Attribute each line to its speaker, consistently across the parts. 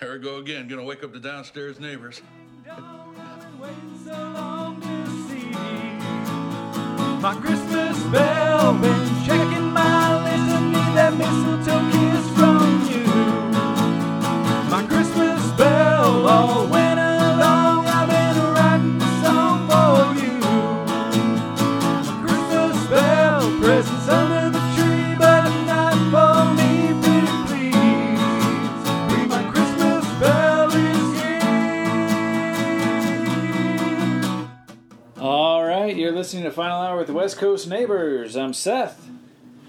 Speaker 1: I go again, gonna wake up the downstairs neighbors.
Speaker 2: My Christmas bell been checking my list and need that mistletoe kiss from you. My Christmas bell all winter long I've been writing a song for you. My Christmas bell presents under the tree, but not for me, pretty please. Be my Christmas bell is here.
Speaker 3: All right, you're listening to Final Hour with the West Coast Neighbors. I'm Seth.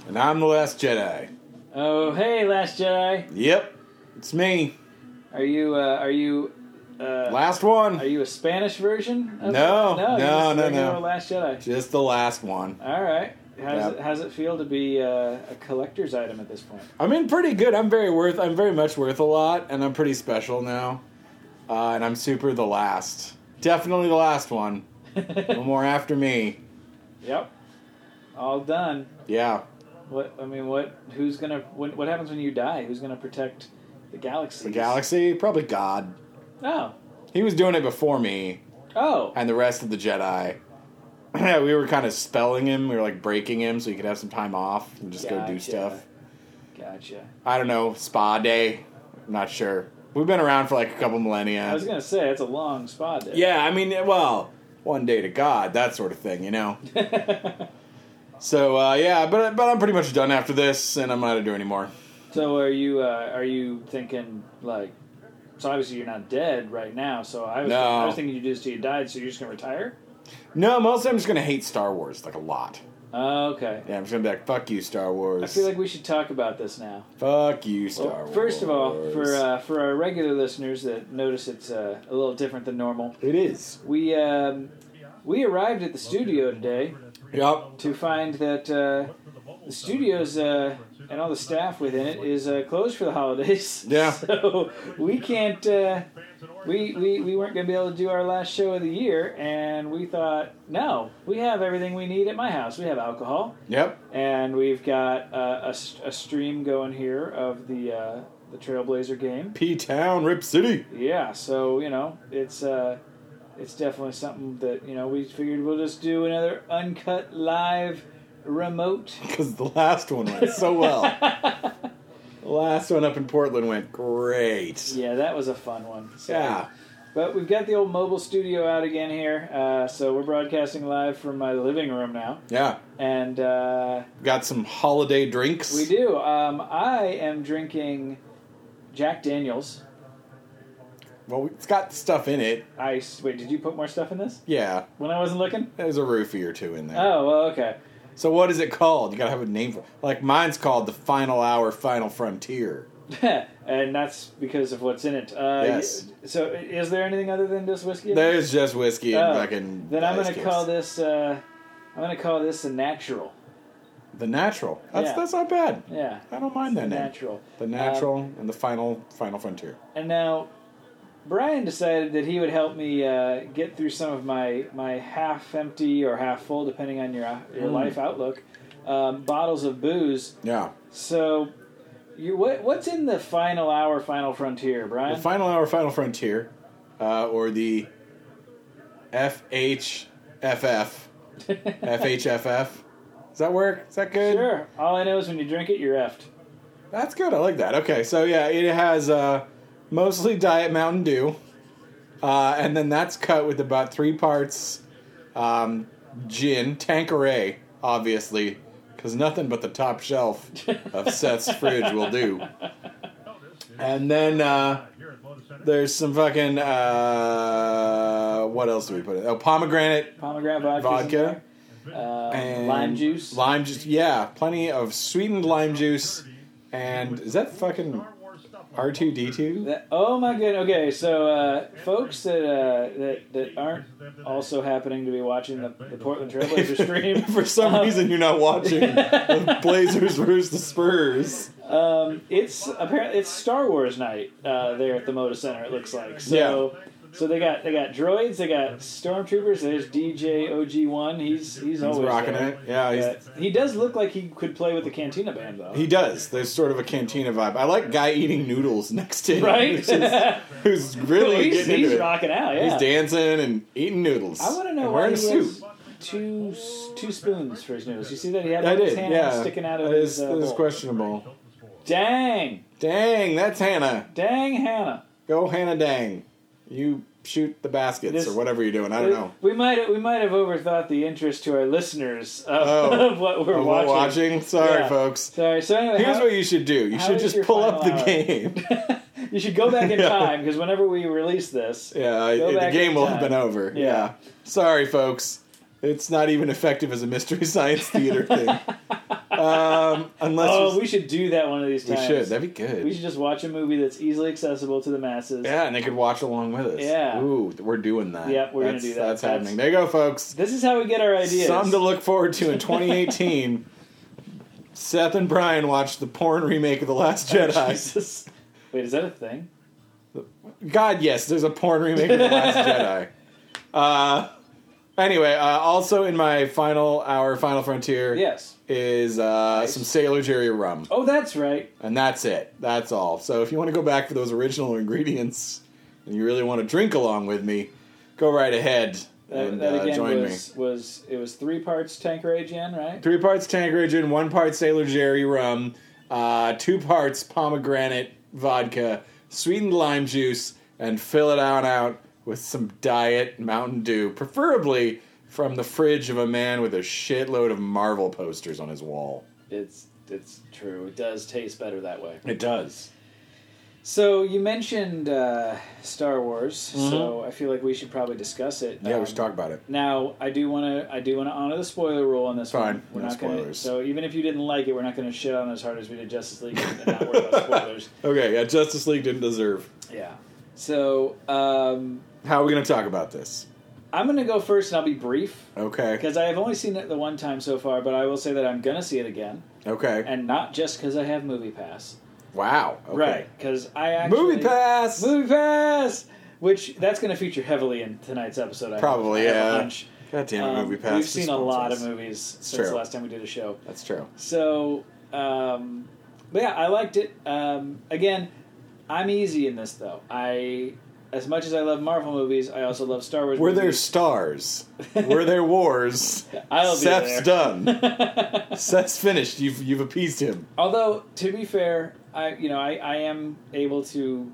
Speaker 4: And I'm the last Jedi.
Speaker 3: Oh, hey, Last Jedi.
Speaker 4: Yep, it's me.
Speaker 3: Are you? Uh, are you? Uh,
Speaker 4: Last one.
Speaker 3: Are you a Spanish version? of
Speaker 4: No, no,
Speaker 3: that? no, you're just
Speaker 4: no,
Speaker 3: regular
Speaker 4: no.
Speaker 3: Last Jedi.
Speaker 4: Just the last one.
Speaker 3: All right. How's,
Speaker 4: Yep.
Speaker 3: it, how's it feel to be uh, a collector's item at this point?
Speaker 4: I'm in pretty good. I'm very worth. I'm very much worth a lot, and I'm pretty special now. Uh, and I'm super the last. Definitely the last one. No more after me.
Speaker 3: yep. All done.
Speaker 4: Yeah.
Speaker 3: What I mean, what? Who's gonna? When, what happens when you die? Who's gonna protect the galaxy?
Speaker 4: The galaxy, probably God.
Speaker 3: Oh.
Speaker 4: He was doing it before me
Speaker 3: Oh.
Speaker 4: and the rest of the Jedi. we were kind of spelling him. We were like breaking him so he could have some time off and just go do
Speaker 3: Gotcha.
Speaker 4: stuff.
Speaker 3: Gotcha.
Speaker 4: I don't know, spa day. I'm not sure. We've been around for like a couple millennia.
Speaker 3: I was gonna say it's a long spot there.
Speaker 4: yeah, I mean, well, one day to God, that sort of thing, you know. so uh, yeah, but but I'm pretty much done after this, and I'm not gonna do anymore.
Speaker 3: So are you? Uh, are you thinking like? So obviously you're not dead right now. So I was,
Speaker 4: No.
Speaker 3: I was thinking you do this till you died. So you're just gonna retire?
Speaker 4: No, mostly I'm just gonna hate Star Wars like a lot.
Speaker 3: Oh, okay.
Speaker 4: Yeah, I'm just gonna be like, fuck you, Star Wars.
Speaker 3: I feel like we should talk about this now.
Speaker 4: fuck you, Star
Speaker 3: Well,
Speaker 4: Wars.
Speaker 3: first of all, for uh, for our regular listeners that notice it's uh, a little different than normal,
Speaker 4: it is.
Speaker 3: we um, we arrived at the studio today
Speaker 4: Yep.
Speaker 3: to find that uh, the studios uh, and all the staff within it is uh, closed for the holidays.
Speaker 4: Yeah.
Speaker 3: So we can't. Uh, we, we, we weren't going to be able to do our last show of the year, and we thought, no, we have everything we need at my house. We have alcohol,
Speaker 4: Yep.
Speaker 3: and we've got uh, a, s- a stream going here of the uh, the Trailblazer game.
Speaker 4: P Town, Rip City.
Speaker 3: Yeah, so you know, it's uh, it's definitely something that you know we figured we'll just do another uncut live remote
Speaker 4: Because the last one went so well. the last one up in Portland went great.
Speaker 3: Yeah, that was a fun one. So-
Speaker 4: Yeah.
Speaker 3: But we've got the old mobile studio out again here, uh, so we're broadcasting live from my living room now.
Speaker 4: Yeah.
Speaker 3: And uh,
Speaker 4: Got some holiday drinks.
Speaker 3: we do. Um, I am drinking Jack Daniels
Speaker 4: Well, it's got stuff in it.
Speaker 3: ice. Wait, did you put more stuff in this
Speaker 4: Yeah.
Speaker 3: when I wasn't looking?
Speaker 4: There's a roofie or two in there.
Speaker 3: Oh, well, okay.
Speaker 4: So what is it called? You gotta have a name for it. Like mine's called the Final Hour Final Frontier.
Speaker 3: and that's because of what's in it. Uh,
Speaker 4: Yes.
Speaker 3: y- So, i- is there anything other than just whiskey? in it?
Speaker 4: There's just whiskey and
Speaker 3: Oh,
Speaker 4: fucking.
Speaker 3: Then I'm
Speaker 4: ice
Speaker 3: gonna
Speaker 4: cubes.
Speaker 3: call this. Uh, I'm gonna call this a natural.
Speaker 4: the natural. That's
Speaker 3: Yeah.
Speaker 4: that's not bad.
Speaker 3: Yeah.
Speaker 4: I don't mind that name.
Speaker 3: Natural.
Speaker 4: The natural and the final final frontier.
Speaker 3: And now, Brian decided that he would help me uh, get through some of my my half empty or half full, depending on your uh,
Speaker 4: Hmm.
Speaker 3: your life outlook, um, bottles of booze.
Speaker 4: Yeah.
Speaker 3: So, you what what's in the final hour, final frontier,
Speaker 4: The
Speaker 3: Brian?
Speaker 4: Final Hour Final Frontier, uh, or the FHFF. FHFF. Does that work? Is that good?
Speaker 3: sure. All I know is when you drink it, you're effed.
Speaker 4: That's good. I like that. Okay, so yeah, it has uh, mostly Diet Mountain Dew, uh, and then that's cut with about three parts um, gin, Tanqueray, obviously, because nothing but the top shelf of Seth's fridge will do. And then uh, there's some fucking uh, what else do we put in? Oh, pomegranate
Speaker 3: Pomegranate vodka's in
Speaker 4: vodka
Speaker 3: there, um,
Speaker 4: and
Speaker 3: lime juice.
Speaker 4: Lime juice, yeah, plenty of sweetened lime juice. And is that fucking R two D two?
Speaker 3: That- oh my goodness. Okay, so uh, folks that, uh, that that aren't also happening to be watching the, the Portland Trailblazer stream
Speaker 4: For some
Speaker 3: um,
Speaker 4: reason, you're not watching the Blazers versus the Spurs.
Speaker 3: Um, it's apparently it's Star Wars night uh, there at the Moda Center. It looks like so. So they got they got droids, they got stormtroopers. There's DJ OG one. He's he's
Speaker 4: He's
Speaker 3: always
Speaker 4: rocking
Speaker 3: there.
Speaker 4: it. Yeah, he's,
Speaker 3: But he does look like he could play with the Cantina band though.
Speaker 4: he does. There's sort of a cantina vibe. I like guy eating noodles next to him,
Speaker 3: right?
Speaker 4: which is- who's really
Speaker 3: he's
Speaker 4: getting into
Speaker 3: he's
Speaker 4: it.
Speaker 3: rocking out. Yeah.
Speaker 4: He's dancing and eating noodles.
Speaker 3: I want to know
Speaker 4: and
Speaker 3: why
Speaker 4: wearing
Speaker 3: he
Speaker 4: a suit.
Speaker 3: has two s- two spoons for his noodles. You see that he had
Speaker 4: I
Speaker 3: one of his
Speaker 4: did.
Speaker 3: hand
Speaker 4: Yeah,
Speaker 3: sticking out of
Speaker 4: that is,
Speaker 3: his. Uh,
Speaker 4: that is
Speaker 3: bowl.
Speaker 4: questionable.
Speaker 3: Dang,
Speaker 4: Dang, that's Hannah.
Speaker 3: dang, Hannah.
Speaker 4: Go Hannah Dang. You shoot the baskets
Speaker 3: This-
Speaker 4: or whatever you're doing. I don't
Speaker 3: We-
Speaker 4: know.
Speaker 3: We might we might have overthought the interest to our listeners of,
Speaker 4: Oh.
Speaker 3: of what we're
Speaker 4: Are we
Speaker 3: watching.
Speaker 4: watching? Sorry,
Speaker 3: Yeah.
Speaker 4: folks.
Speaker 3: Sorry. So anyway,
Speaker 4: Here's
Speaker 3: how-
Speaker 4: what you should do. You
Speaker 3: how
Speaker 4: should
Speaker 3: is
Speaker 4: just
Speaker 3: your
Speaker 4: pull up the
Speaker 3: final hour?
Speaker 4: game.
Speaker 3: you should go back in
Speaker 4: Yeah.
Speaker 3: time because whenever we release this,
Speaker 4: yeah, I-
Speaker 3: Go
Speaker 4: the
Speaker 3: back
Speaker 4: game
Speaker 3: in
Speaker 4: will
Speaker 3: time.
Speaker 4: have been over.
Speaker 3: Yeah.
Speaker 4: Yeah. Sorry, folks. It's not even effective as a mystery science theater thing. um, unless
Speaker 3: oh,
Speaker 4: we,
Speaker 3: we should do that one of these
Speaker 4: we
Speaker 3: times.
Speaker 4: should. That'd be
Speaker 3: We
Speaker 4: good.
Speaker 3: should just watch a movie that's easily accessible to the masses.
Speaker 4: Yeah, and they could watch along with us.
Speaker 3: Yeah.
Speaker 4: Ooh, we're doing that.
Speaker 3: Yep, we're gonna
Speaker 4: That's-
Speaker 3: do that.
Speaker 4: That's
Speaker 3: That's-
Speaker 4: happening. There you go, folks.
Speaker 3: This is how we get our ideas.
Speaker 4: Something to look forward to in 2018. Seth and Brian watched the porn remake of The
Speaker 3: Oh,
Speaker 4: Last Jedi.
Speaker 3: Jesus. Wait, is that a thing?
Speaker 4: God, yes, there's a porn remake of The Last Jedi. Uh, anyway, uh, also in my final hour, Final Frontier
Speaker 3: Yes.
Speaker 4: is uh, some Sailor Jerry rum.
Speaker 3: Oh, that's right.
Speaker 4: And that's it. That's all. So if you want to go back for those original ingredients and you really want to drink along with me, go right ahead
Speaker 3: That,
Speaker 4: and
Speaker 3: that
Speaker 4: uh,
Speaker 3: again
Speaker 4: join me.
Speaker 3: was, was it was three parts Tanqueray Gin, right?
Speaker 4: Three parts Tanqueray gin, one part Sailor Jerry rum, uh, two parts pomegranate vodka, sweetened lime juice, and fill it on out with some diet Mountain Dew, preferably from the fridge of a man with a shitload of Marvel posters on his wall.
Speaker 3: It's it's true. It does taste better that way.
Speaker 4: It does.
Speaker 3: So you mentioned uh, Star Wars, so I feel like we should probably discuss it.
Speaker 4: Mm-hmm. Yeah,
Speaker 3: Um,
Speaker 4: we should talk about it.
Speaker 3: Now, I do want to I do want to honor the spoiler rule on this
Speaker 4: Fine,
Speaker 3: one. We're
Speaker 4: no
Speaker 3: not gonna-
Speaker 4: spoilers.
Speaker 3: so even if you didn't like it, we're not going to shit on it as hard as we did Justice League and not worry about spoilers.
Speaker 4: Okay, yeah, Justice League didn't deserve.
Speaker 3: Yeah. So um,
Speaker 4: How are we going to talk about this?
Speaker 3: I'm going to go first, and I'll be brief
Speaker 4: Okay.
Speaker 3: because I have only seen it the one time so far. But I will say that I'm going to see it again,
Speaker 4: Okay.
Speaker 3: and not just because I have Movie Pass.
Speaker 4: Wow. Okay.
Speaker 3: Right. Because I actually
Speaker 4: Movie pass.
Speaker 3: Movie Pass, which that's going to feature heavily in tonight's episode. I
Speaker 4: Probably,
Speaker 3: I have a
Speaker 4: yeah.
Speaker 3: hunch.
Speaker 4: God damn it,
Speaker 3: Um,
Speaker 4: movie pass.
Speaker 3: We've seen a lot of
Speaker 4: movies.
Speaker 3: movies since the
Speaker 4: true.
Speaker 3: last time we did a show.
Speaker 4: That's true.
Speaker 3: So, um, but yeah, I liked it. Um, again, I'm easy in this though. I, as much as I love Marvel movies, I also love Star Wars.
Speaker 4: Were there
Speaker 3: movies.
Speaker 4: stars? Were there wars?
Speaker 3: I'll be
Speaker 4: Seth's
Speaker 3: there.
Speaker 4: done. Seth's finished. You've you've appeased him.
Speaker 3: Although, to be fair, I you know I, I am able to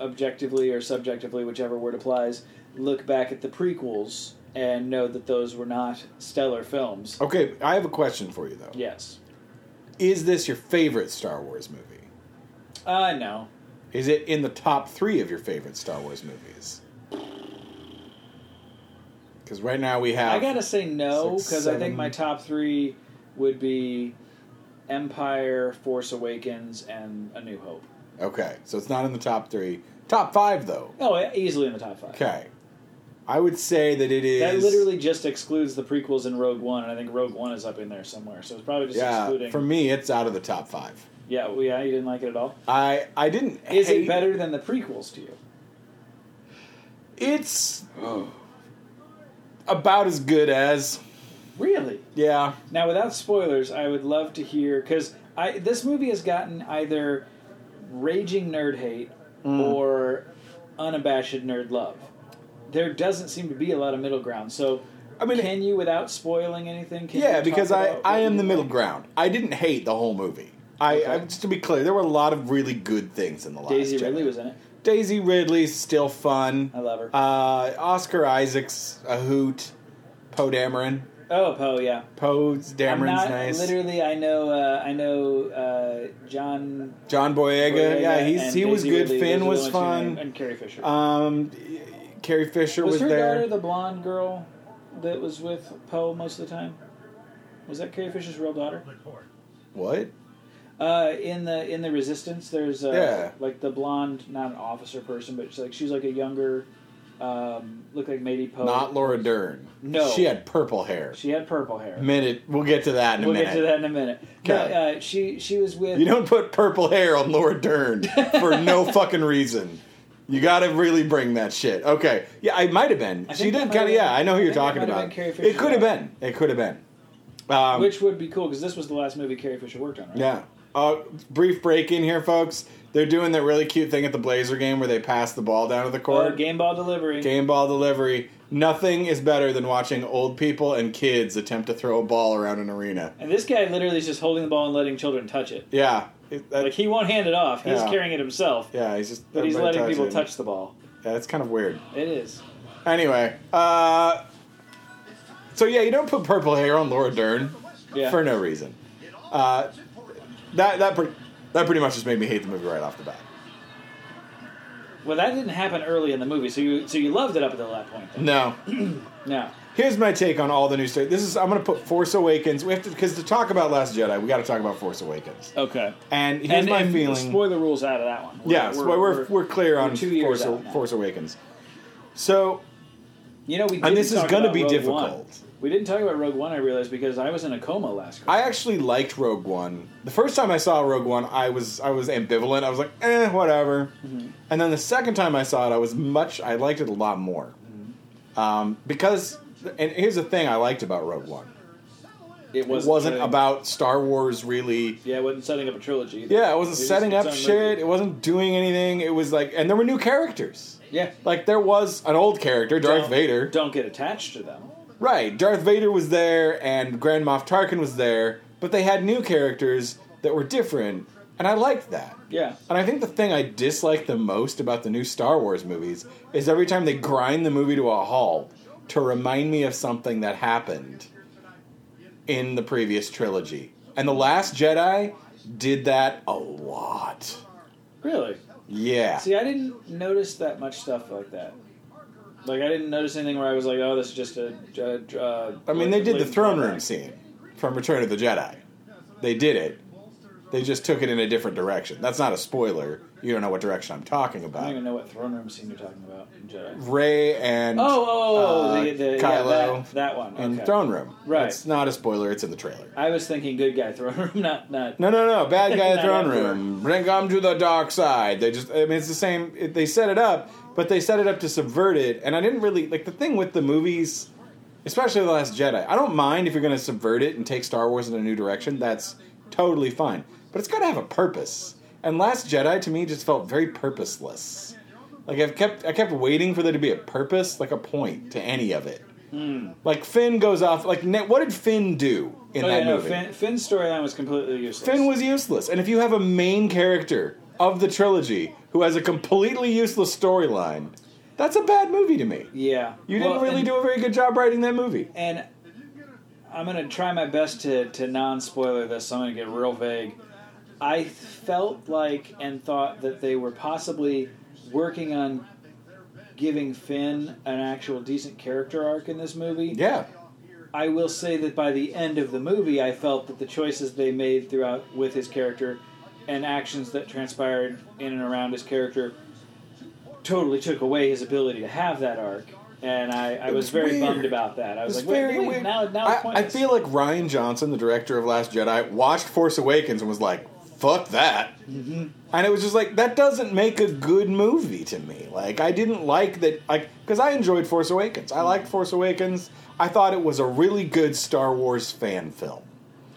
Speaker 3: objectively or subjectively, whichever word applies, look back at the prequels and know that those were not stellar films.
Speaker 4: Okay, I have a question for you though.
Speaker 3: Yes.
Speaker 4: Is this your favorite Star Wars movie?
Speaker 3: Uh no.
Speaker 4: Is it in the top three of your favorite Star Wars movies? Because right now we have.
Speaker 3: I gotta say no
Speaker 4: Six,
Speaker 3: because I think
Speaker 4: seven.
Speaker 3: my top three would be Empire, Force Awakens, and A New Hope.
Speaker 4: Okay, so it's not in the top three. Top five though.
Speaker 3: Oh, easily in the top five.
Speaker 4: Okay, I would say that it is.
Speaker 3: That literally just excludes the prequels and Rogue One, and I think Rogue One is up in there somewhere. So it's probably just
Speaker 4: Yeah,
Speaker 3: excluding.
Speaker 4: for me, it's out of the top five.
Speaker 3: yeah, well, yeah, you didn't like it at all.
Speaker 4: I I didn't.
Speaker 3: Is it
Speaker 4: hate-
Speaker 3: better than the prequels to you?
Speaker 4: It's about as good as.
Speaker 3: Really?
Speaker 4: Yeah.
Speaker 3: Now, without spoilers, I would love to hear because I this movie has gotten either raging nerd hate
Speaker 4: Mm.
Speaker 3: or unabashed nerd love. There doesn't seem to be a lot of middle ground. So,
Speaker 4: I mean,
Speaker 3: can you, without spoiling anything? Can you
Speaker 4: yeah,
Speaker 3: talk
Speaker 4: because I
Speaker 3: about
Speaker 4: I
Speaker 3: what
Speaker 4: am
Speaker 3: you
Speaker 4: the middle
Speaker 3: like?
Speaker 4: ground. I didn't hate the whole movie. I,
Speaker 3: Okay.
Speaker 4: I just to be clear, there were a lot of really good things in the last.
Speaker 3: Daisy
Speaker 4: Jedi.
Speaker 3: Ridley was in it.
Speaker 4: Daisy Ridley's still fun.
Speaker 3: I love her.
Speaker 4: Uh, Oscar Isaac's a hoot. Poe Dameron.
Speaker 3: oh, Poe, yeah.
Speaker 4: Poe's
Speaker 3: I'm
Speaker 4: Dameron's
Speaker 3: not
Speaker 4: nice.
Speaker 3: literally. I know. Uh, I know. Uh, John.
Speaker 4: John Boyega.
Speaker 3: Boyega
Speaker 4: yeah, he's
Speaker 3: and
Speaker 4: he was
Speaker 3: Daisy
Speaker 4: good.
Speaker 3: Ridley,
Speaker 4: Finn
Speaker 3: those
Speaker 4: was
Speaker 3: are the only two names-
Speaker 4: fun.
Speaker 3: and Carrie Fisher.
Speaker 4: Um, Carrie Fisher was,
Speaker 3: was her
Speaker 4: there.
Speaker 3: daughter the blonde girl that was with Poe most of the time? Was that Carrie Fisher's real daughter?
Speaker 4: what?
Speaker 3: Uh, in the in the Resistance, there's uh,
Speaker 4: Yeah.
Speaker 3: like the blonde, not an officer person, but she's like she's like a younger, um, looked like maybe Poe.
Speaker 4: Not Laura Dern.
Speaker 3: No.
Speaker 4: she had purple hair.
Speaker 3: She had purple hair.
Speaker 4: minute. We'll get to that in a
Speaker 3: we'll
Speaker 4: minute.
Speaker 3: get to that in a minute. But,
Speaker 4: Okay.
Speaker 3: uh, she she was with
Speaker 4: You don't put purple hair on Laura Dern for no fucking reason. You gotta really bring that shit. Okay. Yeah, I might have been. She
Speaker 3: think that
Speaker 4: did kind
Speaker 3: might
Speaker 4: of.
Speaker 3: have
Speaker 4: Yeah,
Speaker 3: been-
Speaker 4: I know who
Speaker 3: I
Speaker 4: you're
Speaker 3: think that
Speaker 4: talking
Speaker 3: might have
Speaker 4: about.
Speaker 3: been Carrie Fisher's
Speaker 4: It could have
Speaker 3: daughter.
Speaker 4: been. It could have been. Um,
Speaker 3: Which would be cool because this was the last movie Carrie Fisher worked on, right?
Speaker 4: Yeah. Uh, brief break in here, folks. They're doing that really cute thing at the Blazer game where they pass the ball down to the
Speaker 3: Or
Speaker 4: court.
Speaker 3: game ball delivery.
Speaker 4: Game ball delivery. Nothing is better than watching old people and kids attempt to throw a ball around an arena.
Speaker 3: And this guy literally is just holding the ball and letting children touch it.
Speaker 4: Yeah. It- that-
Speaker 3: Like he won't hand it off. He's
Speaker 4: Yeah.
Speaker 3: carrying it himself,
Speaker 4: yeah, he's just.
Speaker 3: but he's
Speaker 4: everybody
Speaker 3: letting people
Speaker 4: it.
Speaker 3: touch the ball.
Speaker 4: Yeah, that's kind of weird.
Speaker 3: It is.
Speaker 4: Anyway, uh, so yeah, you don't put purple hair on Laura Dern
Speaker 3: Yeah.
Speaker 4: for no reason. Uh, that that pre- that pretty much just made me hate the movie right off the bat.
Speaker 3: Well, that didn't happen early in the movie, so you so you loved it up until that point. Then.
Speaker 4: No,
Speaker 3: No.
Speaker 4: here's my take on all the new stuff. This is I'm gonna put Force Awakens. We have to because to talk about Last Jedi, we got to talk about Force Awakens.
Speaker 3: Okay.
Speaker 4: And here's
Speaker 3: and,
Speaker 4: my
Speaker 3: and
Speaker 4: feeling.
Speaker 3: Spoil the rules out of that one.
Speaker 4: yeah, we're, we're, we're, clear on
Speaker 3: two years
Speaker 4: Force,
Speaker 3: out now.
Speaker 4: Force Awakens. So
Speaker 3: You know, we
Speaker 4: And this
Speaker 3: didn't
Speaker 4: is
Speaker 3: talk
Speaker 4: gonna
Speaker 3: about
Speaker 4: be
Speaker 3: Rogue
Speaker 4: difficult.
Speaker 3: One. We didn't talk about Rogue One. I realized because I was in a coma last. Christmas.
Speaker 4: I actually liked Rogue One. The first time I saw Rogue One, I was I was ambivalent. I was like, eh, whatever. And then the second time I saw it, I was much I liked it a lot more. Um, because and here's the thing I liked about Rogue One.
Speaker 3: it
Speaker 4: It
Speaker 3: wasn't,
Speaker 4: wasn't
Speaker 3: setting-
Speaker 4: about Star Wars really.
Speaker 3: Yeah, it wasn't setting up a trilogy. either.
Speaker 4: Yeah, it wasn't
Speaker 3: It was
Speaker 4: setting
Speaker 3: its
Speaker 4: up
Speaker 3: own
Speaker 4: shit.
Speaker 3: movie.
Speaker 4: It wasn't doing anything. It was like and there were new characters.
Speaker 3: Yeah.
Speaker 4: Like there was an old character, Darth
Speaker 3: Don't-
Speaker 4: Vader.
Speaker 3: Don't get attached to them.
Speaker 4: Right, Darth Vader was there and Grand Moff Tarkin was there, but they had new characters that were different, and I liked that.
Speaker 3: Yeah.
Speaker 4: And I think the thing I dislike the most about the new Star Wars movies is every time they grind the movie to a halt to remind me of something that happened in the previous trilogy. And The Last Jedi did that a lot.
Speaker 3: Really?
Speaker 4: Yeah.
Speaker 3: See, I didn't notice that much stuff like that. Like, I didn't notice anything where I was like, "Oh, this is just a." a, a
Speaker 4: I mean, they did the
Speaker 3: blatant
Speaker 4: throne
Speaker 3: callback.
Speaker 4: room scene from Return of the Jedi. They did it. They just took it in a different direction. That's not a spoiler. You don't know what direction I'm talking
Speaker 3: I don't
Speaker 4: about.
Speaker 3: even know what throne room scene you're talking about in Jedi.
Speaker 4: Ray and
Speaker 3: Oh, oh,
Speaker 4: Mm. uh,
Speaker 3: the, the, yeah,
Speaker 4: Kylo
Speaker 3: that, that one.
Speaker 4: in
Speaker 3: okay.
Speaker 4: throne room.
Speaker 3: Right.
Speaker 4: It's not a spoiler. It's in the trailer.
Speaker 3: I was thinking good guy throne room, not not.
Speaker 4: No, no, no. Bad guy
Speaker 3: Not
Speaker 4: throne
Speaker 3: afterward.
Speaker 4: room. Bring them to the dark side. They just, I mean, it's the same. It, they set it up, but they set it up to subvert it. And I didn't really, like, the thing with the movies, especially The Last Jedi, I don't mind if you're going to subvert it and take Star Wars in a new direction. That's totally fine. But it's got to have a purpose. And Last Jedi, to me, just felt very purposeless. Like I've kept, I kept waiting for there to be a purpose, like a point to any of it. Like Finn goes off. Like, ne- what did Finn do in
Speaker 3: Hmm. Oh,
Speaker 4: that
Speaker 3: yeah, no.
Speaker 4: movie?
Speaker 3: Finn, Finn's storyline was completely useless.
Speaker 4: Finn was useless. And if you have a main character of the trilogy who has a completely useless storyline, that's a bad movie to me.
Speaker 3: Yeah.
Speaker 4: You didn't
Speaker 3: Well,
Speaker 4: really
Speaker 3: and-
Speaker 4: do a very good job writing that movie.
Speaker 3: And I'm going to try my best to, to non spoiler this, so I'm going to get real vague. I felt like and thought that they were possibly working on giving Finn an actual decent character arc in this movie.
Speaker 4: Yeah.
Speaker 3: I will say that by the end of the movie, I felt that the choices they made throughout with his character and actions that transpired in and around his character totally took away his ability to have that arc. And I, I was,
Speaker 4: was
Speaker 3: very
Speaker 4: weird.
Speaker 3: bummed about that. I was,
Speaker 4: It's
Speaker 3: like, wait,
Speaker 4: very
Speaker 3: wait,
Speaker 4: weird.
Speaker 3: now, now it's
Speaker 4: I, I
Speaker 3: pointless.
Speaker 4: feel like Ryan Johnson, the director of Last Jedi, watched Force Awakens and was like, fuck that.
Speaker 3: Mm-hmm.
Speaker 4: And it was just like, that doesn't make a good movie to me. Like, I didn't like that, like, because I enjoyed Force Awakens. I liked Force Awakens. I thought it was a really good Star Wars fan film.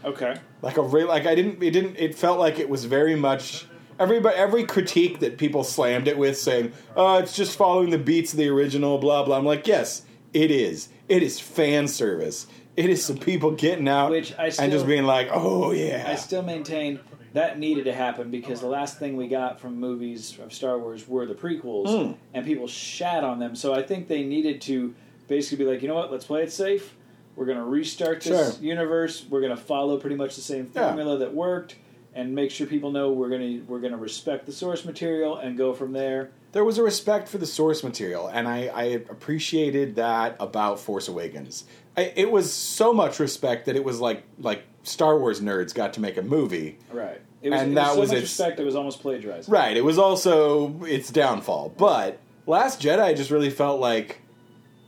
Speaker 3: okay,
Speaker 4: like a real like I didn't it didn't it felt like it was very much everybody every critique that people slammed it with saying oh it's just following the beats of the original blah blah I'm like yes it is it is fan service it is some people getting out
Speaker 3: Which I
Speaker 4: and
Speaker 3: still-
Speaker 4: just being like oh yeah
Speaker 3: I still maintain that needed to happen because the last thing we got from movies of Star Wars were the prequels,
Speaker 4: Hmm.
Speaker 3: and people shat on them. So I think they needed to basically be like, you know what, let's play it safe. We're going to restart this
Speaker 4: Sure.
Speaker 3: universe. We're going to follow pretty much the same
Speaker 4: Yeah.
Speaker 3: formula that worked, and make sure people know we're going to we're going to respect the source material and go from there.
Speaker 4: there was a respect for the source material, and I, I appreciated that about Force Awakens. I, it was so much respect that it was like like Star Wars nerds got to make a movie.
Speaker 3: Right. It was,
Speaker 4: And
Speaker 3: it
Speaker 4: that
Speaker 3: was so
Speaker 4: was
Speaker 3: much
Speaker 4: its-
Speaker 3: respect. It was almost plagiarizing.
Speaker 4: Right. It was also its downfall. But Last Jedi just really felt like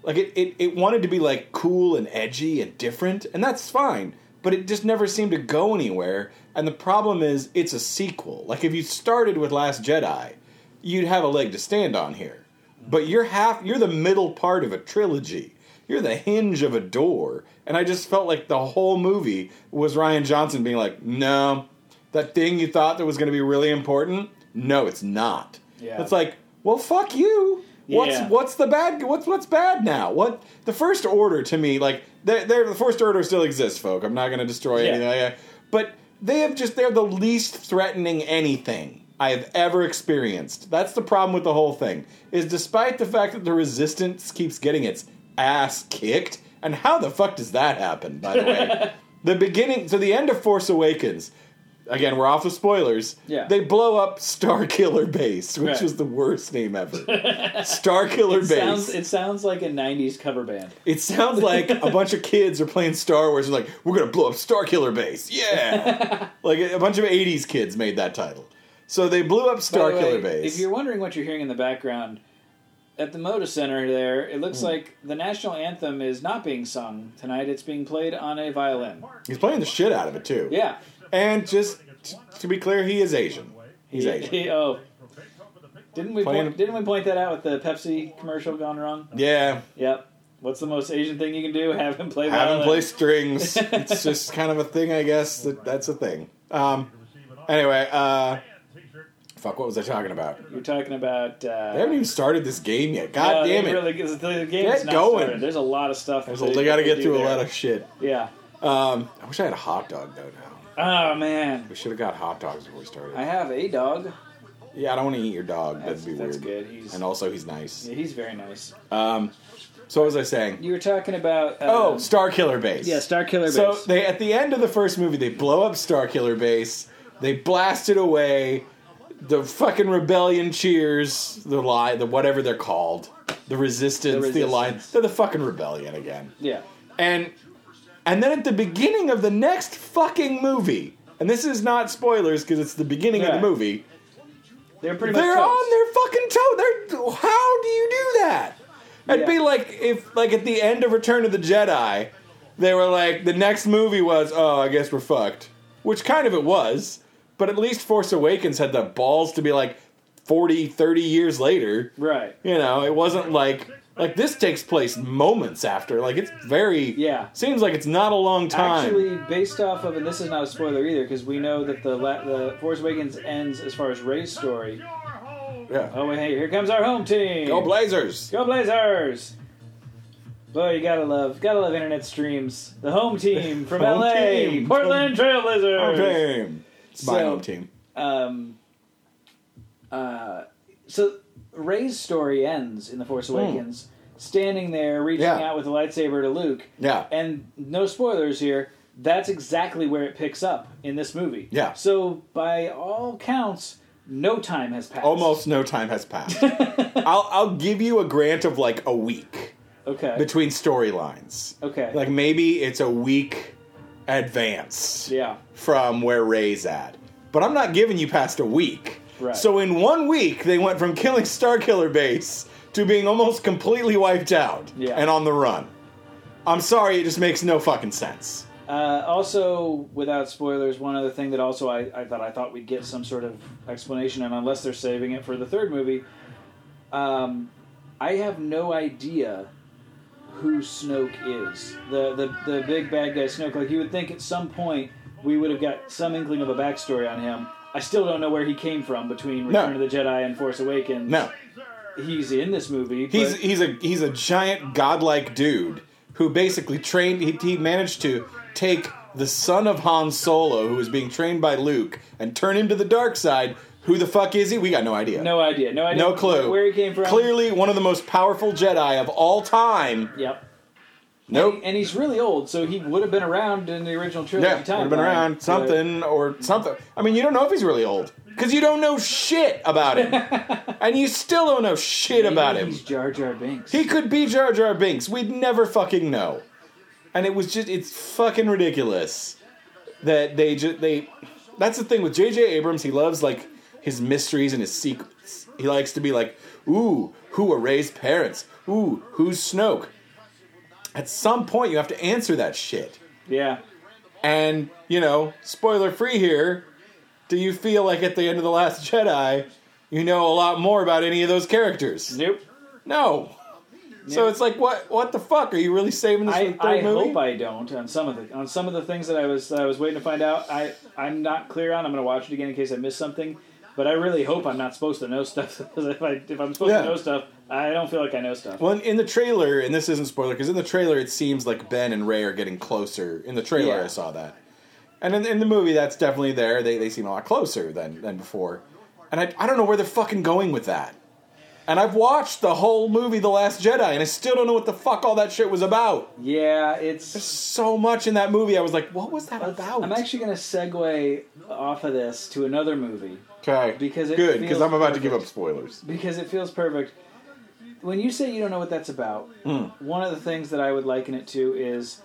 Speaker 4: like it, it, it wanted to be like cool and edgy and different, and that's fine. But it just never seemed to go anywhere. And the problem is it's a sequel. Like if you started with Last Jedi you'd have a leg to stand on here. But you're half you're the middle part of a trilogy. You're the hinge of a door. And I just felt like the whole movie was Ryan Johnson being like, "No, that thing you thought that was going to be really important, no, it's not."
Speaker 3: Yeah.
Speaker 4: It's like, "Well, fuck you." What's
Speaker 3: Yeah.
Speaker 4: what's the bad what's what's bad now? What the first order to me like they they're the first order still exists, folk. I'm not going to destroy
Speaker 3: Yeah.
Speaker 4: anything. like that. But they have just they're the least threatening anything I have ever experienced. That's the problem with the whole thing. Is despite the fact that the resistance keeps getting its ass kicked, and how the fuck does that happen? By the way, the beginning to the end of Force Awakens. Again, we're off the spoilers.
Speaker 3: Yeah.
Speaker 4: They blow up Star Killer Base, which
Speaker 3: Right.
Speaker 4: was the worst name ever. Star Killer Base.
Speaker 3: Sounds, it sounds like a 90s cover band.
Speaker 4: It sounds like a bunch of kids are playing Star Wars and like, we're gonna blow up Star Killer Base. Yeah. like a bunch of eighties kids made that title. So they blew up
Speaker 3: By
Speaker 4: Star
Speaker 3: the way,
Speaker 4: Killer Base.
Speaker 3: If you're wondering what you're hearing in the background, at the Moda Center there, it
Speaker 4: Hmm.
Speaker 3: looks like the national anthem is not being sung tonight. It's being played on a violin.
Speaker 4: He's playing the shit out of it too.
Speaker 3: Yeah.
Speaker 4: And just t- to be clear, he is Asian. He's Asian.
Speaker 3: He- oh. Didn't we
Speaker 4: Playing-
Speaker 3: point, didn't we point that out with the Pepsi commercial gone wrong?
Speaker 4: Yeah.
Speaker 3: Yep. What's the most Asian thing you can do? Have him play
Speaker 4: Have him
Speaker 3: violin.
Speaker 4: play strings. it's just kind of a thing, I guess. That that's a thing. Um anyway, uh fuck what was I talking about?
Speaker 3: You're talking about. Uh,
Speaker 4: They haven't even started this game yet. God
Speaker 3: no, they
Speaker 4: damn it.
Speaker 3: Really, 'cause the game
Speaker 4: Get
Speaker 3: is not
Speaker 4: going.
Speaker 3: started. There's a lot of stuff.
Speaker 4: There's
Speaker 3: that
Speaker 4: a- they gotta
Speaker 3: that
Speaker 4: get
Speaker 3: do
Speaker 4: through a
Speaker 3: there.
Speaker 4: lot of shit.
Speaker 3: Yeah.
Speaker 4: Um, I wish I had a hot dog though. Now
Speaker 3: Oh man,
Speaker 4: we should have got hot dogs before we started.
Speaker 3: I have a dog.
Speaker 4: yeah, I don't want to eat your dog. That'd
Speaker 3: That's-
Speaker 4: be
Speaker 3: that's
Speaker 4: weird.
Speaker 3: good. He's-
Speaker 4: And also, he's nice.
Speaker 3: Yeah, he's very nice.
Speaker 4: Um, so what was I saying?
Speaker 3: You were talking about. Um,
Speaker 4: Oh, Star Killer Base.
Speaker 3: yeah, Star Killer Base.
Speaker 4: So they at the end of the first movie, they blow up Star Killer Base. They blast it away. The fucking rebellion cheers the lie, the whatever they're called, the resistance, the,
Speaker 3: Resistance.
Speaker 4: alliance. They're the fucking rebellion again.
Speaker 3: yeah,
Speaker 4: and and then at the beginning of the next fucking movie and this is not spoilers because it's the beginning of
Speaker 3: Right.
Speaker 4: the movie
Speaker 3: they're pretty much.
Speaker 4: they're
Speaker 3: toast.
Speaker 4: on their fucking toe they're how do you do that it'd be
Speaker 3: Yeah.
Speaker 4: like if like at the end of return of the jedi they were like the next movie was oh i guess we're fucked which kind of it was but at least force awakens had the balls to be like 40 30 years later
Speaker 3: Right.
Speaker 4: you know, it wasn't like like this takes place moments after. Like it's very
Speaker 3: Yeah.
Speaker 4: Seems like it's not a long time.
Speaker 3: Actually, based off of, and this is not a spoiler either, because we know that the la- the Force Awakens ends as far as Ray's story.
Speaker 4: yeah.
Speaker 3: Oh, wait, hey, here comes our home team.
Speaker 4: Go Blazers!
Speaker 3: Go Blazers! Boy, you gotta love, gotta love internet streams. The home team from
Speaker 4: Home
Speaker 3: LA,
Speaker 4: team.
Speaker 3: Portland Trailblazers.
Speaker 4: Team. It's my
Speaker 3: So-
Speaker 4: home team.
Speaker 3: Um, uh, so Ray's story ends in The Force Awakens, standing there reaching
Speaker 4: Hmm. Yeah.
Speaker 3: out with a lightsaber to Luke.
Speaker 4: Yeah.
Speaker 3: And no spoilers here. That's exactly where it picks up in this movie.
Speaker 4: Yeah.
Speaker 3: So by all counts, no time has passed.
Speaker 4: Almost no time has passed. I'll I'll give you a grant of like a week
Speaker 3: Okay.
Speaker 4: between storylines.
Speaker 3: okay.
Speaker 4: Like maybe it's a week advance.
Speaker 3: yeah.
Speaker 4: from where Ray's at. But I'm not giving you past a week.
Speaker 3: Right.
Speaker 4: So in one week, they went from killing Star Killer Base to being almost completely wiped out
Speaker 3: Yeah.
Speaker 4: and on the run. I'm sorry, it just makes no fucking sense.
Speaker 3: Uh, also, without spoilers, one other thing that also I, I thought I thought we'd get some sort of explanation, and unless they're saving it for the third movie, um, I have no idea who Snoke is. The, the the big bad guy Snoke. Like you would think at some point we would have got some inkling of a backstory on him. I still don't know where he came from between
Speaker 4: No.
Speaker 3: Return of the Jedi and Force Awakens.
Speaker 4: No,
Speaker 3: he's in this movie. but-
Speaker 4: he's he's a he's a giant godlike dude who basically trained. He, he managed to take the son of Han Solo, who was being trained by Luke, and turn him to the dark side. Who the fuck is he? We got no idea.
Speaker 3: no idea. No idea.
Speaker 4: No clue.
Speaker 3: where he came from.
Speaker 4: Clearly, one of the most powerful Jedi of all time.
Speaker 3: Yep.
Speaker 4: Nope.
Speaker 3: and he's really old, so he would have been around in the original trilogy.
Speaker 4: Yeah, would
Speaker 3: timeline,
Speaker 4: have been around
Speaker 3: but-
Speaker 4: something or something. I mean, you don't know if he's really old because you don't know shit about him, and you still don't know shit
Speaker 3: Maybe
Speaker 4: about him.
Speaker 3: He's Jar Jar Binks.
Speaker 4: He could be Jar Jar Binks. We'd never fucking know. And it was just—it's fucking ridiculous that they just—they. That's the thing with J.J. Abrams. He loves like his mysteries and his secrets. He likes to be like, "Ooh, who were Ray's parents? Ooh, who's Snoke?" At some point, you have to answer that shit.
Speaker 3: yeah,
Speaker 4: And, you know, spoiler free here, do you feel like at the end of The Last Jedi, you know a lot more about any of those characters.
Speaker 3: Nope.
Speaker 4: No. So it's like, what? What the fuck? Are you really saving this for
Speaker 3: I,
Speaker 4: the third
Speaker 3: I
Speaker 4: movie?
Speaker 3: hope I don't on some of the on some of the things that I was that I was waiting to find out. I I'm not clear on. I'm going to watch it again in case I missed something. But I really hope I'm not supposed to know stuff. 'cause if I if I'm supposed
Speaker 4: Yeah.
Speaker 3: to know stuff, I don't feel like I know stuff.
Speaker 4: Well, in- in the trailer, and this isn't spoiler because in the trailer it seems like Ben and Ray are getting closer. In the trailer,
Speaker 3: Yeah.
Speaker 4: I saw that, and in, in the movie, that's definitely there. They they seem a lot closer than than before, and I I don't know where they're fucking going with that. And I've watched the whole movie, The Last Jedi, and I still don't know what the fuck all that shit was about.
Speaker 3: Yeah, it's.
Speaker 4: So much in that movie, I was like, what was that about?
Speaker 3: I'm actually going to segue off of this to another movie
Speaker 4: okay
Speaker 3: because it
Speaker 4: good
Speaker 3: feels
Speaker 4: because I'm about to give up
Speaker 3: perfect.
Speaker 4: spoilers.
Speaker 3: because it feels perfect. When you say you don't know what that's about, one of the things that I would liken it to is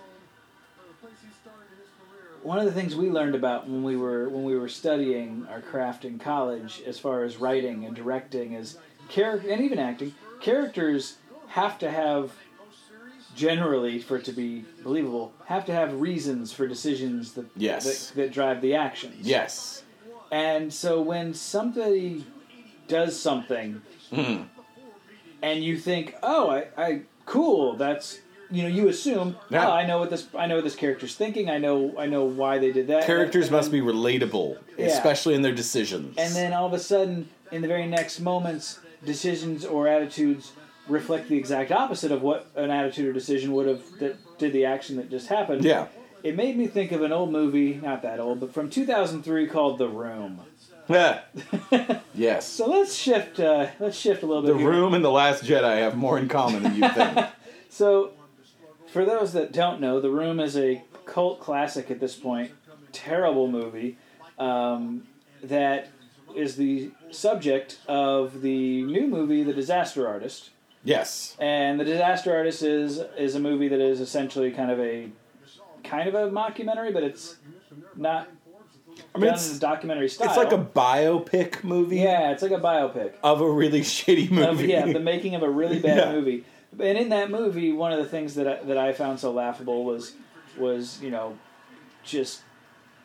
Speaker 3: one of the things we learned about when we were when we were studying our craft in college, as far as writing and directing, is character and even acting. Characters have to have generally for it to be believable have to have reasons for decisions that
Speaker 4: Yes.
Speaker 3: that, that drive the actions
Speaker 4: Yes,
Speaker 3: and so when somebody does something
Speaker 4: Hmm.
Speaker 3: and you think, oh, I, I cool, that's you know, you assume,
Speaker 4: Yeah.
Speaker 3: oh, I know what this I know what this character's thinking, I know I know why they did that.
Speaker 4: characters
Speaker 3: And-
Speaker 4: must be relatable,
Speaker 3: Yeah.
Speaker 4: especially in their decisions.
Speaker 3: and then all of a sudden, in the very next moments, decisions or attitudes reflect the exact opposite of what an attitude or decision would have that did the action that just happened.
Speaker 4: yeah,
Speaker 3: It made me think of an old movie, not that old, but from 2003 called The Room.
Speaker 4: Yeah. yes.
Speaker 3: So let's shift. Uh, let's shift a little bit.
Speaker 4: The
Speaker 3: here.
Speaker 4: Room and The Last Jedi have more in common than you think.
Speaker 3: So, for those that don't know, The Room is a cult classic at this point. Terrible movie um, that is the subject of the new movie, The Disaster Artist.
Speaker 4: yes.
Speaker 3: And The Disaster Artist is is a movie that is essentially kind of a kind of a mockumentary, but it's not
Speaker 4: I mean,
Speaker 3: done
Speaker 4: it's,
Speaker 3: in documentary style.
Speaker 4: it's like a biopic movie
Speaker 3: yeah, it's like a biopic.
Speaker 4: of a really shitty
Speaker 3: of,
Speaker 4: movie.
Speaker 3: yeah, the making of a really bad
Speaker 4: Yeah.
Speaker 3: movie. And in that movie, one of the things that I, that I found so laughable was was you know just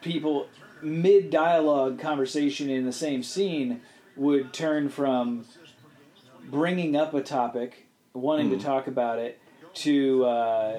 Speaker 3: people mid dialogue conversation in the same scene would turn from bringing up a topic, wanting
Speaker 4: Hmm.
Speaker 3: to talk about it, to uh,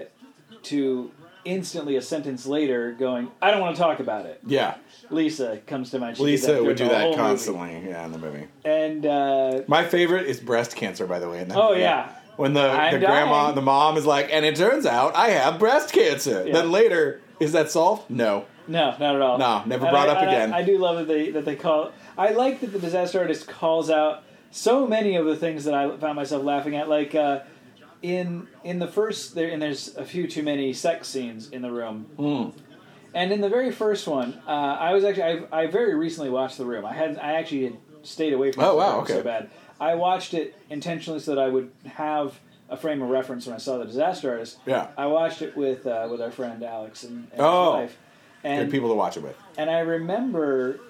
Speaker 3: to instantly a sentence later going, "I don't want to talk about it."
Speaker 4: Yeah.
Speaker 3: Lisa comes to mind. She did
Speaker 4: Lisa
Speaker 3: that
Speaker 4: would do
Speaker 3: throughout the whole
Speaker 4: that
Speaker 3: movie.
Speaker 4: constantly. Yeah, in the movie.
Speaker 3: and. Uh,
Speaker 4: My favorite is breast cancer, by the way. In that
Speaker 3: Oh,
Speaker 4: movie.
Speaker 3: yeah.
Speaker 4: When the,
Speaker 3: I'm
Speaker 4: the grandma,
Speaker 3: dying.
Speaker 4: the mom is like, and it turns out I have breast cancer.
Speaker 3: Yeah.
Speaker 4: Then later, is that solved? No.
Speaker 3: No, not at all.
Speaker 4: No, never
Speaker 3: And
Speaker 4: brought
Speaker 3: I-
Speaker 4: up
Speaker 3: and I-
Speaker 4: again.
Speaker 3: I, do love that they that they call. I like that the disaster artist calls out so many of the things that I found myself laughing at. Like uh, in in the first there, and there's a few too many sex scenes in the room.
Speaker 4: Mm.
Speaker 3: And in the very first one, uh, I was actually I, I very recently watched the room. I had I actually had stayed away from
Speaker 4: Oh,
Speaker 3: The
Speaker 4: wow,
Speaker 3: Room so
Speaker 4: okay.
Speaker 3: bad. I watched it intentionally so that I would have a frame of reference when I saw the disaster artist.
Speaker 4: Yeah.
Speaker 3: I watched it with uh, with our friend Alex and, and
Speaker 4: Oh.
Speaker 3: his wife.
Speaker 4: Good
Speaker 3: And
Speaker 4: people to watch it with.
Speaker 3: and I remember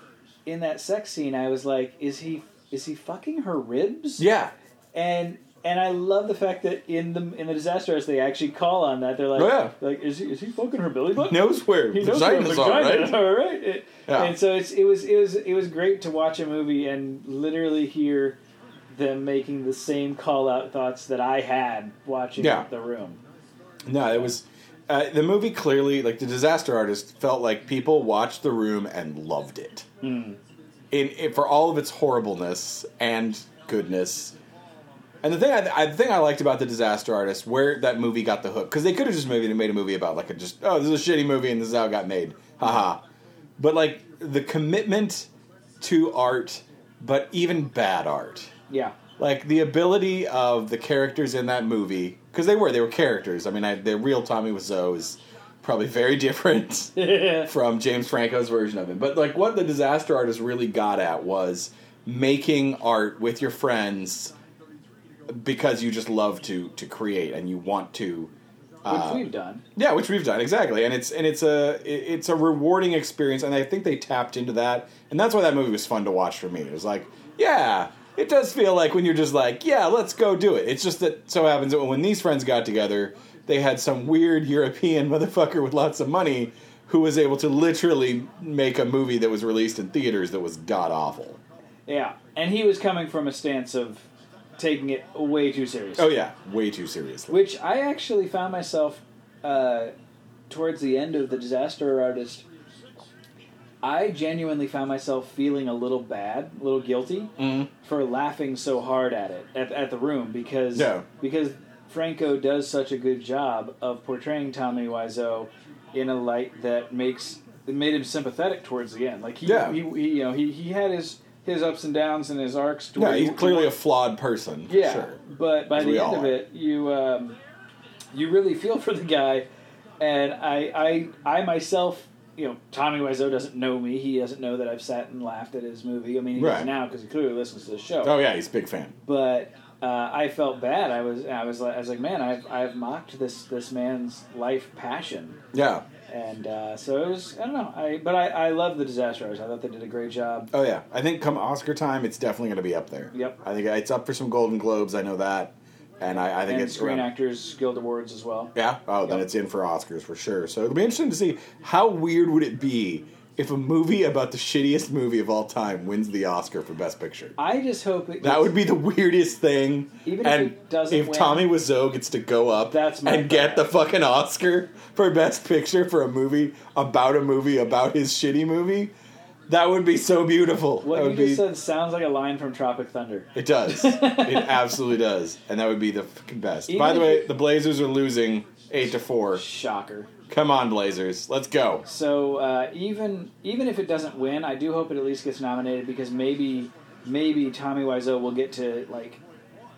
Speaker 3: in that sex scene, I was like, "Is he is he fucking her ribs?"
Speaker 4: Yeah.
Speaker 3: And and I love the fact that in the in the disaster artist, they actually call on that. They're like,
Speaker 4: Oh, yeah.
Speaker 3: they're like is he is he fucking her belly button?
Speaker 4: Knows where
Speaker 3: He knows
Speaker 4: vagina's
Speaker 3: her
Speaker 4: are,
Speaker 3: vagina,
Speaker 4: right?
Speaker 3: all right. It-
Speaker 4: Yeah.
Speaker 3: And so it's it was it was it was great to watch a movie and literally hear them making the same call out thoughts that I had watching
Speaker 4: Yeah.
Speaker 3: the room.
Speaker 4: No, it was uh, the movie. Clearly, like the disaster artist, felt like people watched the room and loved it.
Speaker 3: Hmm.
Speaker 4: In, in for all of its horribleness and goodness. And the thing I, I the thing I liked about the disaster artist, where that movie got the hook, because they could have just maybe made a movie about like a just oh this is a shitty movie and this is how it got made, haha. But like the commitment to art, but even bad art
Speaker 3: Yeah.
Speaker 4: like the ability of the characters in that movie because they were they were characters i mean I, the real tommy Wiseau is probably very different from james franco's version of him but like what the disaster artist really got at was making art with your friends because you just love to to create and you want to
Speaker 3: Which
Speaker 4: Uh,
Speaker 3: we've done.
Speaker 4: yeah, which we've done exactly, and it's and it's a it- it's a rewarding experience, and I think they tapped into that, and that's why that movie was fun to watch for me. It was like, yeah, it does feel like when you're just like, yeah, let's go do it. It's just that so happens that when these friends got together, they had some weird European motherfucker with lots of money who was able to literally make a movie that was released in theaters that was god awful.
Speaker 3: Yeah, and he was coming from a stance of taking it way too seriously.
Speaker 4: Oh yeah, way too seriously.
Speaker 3: Which I actually found myself uh, towards the end of the Disaster Artist. I genuinely found myself feeling a little bad, a little guilty
Speaker 4: Mm-hmm.
Speaker 3: for laughing so hard at it at, at the room because
Speaker 4: No.
Speaker 3: because Franco does such a good job of portraying Tommy Wiseau in a light that makes it made him sympathetic towards the end. Like he,
Speaker 4: Yeah.
Speaker 3: he, he you know he, he had his his ups and downs and his arcs. to
Speaker 4: No,
Speaker 3: where
Speaker 4: he's
Speaker 3: he-
Speaker 4: clearly a flawed person. for
Speaker 3: yeah,
Speaker 4: sure.
Speaker 3: but by
Speaker 4: As
Speaker 3: the
Speaker 4: we
Speaker 3: end
Speaker 4: all
Speaker 3: of
Speaker 4: are.
Speaker 3: it, you um, you really feel for the guy, and I I I myself, you know, Tommy Wiseau doesn't know me. He doesn't know that I've sat and laughed at his movie. I mean, he
Speaker 4: Right.
Speaker 3: does now because he clearly listens to the show.
Speaker 4: Oh yeah, he's a big fan.
Speaker 3: But uh, I felt bad. I was I was like I was like, man, I've I've mocked this this man's life passion.
Speaker 4: Yeah.
Speaker 3: And uh, so it was. I don't know. I but I, I love the Disaster Artist. I thought they did a great job.
Speaker 4: Oh yeah, I think come Oscar time, it's definitely going to be up there.
Speaker 3: Yep.
Speaker 4: I think it's up for some Golden Globes. I know that, and I, I think
Speaker 3: And
Speaker 4: it's
Speaker 3: Screen
Speaker 4: around-
Speaker 3: Actors Guild Awards as well.
Speaker 4: Yeah. Oh, then
Speaker 3: Yep.
Speaker 4: it's in for Oscars for sure. So it'll be interesting to see how weird would it be if a movie about the shittiest movie of all time wins the Oscar for Best Picture.
Speaker 3: I just hope
Speaker 4: That
Speaker 3: it gets-
Speaker 4: would be the weirdest thing.
Speaker 3: Even if
Speaker 4: and
Speaker 3: it doesn't
Speaker 4: if
Speaker 3: win-
Speaker 4: Tommy Wiseau gets to go up
Speaker 3: That's my
Speaker 4: and get
Speaker 3: thought.
Speaker 4: the fucking Oscar for Best Picture for a movie about a movie about his shitty movie, that would be so beautiful.
Speaker 3: What
Speaker 4: that
Speaker 3: you
Speaker 4: would
Speaker 3: just
Speaker 4: be,
Speaker 3: said sounds like a line from Tropic Thunder.
Speaker 4: It does. it absolutely does, and that would be the fucking best.
Speaker 3: Even
Speaker 4: By the
Speaker 3: if
Speaker 4: way,
Speaker 3: it-
Speaker 4: the Blazers are losing eight to four.
Speaker 3: Shocker.
Speaker 4: Come on, Blazers, let's go.
Speaker 3: So uh, even even if it doesn't win, I do hope it at least gets nominated because maybe maybe Tommy Wiseau will get to like,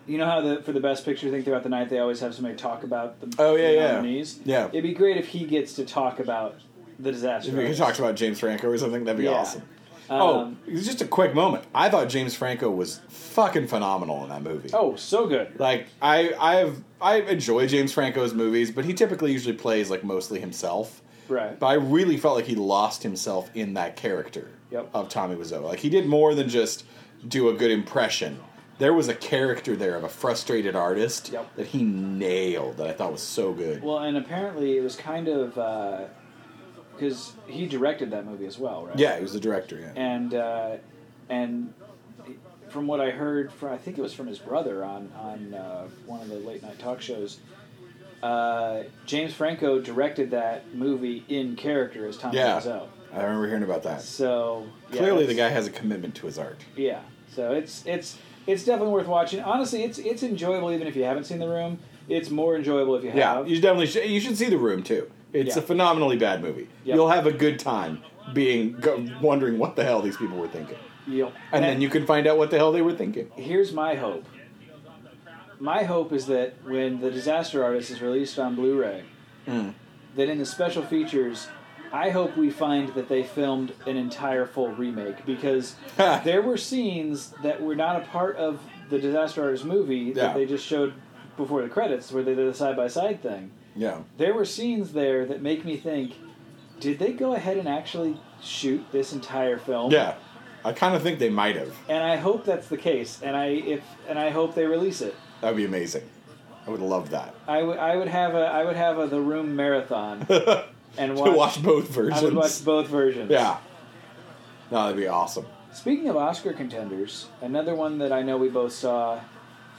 Speaker 3: you know how the for the best picture thing throughout the night they always have somebody talk about the
Speaker 4: Oh, yeah,
Speaker 3: the
Speaker 4: yeah.
Speaker 3: nominees.
Speaker 4: Yeah.
Speaker 3: It'd be great if he gets to talk about the disaster.
Speaker 4: If we could
Speaker 3: artist.
Speaker 4: talk about James Franco or something, that'd be
Speaker 3: Yeah.
Speaker 4: awesome.
Speaker 3: Um,
Speaker 4: oh, just a quick moment. I thought James Franco was fucking phenomenal in that movie.
Speaker 3: Oh, so good.
Speaker 4: Like I, I've I enjoy James Franco's movies, but he typically usually plays like mostly himself.
Speaker 3: Right.
Speaker 4: But I really felt like he lost himself in that character
Speaker 3: Yep.
Speaker 4: of Tommy Wiseau. Like he did more than just do a good impression. There was a character there of a frustrated artist
Speaker 3: Yep.
Speaker 4: that he nailed that I thought was so good.
Speaker 3: Well, and apparently it was kind of because he directed that movie as well, right?
Speaker 4: yeah, he was the director. Yeah.
Speaker 3: and uh, and from what I heard, from, I think it was from his brother on on uh, one of the late night talk shows. Uh, James Franco directed that movie in character as Tommy
Speaker 4: Yeah.
Speaker 3: Wiseau.
Speaker 4: I remember hearing about that.
Speaker 3: So yeah,
Speaker 4: Clearly, the
Speaker 3: it's-
Speaker 4: guy has a commitment to his art.
Speaker 3: Yeah, so it's it's it's definitely worth watching. Honestly, it's it's enjoyable even if you haven't seen The Room. It's more enjoyable if you
Speaker 4: Yeah,
Speaker 3: have.
Speaker 4: you definitely should, you should see The Room too. It's
Speaker 3: Yeah.
Speaker 4: a phenomenally bad movie.
Speaker 3: Yep.
Speaker 4: You'll have a good time being go, wondering what the hell these people were thinking,
Speaker 3: You'll-
Speaker 4: and then you can find out what the hell they were thinking.
Speaker 3: here's my hope. My hope is that when the Disaster Artist is released on Blu-ray,
Speaker 4: Hmm.
Speaker 3: that in the special features, I hope we find that they filmed an entire full remake because there were scenes that were not a part of the Disaster Artist movie
Speaker 4: Yeah.
Speaker 3: that they just showed before the credits, where they did a side-by-side thing.
Speaker 4: Yeah,
Speaker 3: There were scenes there that make me think: Did they go ahead and actually shoot this entire film?
Speaker 4: yeah. I kind of think they might have.
Speaker 3: And I hope that's the case, and I if and I hope they release it.
Speaker 4: That would be amazing. I would love that
Speaker 3: I would I would have a I would have a the room marathon and watch,
Speaker 4: to watch both versions.
Speaker 3: I would watch both versions.
Speaker 4: Yeah, no, that'd be awesome.
Speaker 3: Speaking of Oscar contenders, another one that I know we both saw,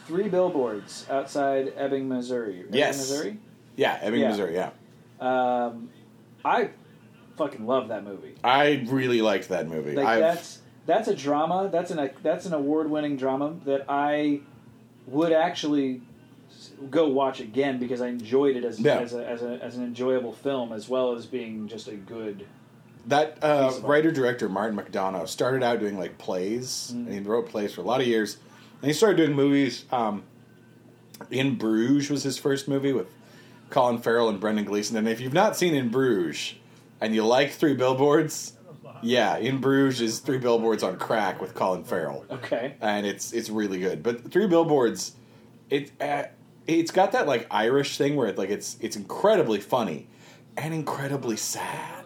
Speaker 3: three billboards outside Ebbing, Missouri. Ebbing,
Speaker 4: Yes.
Speaker 3: Missouri.
Speaker 4: Yeah, Ebbing,
Speaker 3: Yeah.
Speaker 4: Missouri. Yeah,
Speaker 3: Um, I fucking love that movie.
Speaker 4: I really liked that movie.
Speaker 3: Like
Speaker 4: I've,
Speaker 3: that's that's a drama. That's an that's an award winning drama that I would actually s- go watch again because I enjoyed it as
Speaker 4: Yeah.
Speaker 3: as, a, as, a, as an enjoyable film as well as being just a good
Speaker 4: That uh,
Speaker 3: Piece of art.
Speaker 4: writer director Martin McDonough started out doing like plays, and he wrote plays for a lot of years. And he started doing movies. Um, in Bruges was his first movie with Colin Farrell and Brendan Gleeson. And if you've not seen In Bruges, and you like Three Billboards, yeah, In Bruges is Three Billboards on crack with Colin Farrell
Speaker 3: okay
Speaker 4: and it's it's really good. But Three Billboards, it uh, it's got that like Irish thing where it, like it's it's incredibly funny and incredibly sad,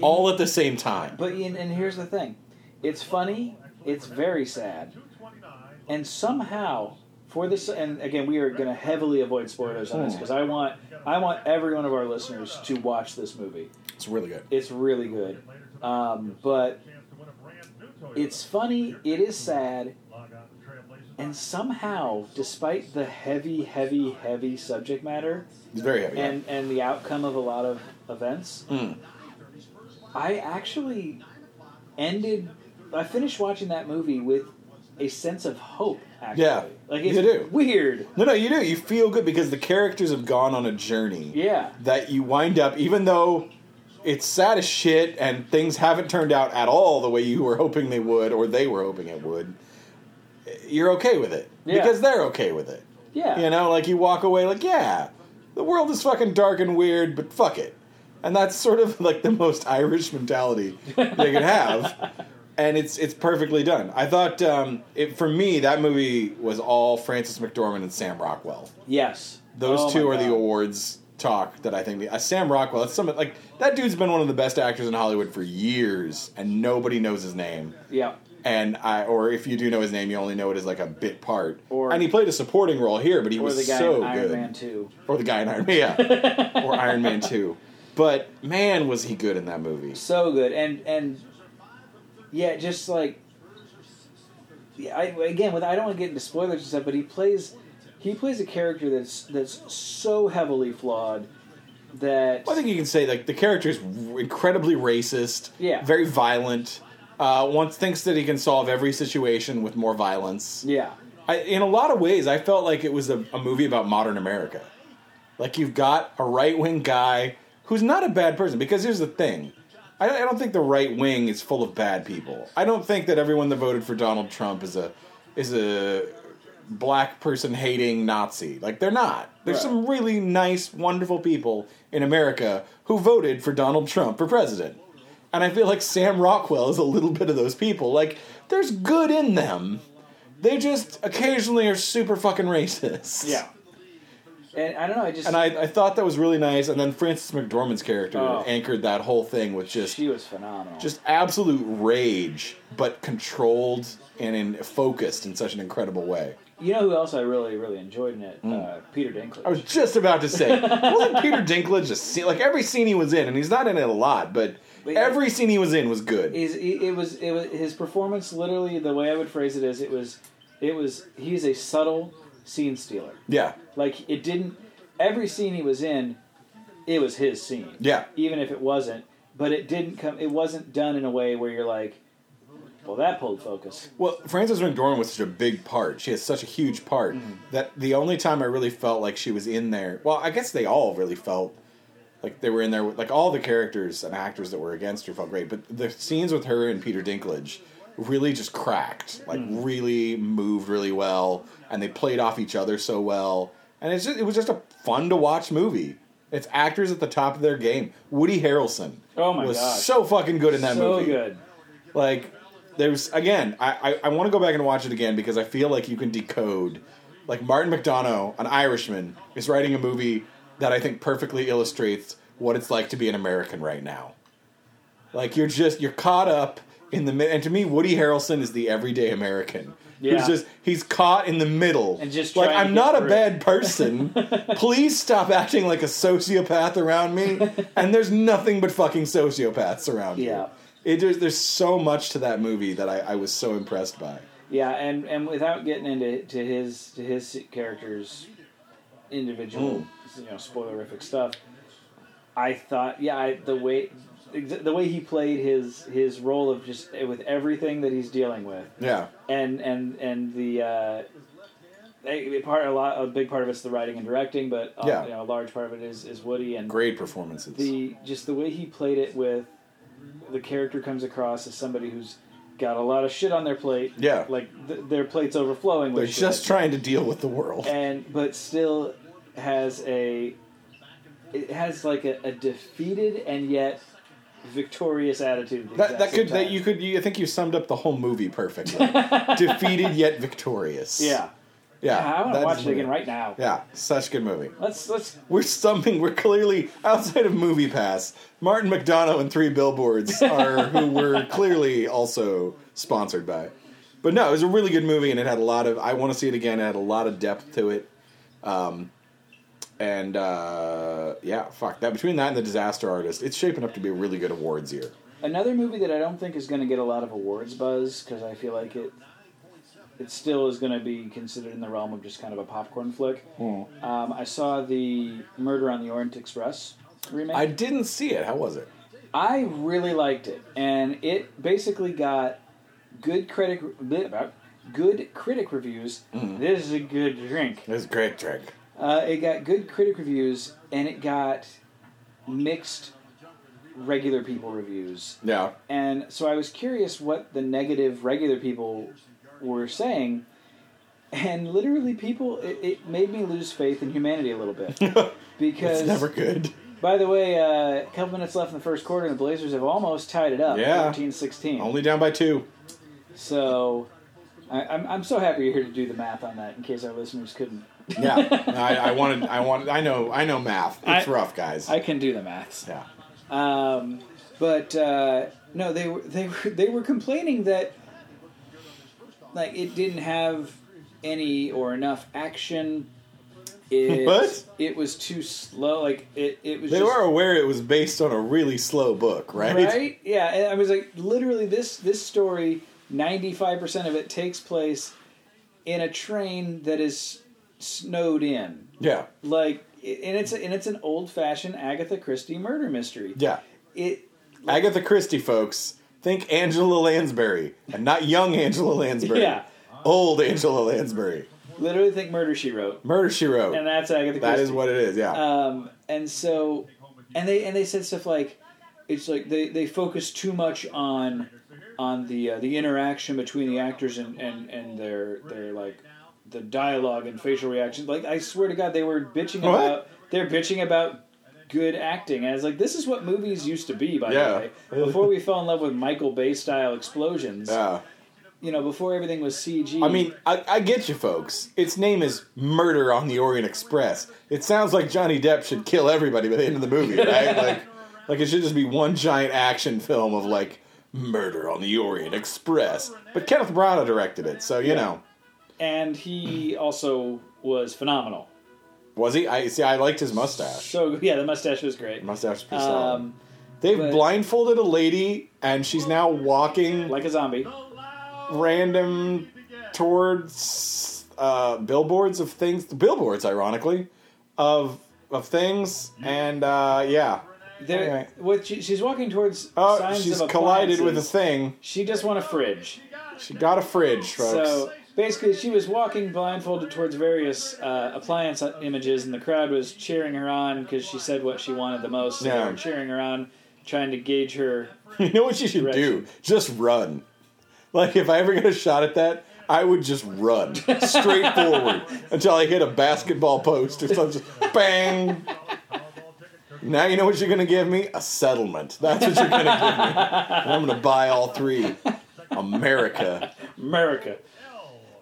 Speaker 4: all at the same time.
Speaker 3: But and, and here's the thing, it's funny, it's very sad, and somehow for this, and again, we are going to heavily avoid spoilers on this because I want I want every one of our listeners to watch this movie.
Speaker 4: It's really good.
Speaker 3: It's really good, um, but It's funny, it is sad, and somehow, despite the heavy, heavy, heavy subject matter
Speaker 4: It's very heavy.
Speaker 3: and, and the outcome of a lot of events,
Speaker 4: Mm.
Speaker 3: I actually ended. I finished watching that movie with a sense of hope. Actually,
Speaker 4: Yeah,
Speaker 3: like
Speaker 4: you
Speaker 3: it's
Speaker 4: do.
Speaker 3: weird.
Speaker 4: No, no, you do. You feel good because the characters have gone on a journey.
Speaker 3: Yeah,
Speaker 4: That you wind up, even though it's sad as shit and things haven't turned out at all the way you were hoping they would or they were hoping it would, you're okay with it.
Speaker 3: Yeah.
Speaker 4: Because they're okay with it.
Speaker 3: yeah,
Speaker 4: You know, like you walk away like, yeah, the world is fucking dark and weird, but fuck it. And that's sort of like the most Irish mentality they could have. And it's it's perfectly done. I thought um, it for me that movie was all Francis McDormand and Sam Rockwell.
Speaker 3: yes. Oh
Speaker 4: Those
Speaker 3: two
Speaker 4: two are the awards talk that I think. Uh, Sam Rockwell, it's some like that dude's been one of the best actors in Hollywood for years, and nobody knows his name
Speaker 3: Yeah,
Speaker 4: and I, or if you do know his name, you only know it as like a bit part.
Speaker 3: Or-
Speaker 4: and he played a supporting role here, but he
Speaker 3: or
Speaker 4: was
Speaker 3: the guy
Speaker 4: so
Speaker 3: in Iron
Speaker 4: good.
Speaker 3: Man Two.
Speaker 4: Or the guy in Iron Man, yeah, or Iron Man Two. But man, was he good in that movie?
Speaker 3: so good and and yeah just like yeah, I, again with i don't want to get into spoilers and stuff but he plays he plays a character that's that's so heavily flawed that
Speaker 4: Well, I think you can say like the character is incredibly racist,
Speaker 3: Yeah.
Speaker 4: very violent. Uh, once thinks that he can solve every situation with more violence.
Speaker 3: yeah
Speaker 4: I, in a lot of ways, I felt like it was a, a movie about modern America. Like you've got a right wing guy who's not a bad person. Because here's the thing, I, I don't think the right wing is full of bad people. I don't think that everyone that voted for Donald Trump is a is a black person hating Nazi. Like they're not. There's
Speaker 3: Right.
Speaker 4: some really nice, wonderful people in America who voted for Donald Trump for president. And I feel like Sam Rockwell is a little bit of those people. Like there's good in them. They just occasionally are super fucking racist.
Speaker 3: yeah and i don't know i just
Speaker 4: And I, I thought that was really nice. And then Frances McDormand's character
Speaker 3: Oh.
Speaker 4: anchored that whole thing with just
Speaker 3: she was phenomenal
Speaker 4: just absolute rage, but controlled and in, focused in such an incredible way.
Speaker 3: you know who else i really really enjoyed in it uh, peter dinklage
Speaker 4: Hmm. I was just about to say, wasn't Peter Dinklage a scene? Like every scene he was in, and he's not in it a lot, but
Speaker 3: But-
Speaker 4: every scene he was in was good.
Speaker 3: He's, he, it was it was his performance literally the way i would phrase it is it was it was he's a subtle scene stealer
Speaker 4: yeah,
Speaker 3: Like it didn't. Every scene he was in, it was his scene.
Speaker 4: yeah,
Speaker 3: Even if it wasn't, but it didn't come. It wasn't done in a way where you're like, well, that pulled focus.
Speaker 4: Well, Frances McDormand was such a big part. She has such a huge part
Speaker 3: Mm-hmm.
Speaker 4: that the only time I really felt like she was in there, well, I guess they all really felt like they were in there. with- Like all the characters and actors that were against her felt great, but the scenes with her and Peter Dinklage really just cracked. Like
Speaker 3: Mm-hmm.
Speaker 4: really moved really well, and they played off each other so well. And it's just, it was just a fun to watch movie. It's actors at the top of their game. Woody Harrelson
Speaker 3: Oh my
Speaker 4: was
Speaker 3: gosh.
Speaker 4: so fucking good in that
Speaker 3: so
Speaker 4: movie.
Speaker 3: good.
Speaker 4: Like, there's again, I I, I want to go back and watch it again because I feel like you can decode. Like Martin McDonough, an Irishman, is writing a movie that I think perfectly illustrates what it's like to be an American right now. Like you're just you're caught up in the mi- and to me Woody Harrelson is the everyday American.
Speaker 3: Yeah.
Speaker 4: Who's just he's caught in the middle.
Speaker 3: And just
Speaker 4: like
Speaker 3: trying to
Speaker 4: I'm
Speaker 3: get
Speaker 4: not a
Speaker 3: through.
Speaker 4: bad person. Please stop acting like a sociopath around me. And there's nothing but fucking sociopaths around you.
Speaker 3: Yeah.
Speaker 4: It, there's, there's so much to that movie that I, I was so impressed by.
Speaker 3: Yeah, and and without getting into to his to his characters, individual, you know, spoilerific stuff. I thought, yeah, I, the way exa- the way he played his his role of just eh, with everything that he's dealing with.
Speaker 4: Yeah.
Speaker 3: and and and the uh, a- a part a lot a big part of it's the writing and directing, but uh,
Speaker 4: Yeah.
Speaker 3: you know, a large part of it is is Woody and
Speaker 4: Great performances.
Speaker 3: the just the way he played it with the character comes across as somebody who's got a lot of shit on their plate.
Speaker 4: Yeah.
Speaker 3: like th- their plate's overflowing.
Speaker 4: They're
Speaker 3: With
Speaker 4: just
Speaker 3: shit,
Speaker 4: trying to deal with the world.
Speaker 3: and but still has a it has like a, a defeated and yet victorious attitude. at the
Speaker 4: That,
Speaker 3: exact
Speaker 4: that
Speaker 3: same
Speaker 4: could that
Speaker 3: time.
Speaker 4: you could you, I think you summed up the whole movie perfectly. Defeated yet victorious.
Speaker 3: yeah.
Speaker 4: Yeah.
Speaker 3: I want
Speaker 4: that
Speaker 3: to
Speaker 4: is
Speaker 3: watch it
Speaker 4: movie.
Speaker 3: again right now.
Speaker 4: Yeah, such good movie.
Speaker 3: Let's let's
Speaker 4: We're stumping. We're clearly outside of Movie Pass. Martin McDonough and Three Billboards are who we're clearly also sponsored by. But no, it was a really good movie, and it had a lot of. I want to see it again. It had a lot of depth to it. Um, and uh, yeah, fuck that. Between that and the Disaster Artist, it's shaping up to be a really good awards year.
Speaker 3: Another movie that I don't think is going to get a lot of awards buzz because I feel like it it still is going to be considered in the realm of just kind of a popcorn flick. Um, I saw the Murder on the Orient Express remake.
Speaker 4: I didn't see it. How was it?
Speaker 3: I really liked it, and it basically got good critic bit about good critic reviews. This is a good drink.
Speaker 4: It was a great trick.
Speaker 3: Uh, it got good critic reviews, and it got mixed regular people reviews.
Speaker 4: Yeah.
Speaker 3: And so I was curious what the negative regular people were saying. And literally, people, it, it made me lose faith in humanity a little bit. Because,
Speaker 4: It's never good.
Speaker 3: by the way, uh, a couple minutes left in the first quarter, and the Blazers have almost tied it up
Speaker 4: Yeah.
Speaker 3: 14 16.
Speaker 4: Only down by two.
Speaker 3: So I, I'm, I'm so happy you're here to do the math on that in case our listeners couldn't.
Speaker 4: Yeah. I, I wanted. I wanted. I know. I know math. It's
Speaker 3: I-
Speaker 4: rough, guys.
Speaker 3: I can do the maths.
Speaker 4: yeah.
Speaker 3: Um, but uh, no, they were they were they were complaining that like it didn't have any or enough action. It,
Speaker 4: What?
Speaker 3: It was too slow. Like it, it was.
Speaker 4: They
Speaker 3: just,
Speaker 4: were aware it was based on a really slow book, right?
Speaker 3: right. Yeah, and I was like, literally, this this story, ninety five percent of it takes place in a train that is snowed in.
Speaker 4: Yeah.
Speaker 3: Like, and it's and it's an old fashioned Agatha Christie murder mystery.
Speaker 4: Yeah.
Speaker 3: It
Speaker 4: Agatha Christie, folks. Think Angela Lansbury, and not young Angela Lansbury.
Speaker 3: Yeah.
Speaker 4: Old Angela Lansbury.
Speaker 3: literally think Murder She Wrote,
Speaker 4: Murder She Wrote.
Speaker 3: and that's Agatha Christie.
Speaker 4: that is what it is. Yeah.
Speaker 3: Um, and so, and they and they said stuff like, it's like they they focus too much on on the uh, the interaction between the actors and and and their their like the dialogue and facial reactions. Like I swear to God, they were bitching
Speaker 4: What?
Speaker 3: about they're bitching about good acting. And I was like, this is what movies used to be, by
Speaker 4: Yeah.
Speaker 3: the way. Before we fell in love with Michael Bay style explosions,
Speaker 4: yeah.
Speaker 3: you know, before everything was CG.
Speaker 4: I mean, I, I get you, folks. Its name is Murder on the Orient Express. It sounds like Johnny Depp should kill everybody by the end of the movie, right? like, like it should just be one giant action film of like Murder on the Orient Express. But Kenneth Branagh directed it, so you know.
Speaker 3: and he also was phenomenal.
Speaker 4: Was he? I see. I liked his mustache.
Speaker 3: So yeah, the mustache was great.
Speaker 4: Mustache is pretty solid.
Speaker 3: Um,
Speaker 4: They've
Speaker 3: but-
Speaker 4: blindfolded a lady, and she's now walking
Speaker 3: like a zombie.
Speaker 4: random towards uh, billboards of things. Billboards, ironically, of of things, and uh, yeah.
Speaker 3: There,
Speaker 4: Anyway.
Speaker 3: what she, she's walking towards
Speaker 4: Oh,
Speaker 3: signs
Speaker 4: she's
Speaker 3: of
Speaker 4: collided with a
Speaker 3: appliances.
Speaker 4: thing.
Speaker 3: She just won a fridge.
Speaker 4: She got a fridge, folks.
Speaker 3: So basically, she was walking blindfolded towards various uh, appliance images, and the crowd was cheering her on because she said what she wanted the most. So
Speaker 4: Yeah.
Speaker 3: they were cheering her on, trying to gauge her.
Speaker 4: you know what you should do? Just run. Like if I ever get a shot at that, I would just run straight forward until I hit a basketball post or something. Bang. Now you know what you're gonna give me? A settlement. That's what you're gonna give me. And I'm gonna buy all three. America.
Speaker 3: America.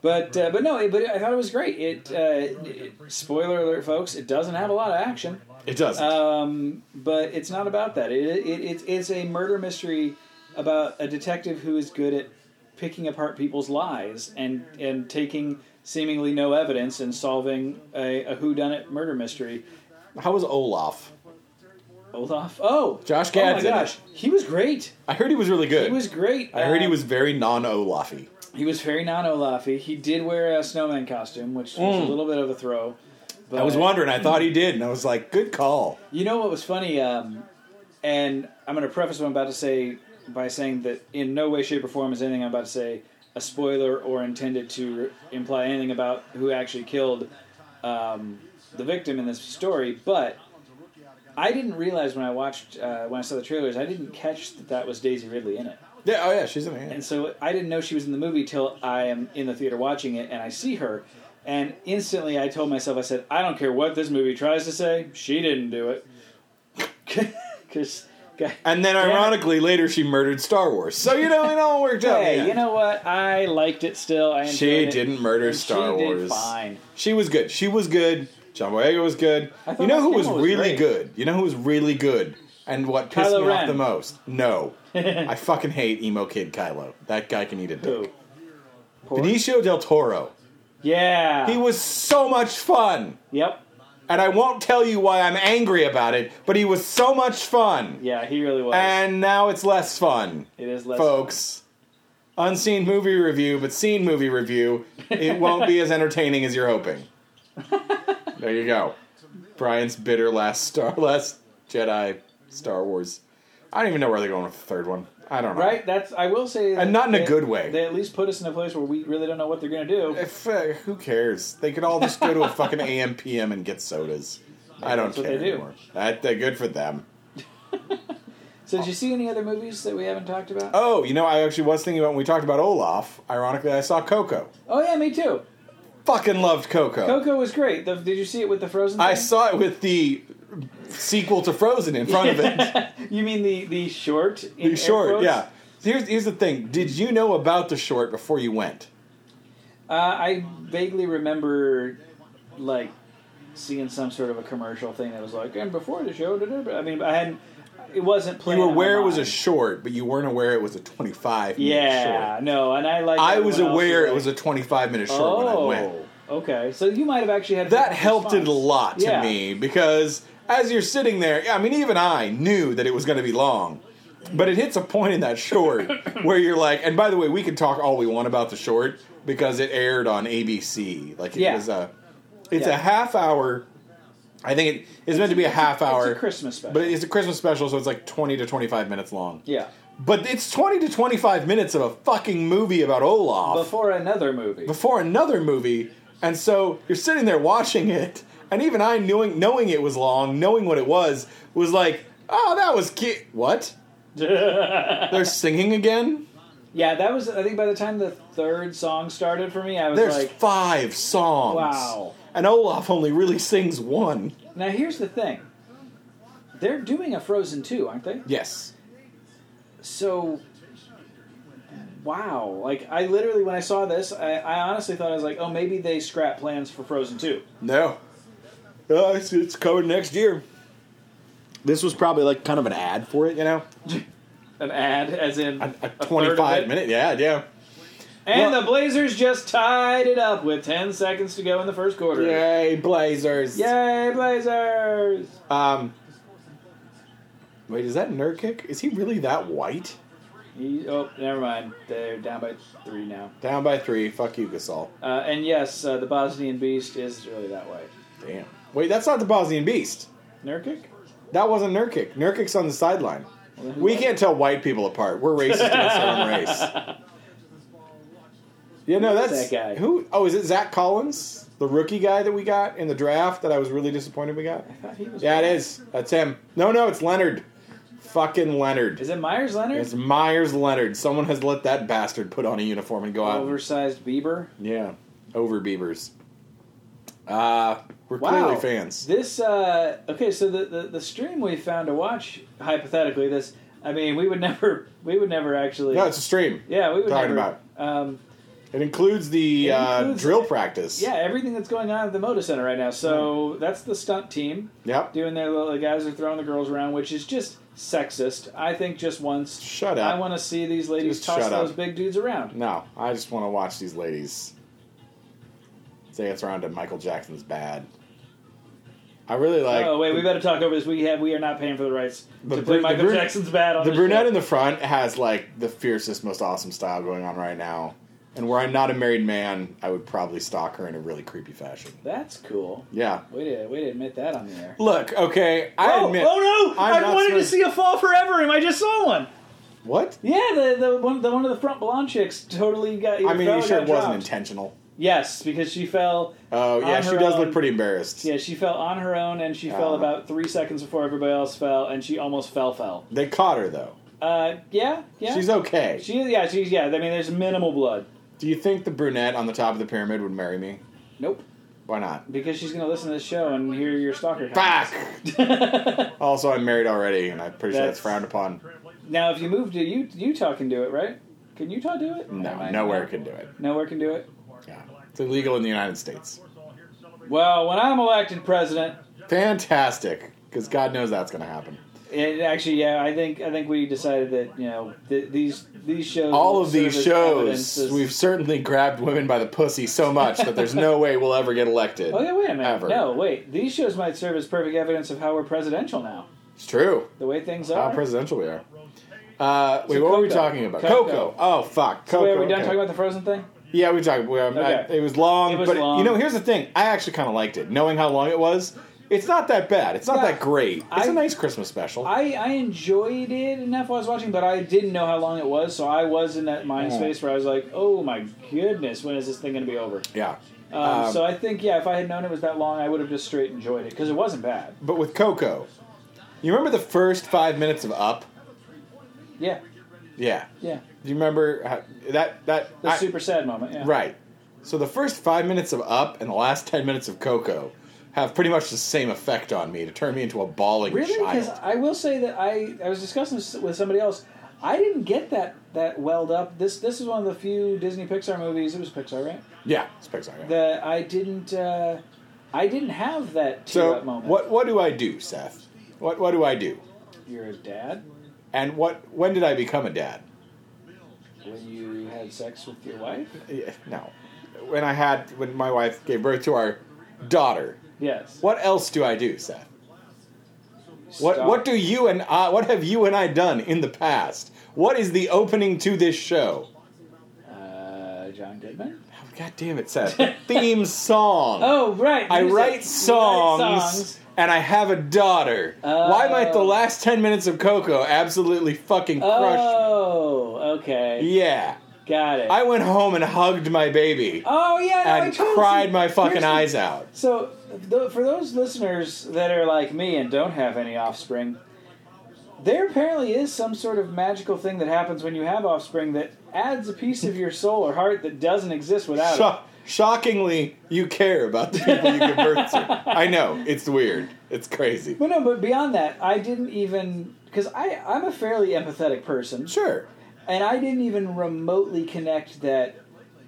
Speaker 3: But uh, but no, it, but I thought it was great. It, uh, it spoiler alert, folks. It doesn't have a lot of action.
Speaker 4: It doesn't.
Speaker 3: Um, but it's not about that. It, it, it, it's a murder mystery about a detective who is good at picking apart people's lies and, and taking seemingly no evidence and solving a, a whodunit murder mystery.
Speaker 4: How was Olaf?
Speaker 3: Olaf. Oh,
Speaker 4: Josh
Speaker 3: Oh
Speaker 4: Gad's
Speaker 3: my
Speaker 4: in it.
Speaker 3: gosh, he was great.
Speaker 4: I heard he was really good.
Speaker 3: He was great.
Speaker 4: I heard he
Speaker 3: Uh,
Speaker 4: was very non-Olafy.
Speaker 3: He was very non-Olafy. He did wear a snowman costume, which was a little bit of a throw. But
Speaker 4: I Mm. was wondering. I thought he did, and I was like, "Good call."
Speaker 3: You know what was funny? Um, and I'm going to preface what I'm about to say by saying that in no way, shape, or form is anything I'm about to say a spoiler or intended to imply anything about who actually killed um, the victim in this story. But I didn't realize when I watched, uh, when I saw the trailers, I didn't catch that that was Daisy Ridley in it.
Speaker 4: Yeah. Oh yeah, she's in it.
Speaker 3: And so I didn't know she was in the movie till I am in the theater watching it and I see her. And instantly I told myself, I said, I don't care what this movie tries to say, she didn't do it. Because,
Speaker 4: And then,
Speaker 3: it.
Speaker 4: ironically, later she murdered Star Wars. So you know, it all worked out. in the
Speaker 3: hey,
Speaker 4: end.
Speaker 3: you know what? I liked it still. I enjoyed
Speaker 4: Oh, she
Speaker 3: it.
Speaker 4: didn't murder
Speaker 3: And
Speaker 4: Star
Speaker 3: she
Speaker 4: Wars.
Speaker 3: Did fine.
Speaker 4: She was good. She was good. John Boyega was good.
Speaker 3: I thought
Speaker 4: You know who
Speaker 3: Massimo
Speaker 4: was
Speaker 3: was
Speaker 4: really
Speaker 3: great.
Speaker 4: good? You know who was really good? And what pissed
Speaker 3: Kylo
Speaker 4: me off
Speaker 3: Ren.
Speaker 4: the most? No, I fucking hate emo kid Kylo. That guy can eat a dick.
Speaker 3: Who? Poor-
Speaker 4: Benicio del Toro.
Speaker 3: Yeah.
Speaker 4: He was so much fun.
Speaker 3: yep.
Speaker 4: and I won't tell you why I'm angry about it, but he was so much fun.
Speaker 3: Yeah, he really was.
Speaker 4: And now it's less fun,
Speaker 3: it is less.
Speaker 4: folks. Unseen movie review, but seen movie review. It won't be as entertaining as you're hoping. there you go. Brian's bitter last Star Last Jedi Star Wars. I don't even know where they're going with the third one. I don't know.
Speaker 3: Right, that's I will say, that
Speaker 4: And not in
Speaker 3: they-
Speaker 4: a good way.
Speaker 3: They at least put us in a place where we really don't know what they're going to do.
Speaker 4: If, uh, who cares? They could all just go to a fucking AM PM and get sodas. I don't
Speaker 3: That's what
Speaker 4: care
Speaker 3: they do.
Speaker 4: anymore. That, they're good for them.
Speaker 3: So, did you see any other movies that we haven't talked about? Oh,
Speaker 4: Oh, you know, I actually was thinking about when we talked about Olaf. Ironically, I saw Coco.
Speaker 3: Oh, yeah, me too.
Speaker 4: Fucking loved Coco.
Speaker 3: Coco was great. The, did you see it with the Frozen?
Speaker 4: I
Speaker 3: thing?
Speaker 4: saw it with the sequel to Frozen in front of it.
Speaker 3: you mean the the short? in
Speaker 4: the
Speaker 3: air
Speaker 4: short,
Speaker 3: quotes?
Speaker 4: yeah. Here's here's the thing. Did you know about the short before you went?
Speaker 3: Uh, I vaguely remember, like, seeing some sort of a commercial thing that was like, and before the show, da-da-da." I mean, I hadn't. It wasn't
Speaker 4: You
Speaker 3: playing.
Speaker 4: were
Speaker 3: on my
Speaker 4: aware it was a
Speaker 3: mind.
Speaker 4: short, but you weren't aware it was a 25 minute
Speaker 3: yeah,
Speaker 4: short.
Speaker 3: no, and I like.
Speaker 4: I was
Speaker 3: everyone else
Speaker 4: aware
Speaker 3: like,
Speaker 4: it was a 25 minute short
Speaker 3: Oh,
Speaker 4: when I went.
Speaker 3: okay. So you might have actually had a
Speaker 4: That
Speaker 3: different
Speaker 4: helped it a
Speaker 3: response.
Speaker 4: lot to
Speaker 3: Yeah.
Speaker 4: me because as you're sitting there, I mean, even I knew that it was going to be long, but it hits a point in that short where you're like, and by the way, we can talk all we want about the short because it aired on ABC. Like it
Speaker 3: Yeah.
Speaker 4: was a, it's
Speaker 3: Yeah.
Speaker 4: a half hour. I think it, it's, meant to be a half hour,
Speaker 3: It's a Christmas special.
Speaker 4: but it's a Christmas special, so it's like 20 to 25 minutes long.
Speaker 3: yeah,
Speaker 4: But it's 20 to 25 minutes of a fucking movie about Olaf
Speaker 3: before another movie.
Speaker 4: before another movie, and so you're sitting there watching it, and even I knowing knowing it was long, knowing what it was, was like, oh, that was cute. What? They're singing again.
Speaker 3: yeah, that was. I think by the time the third song started for me, I was
Speaker 4: There's
Speaker 3: like,
Speaker 4: five songs.
Speaker 3: Wow.
Speaker 4: And Olaf only really sings one.
Speaker 3: now here's the thing. They're doing a Frozen 2, aren't they?
Speaker 4: Yes.
Speaker 3: So, wow. Like, I literally, when I saw this, I, I honestly thought, I was like, oh, maybe they scrap plans for Frozen 2.
Speaker 4: No. Uh, it's, it's coming next year. This was probably like kind of an ad for it, you know,
Speaker 3: An ad, as in
Speaker 4: a, a
Speaker 3: third of it.
Speaker 4: twenty-five minute. Yeah, yeah.
Speaker 3: And
Speaker 4: Well-
Speaker 3: the Blazers just tied it up with 10 seconds to go in the first quarter.
Speaker 4: Yay, Blazers!
Speaker 3: Yay, Blazers!
Speaker 4: Um, wait, is that nerd kick? Is he really that white?
Speaker 3: He, oh, never mind. They're down by three now.
Speaker 4: Down by three. Fuck you, Gasol.
Speaker 3: Uh, and yes, uh, the Bosnian Beast is really that way.
Speaker 4: Damn. Wait, that's not the Bosnian Beast.
Speaker 3: Nurkic?
Speaker 4: That wasn't Nurkic. Nurkic's on the sideline. We can't tell white people apart. We're racist against our own race. Yeah, no,
Speaker 3: Who's
Speaker 4: that's
Speaker 3: that guy?
Speaker 4: who. Oh, is it Zach Collins, the rookie guy that we got in the draft that I was really disappointed we got?
Speaker 3: I thought he was-
Speaker 4: Yeah, it is. That's him. No, no, it's Leonard. Fucking Leonard.
Speaker 3: Is it Myers Leonard?
Speaker 4: It's Myers Leonard. Someone has let that bastard put on a uniform and go out.
Speaker 3: Oversized Bieber?
Speaker 4: Yeah, over Beavers. Uh, we're
Speaker 3: Wow.
Speaker 4: clearly fans.
Speaker 3: This, uh, okay, so the, the, the stream we found to watch, hypothetically, this, I mean, we would never, we would never actually.
Speaker 4: No, it's a stream.
Speaker 3: yeah, we would
Speaker 4: talking
Speaker 3: never. Um,
Speaker 4: It includes the
Speaker 3: It
Speaker 4: uh,
Speaker 3: includes-
Speaker 4: drill practice.
Speaker 3: yeah, everything that's going on at the Moda Center right now. So
Speaker 4: Mm.
Speaker 3: that's the stunt team
Speaker 4: Yep.
Speaker 3: doing their little, the guys are throwing the girls around, which is just sexist. I think just once.
Speaker 4: Shut up.
Speaker 3: I want to see these ladies
Speaker 4: Just
Speaker 3: toss
Speaker 4: shut up.
Speaker 3: those big dudes around.
Speaker 4: no, I just want to watch these ladies. Say it's around to Michael Jackson's bad. I really like
Speaker 3: oh wait, we better talk over this. We have we are not paying for the rights
Speaker 4: The
Speaker 3: to
Speaker 4: bru-
Speaker 3: play
Speaker 4: the
Speaker 3: Michael
Speaker 4: bru-
Speaker 3: Jackson's bad on
Speaker 4: the
Speaker 3: this
Speaker 4: brunette
Speaker 3: show.
Speaker 4: in the front has like the fiercest, most awesome style going on right now. And were I not a married man, I would probably stalk her in a really creepy fashion.
Speaker 3: That's cool.
Speaker 4: Yeah.
Speaker 3: Way to way to admit that on the air.
Speaker 4: Look, okay, I
Speaker 3: oh,
Speaker 4: admit.
Speaker 3: oh no!
Speaker 4: I'm
Speaker 3: I
Speaker 4: not
Speaker 3: wanted to
Speaker 4: sorry.
Speaker 3: see a fall forever, and I just saw one.
Speaker 4: What?
Speaker 3: Yeah, the the one the one of the front blonde chicks totally got.
Speaker 4: I mean,
Speaker 3: fell
Speaker 4: you
Speaker 3: and
Speaker 4: sure it wasn't
Speaker 3: got dropped.
Speaker 4: intentional.
Speaker 3: Yes, because she fell.
Speaker 4: Oh yeah,
Speaker 3: on
Speaker 4: she
Speaker 3: her
Speaker 4: does
Speaker 3: own.
Speaker 4: look pretty embarrassed.
Speaker 3: Yeah, she fell on her own, and she
Speaker 4: Oh.
Speaker 3: fell about three seconds before everybody else fell, and she almost fell. Fell.
Speaker 4: They caught her though.
Speaker 3: Uh, yeah, yeah.
Speaker 4: She's okay.
Speaker 3: She, yeah, she's yeah. I mean, there's minimal blood.
Speaker 4: Do you think the brunette on the top of the pyramid would marry me?
Speaker 3: Nope,
Speaker 4: Why not?
Speaker 3: because she's gonna listen to this show and hear your stalker.
Speaker 4: Fuck.
Speaker 3: comments.
Speaker 4: also, I'm married already, and I'm pretty sure that's
Speaker 3: That's-
Speaker 4: frowned upon.
Speaker 3: now, if you move to you, Utah can do it, right? Can Utah do it? Never
Speaker 4: No,
Speaker 3: mind.
Speaker 4: nowhere can do it.
Speaker 3: Nowhere can do it.
Speaker 4: Yeah, it's illegal in the United States.
Speaker 3: Well, when I'm elected president,
Speaker 4: Fantastic, because God knows that's going to happen.
Speaker 3: And actually, yeah, I think I think we decided that you know th- these these shows
Speaker 4: All
Speaker 3: will
Speaker 4: of these
Speaker 3: serve as evidence
Speaker 4: shows,
Speaker 3: as-
Speaker 4: we've certainly grabbed women by the pussy so much that there's no way we'll ever get elected.
Speaker 3: Oh yeah, wait a minute.
Speaker 4: Ever.
Speaker 3: No, wait. These shows might serve as perfect evidence of how we're presidential now.
Speaker 4: It's true.
Speaker 3: The way things
Speaker 4: How
Speaker 3: are.
Speaker 4: presidential we are. Uh, wait,
Speaker 3: So
Speaker 4: what were we
Speaker 3: Coco.
Speaker 4: talking about?
Speaker 3: Coco.
Speaker 4: Oh fuck. Coco.
Speaker 3: wait, are we done
Speaker 4: okay.
Speaker 3: talking about the Frozen thing?
Speaker 4: Yeah, we talked. We, um,
Speaker 3: Okay.
Speaker 4: I- it was long,
Speaker 3: It was
Speaker 4: but
Speaker 3: long.
Speaker 4: you know, here's the thing. I actually kind of liked it, knowing how long it was. It's not that bad. It's not
Speaker 3: Yeah.
Speaker 4: that great. It's a
Speaker 3: I-
Speaker 4: nice Christmas special.
Speaker 3: I, I enjoyed it enough while I was watching, but I didn't know how long it was, so I was in that mind
Speaker 4: Yeah.
Speaker 3: space where I was like, oh my goodness, when is this thing going to be over?
Speaker 4: yeah.
Speaker 3: Um,
Speaker 4: Um,
Speaker 3: so I think, yeah, if I had known it was that long, I would have just straight enjoyed it, because it wasn't bad.
Speaker 4: But with Coco, you remember the first five minutes of Up?
Speaker 3: Yeah,
Speaker 4: Yeah.
Speaker 3: yeah.
Speaker 4: Do you remember how, that? That
Speaker 3: The
Speaker 4: I-
Speaker 3: super sad moment, yeah.
Speaker 4: right. So the first five minutes of Up and the last ten minutes of Coco have pretty much the same effect on me to turn me into a bawling
Speaker 3: Really? Because
Speaker 4: child.
Speaker 3: I will say that I, I was discussing this with somebody else. I didn't get that, that welled up. This this is one of the few Disney Pixar movies. It was Pixar, right?
Speaker 4: Yeah, it's Pixar. yeah.
Speaker 3: That I didn't uh, I didn't have that tear
Speaker 4: So
Speaker 3: up moment.
Speaker 4: what? What do I do, Seth? What? What do I do?
Speaker 3: You're a dad.
Speaker 4: And what? When did I become a dad?
Speaker 3: When you had sex with your wife?
Speaker 4: Yeah, no, when I had when my wife gave birth to our daughter.
Speaker 3: Yes.
Speaker 4: What else do I do, Seth? What What do you and I? What have you and I done in the past? What is the opening to this show?
Speaker 3: Uh, John Goodman.
Speaker 4: Oh, God damn it, Seth! Theme song.
Speaker 3: Oh right.
Speaker 4: I
Speaker 3: music.
Speaker 4: write
Speaker 3: You
Speaker 4: songs,
Speaker 3: songs.
Speaker 4: and I have a daughter. Why might the
Speaker 3: Oh.
Speaker 4: last ten minutes of Coco absolutely fucking crush me?
Speaker 3: Oh, okay.
Speaker 4: Yeah.
Speaker 3: Got it.
Speaker 4: I went home and hugged my baby
Speaker 3: oh yeah. No, I
Speaker 4: and
Speaker 3: totally
Speaker 4: cried
Speaker 3: see-
Speaker 4: my fucking
Speaker 3: here's the-
Speaker 4: eyes out.
Speaker 3: So, th- for those listeners that are like me and don't have any offspring, there apparently is some sort of magical thing that happens when you have offspring that adds a piece of your soul or heart that doesn't exist without it.
Speaker 4: Sho- shockingly, you care about the people you give birth to. I know it's weird. It's crazy.
Speaker 3: But no, but beyond that, I didn't even because I I'm a fairly empathetic person,
Speaker 4: Sure.
Speaker 3: and I didn't even remotely connect that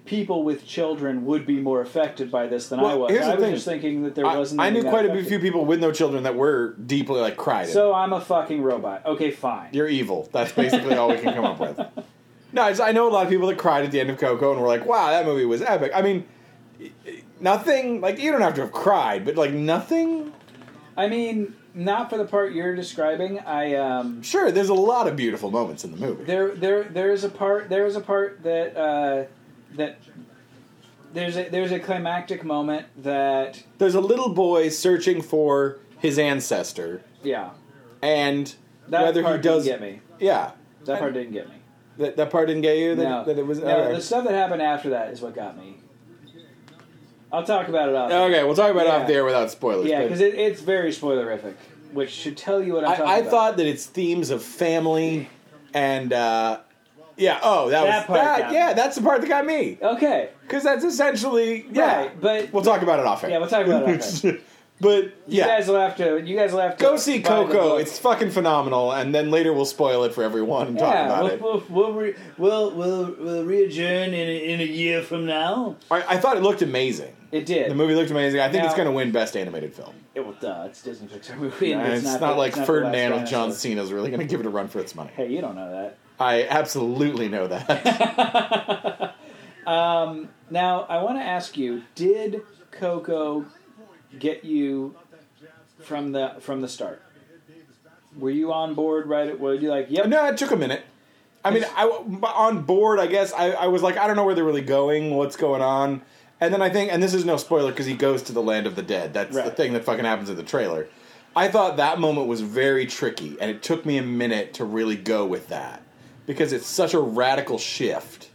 Speaker 3: people with children would be more affected by this than I
Speaker 4: Well,
Speaker 3: was.
Speaker 4: here's the
Speaker 3: I was
Speaker 4: thing.
Speaker 3: just thinking that there
Speaker 4: I,
Speaker 3: wasn't.
Speaker 4: I knew
Speaker 3: anything
Speaker 4: quite
Speaker 3: that
Speaker 4: a few
Speaker 3: affected.
Speaker 4: people with no children that were deeply like cried. it.
Speaker 3: So I'm a fucking robot. Okay, fine.
Speaker 4: You're evil. That's basically all we can come up with. No, it's, I know a lot of people that cried at the end of Coco and were like, "Wow, that movie was epic." I mean, nothing like you don't have to have cried, but like nothing.
Speaker 3: I mean, not for the part you're describing. I um,
Speaker 4: Sure, there's a lot of beautiful moments in the movie.
Speaker 3: there there there is a part there is a part that uh, that there's a there's a climactic moment that
Speaker 4: There's a little boy searching for his ancestor,
Speaker 3: yeah
Speaker 4: and
Speaker 3: that
Speaker 4: whether
Speaker 3: part
Speaker 4: he does,
Speaker 3: didn't get me.
Speaker 4: yeah,
Speaker 3: That part didn't get me.
Speaker 4: that, that part didn't get you. That,
Speaker 3: no,
Speaker 4: that it was
Speaker 3: no.
Speaker 4: okay.
Speaker 3: The stuff that happened after that is what got me. I'll talk about it off.
Speaker 4: Okay, we'll talk about it
Speaker 3: Yeah.
Speaker 4: off the air without spoilers.
Speaker 3: yeah,
Speaker 4: but
Speaker 3: because it, it's very spoilerific, which should tell you what I'm talking
Speaker 4: I, I
Speaker 3: about.
Speaker 4: thought that its themes of family and uh, yeah, oh, that,
Speaker 3: That
Speaker 4: was
Speaker 3: part
Speaker 4: that.
Speaker 3: got me.
Speaker 4: yeah, that's the part that got me
Speaker 3: okay,
Speaker 4: because that's essentially yeah.
Speaker 3: Right, but-
Speaker 4: we'll talk about it off air.
Speaker 3: Yeah, we'll talk about it off
Speaker 4: but
Speaker 3: you
Speaker 4: yeah,
Speaker 3: guys will have to. You guys will have to
Speaker 4: go see
Speaker 3: buy the
Speaker 4: Coco.
Speaker 3: book.
Speaker 4: It's fucking phenomenal, and then later we'll spoil it for everyone and talk about
Speaker 3: we'll,
Speaker 4: it.
Speaker 3: We'll, we'll, re, we'll, we'll, we'll readjourn in a, in a year from now.
Speaker 4: I, I thought it looked amazing.
Speaker 3: It did.
Speaker 4: The movie looked amazing. I think it's
Speaker 3: Now-
Speaker 4: going to win best animated film.
Speaker 3: It will, duh, it's a Disney Pixar movie. and
Speaker 4: And it's, not,
Speaker 3: the-
Speaker 4: like
Speaker 3: it's not the
Speaker 4: Ferdinand
Speaker 3: last
Speaker 4: with John
Speaker 3: dinosaur.
Speaker 4: Cena is really going to give it a run for its money.
Speaker 3: Hey, you don't know that.
Speaker 4: I absolutely know that.
Speaker 3: Um, Now, I want to ask you: Did Coco get you from the from the start? Were you on board right? At, were you like, yep?
Speaker 4: no, it took a minute. I mean, I on board. I guess I, I was like, I don't know where they're really going, what's going on, and then I think, and this is no spoiler because he goes to the land of the dead. That's the
Speaker 3: Right.
Speaker 4: thing that fucking happens in the trailer. I thought that moment was very tricky, and it took me a minute to really go with that because it's such a radical shift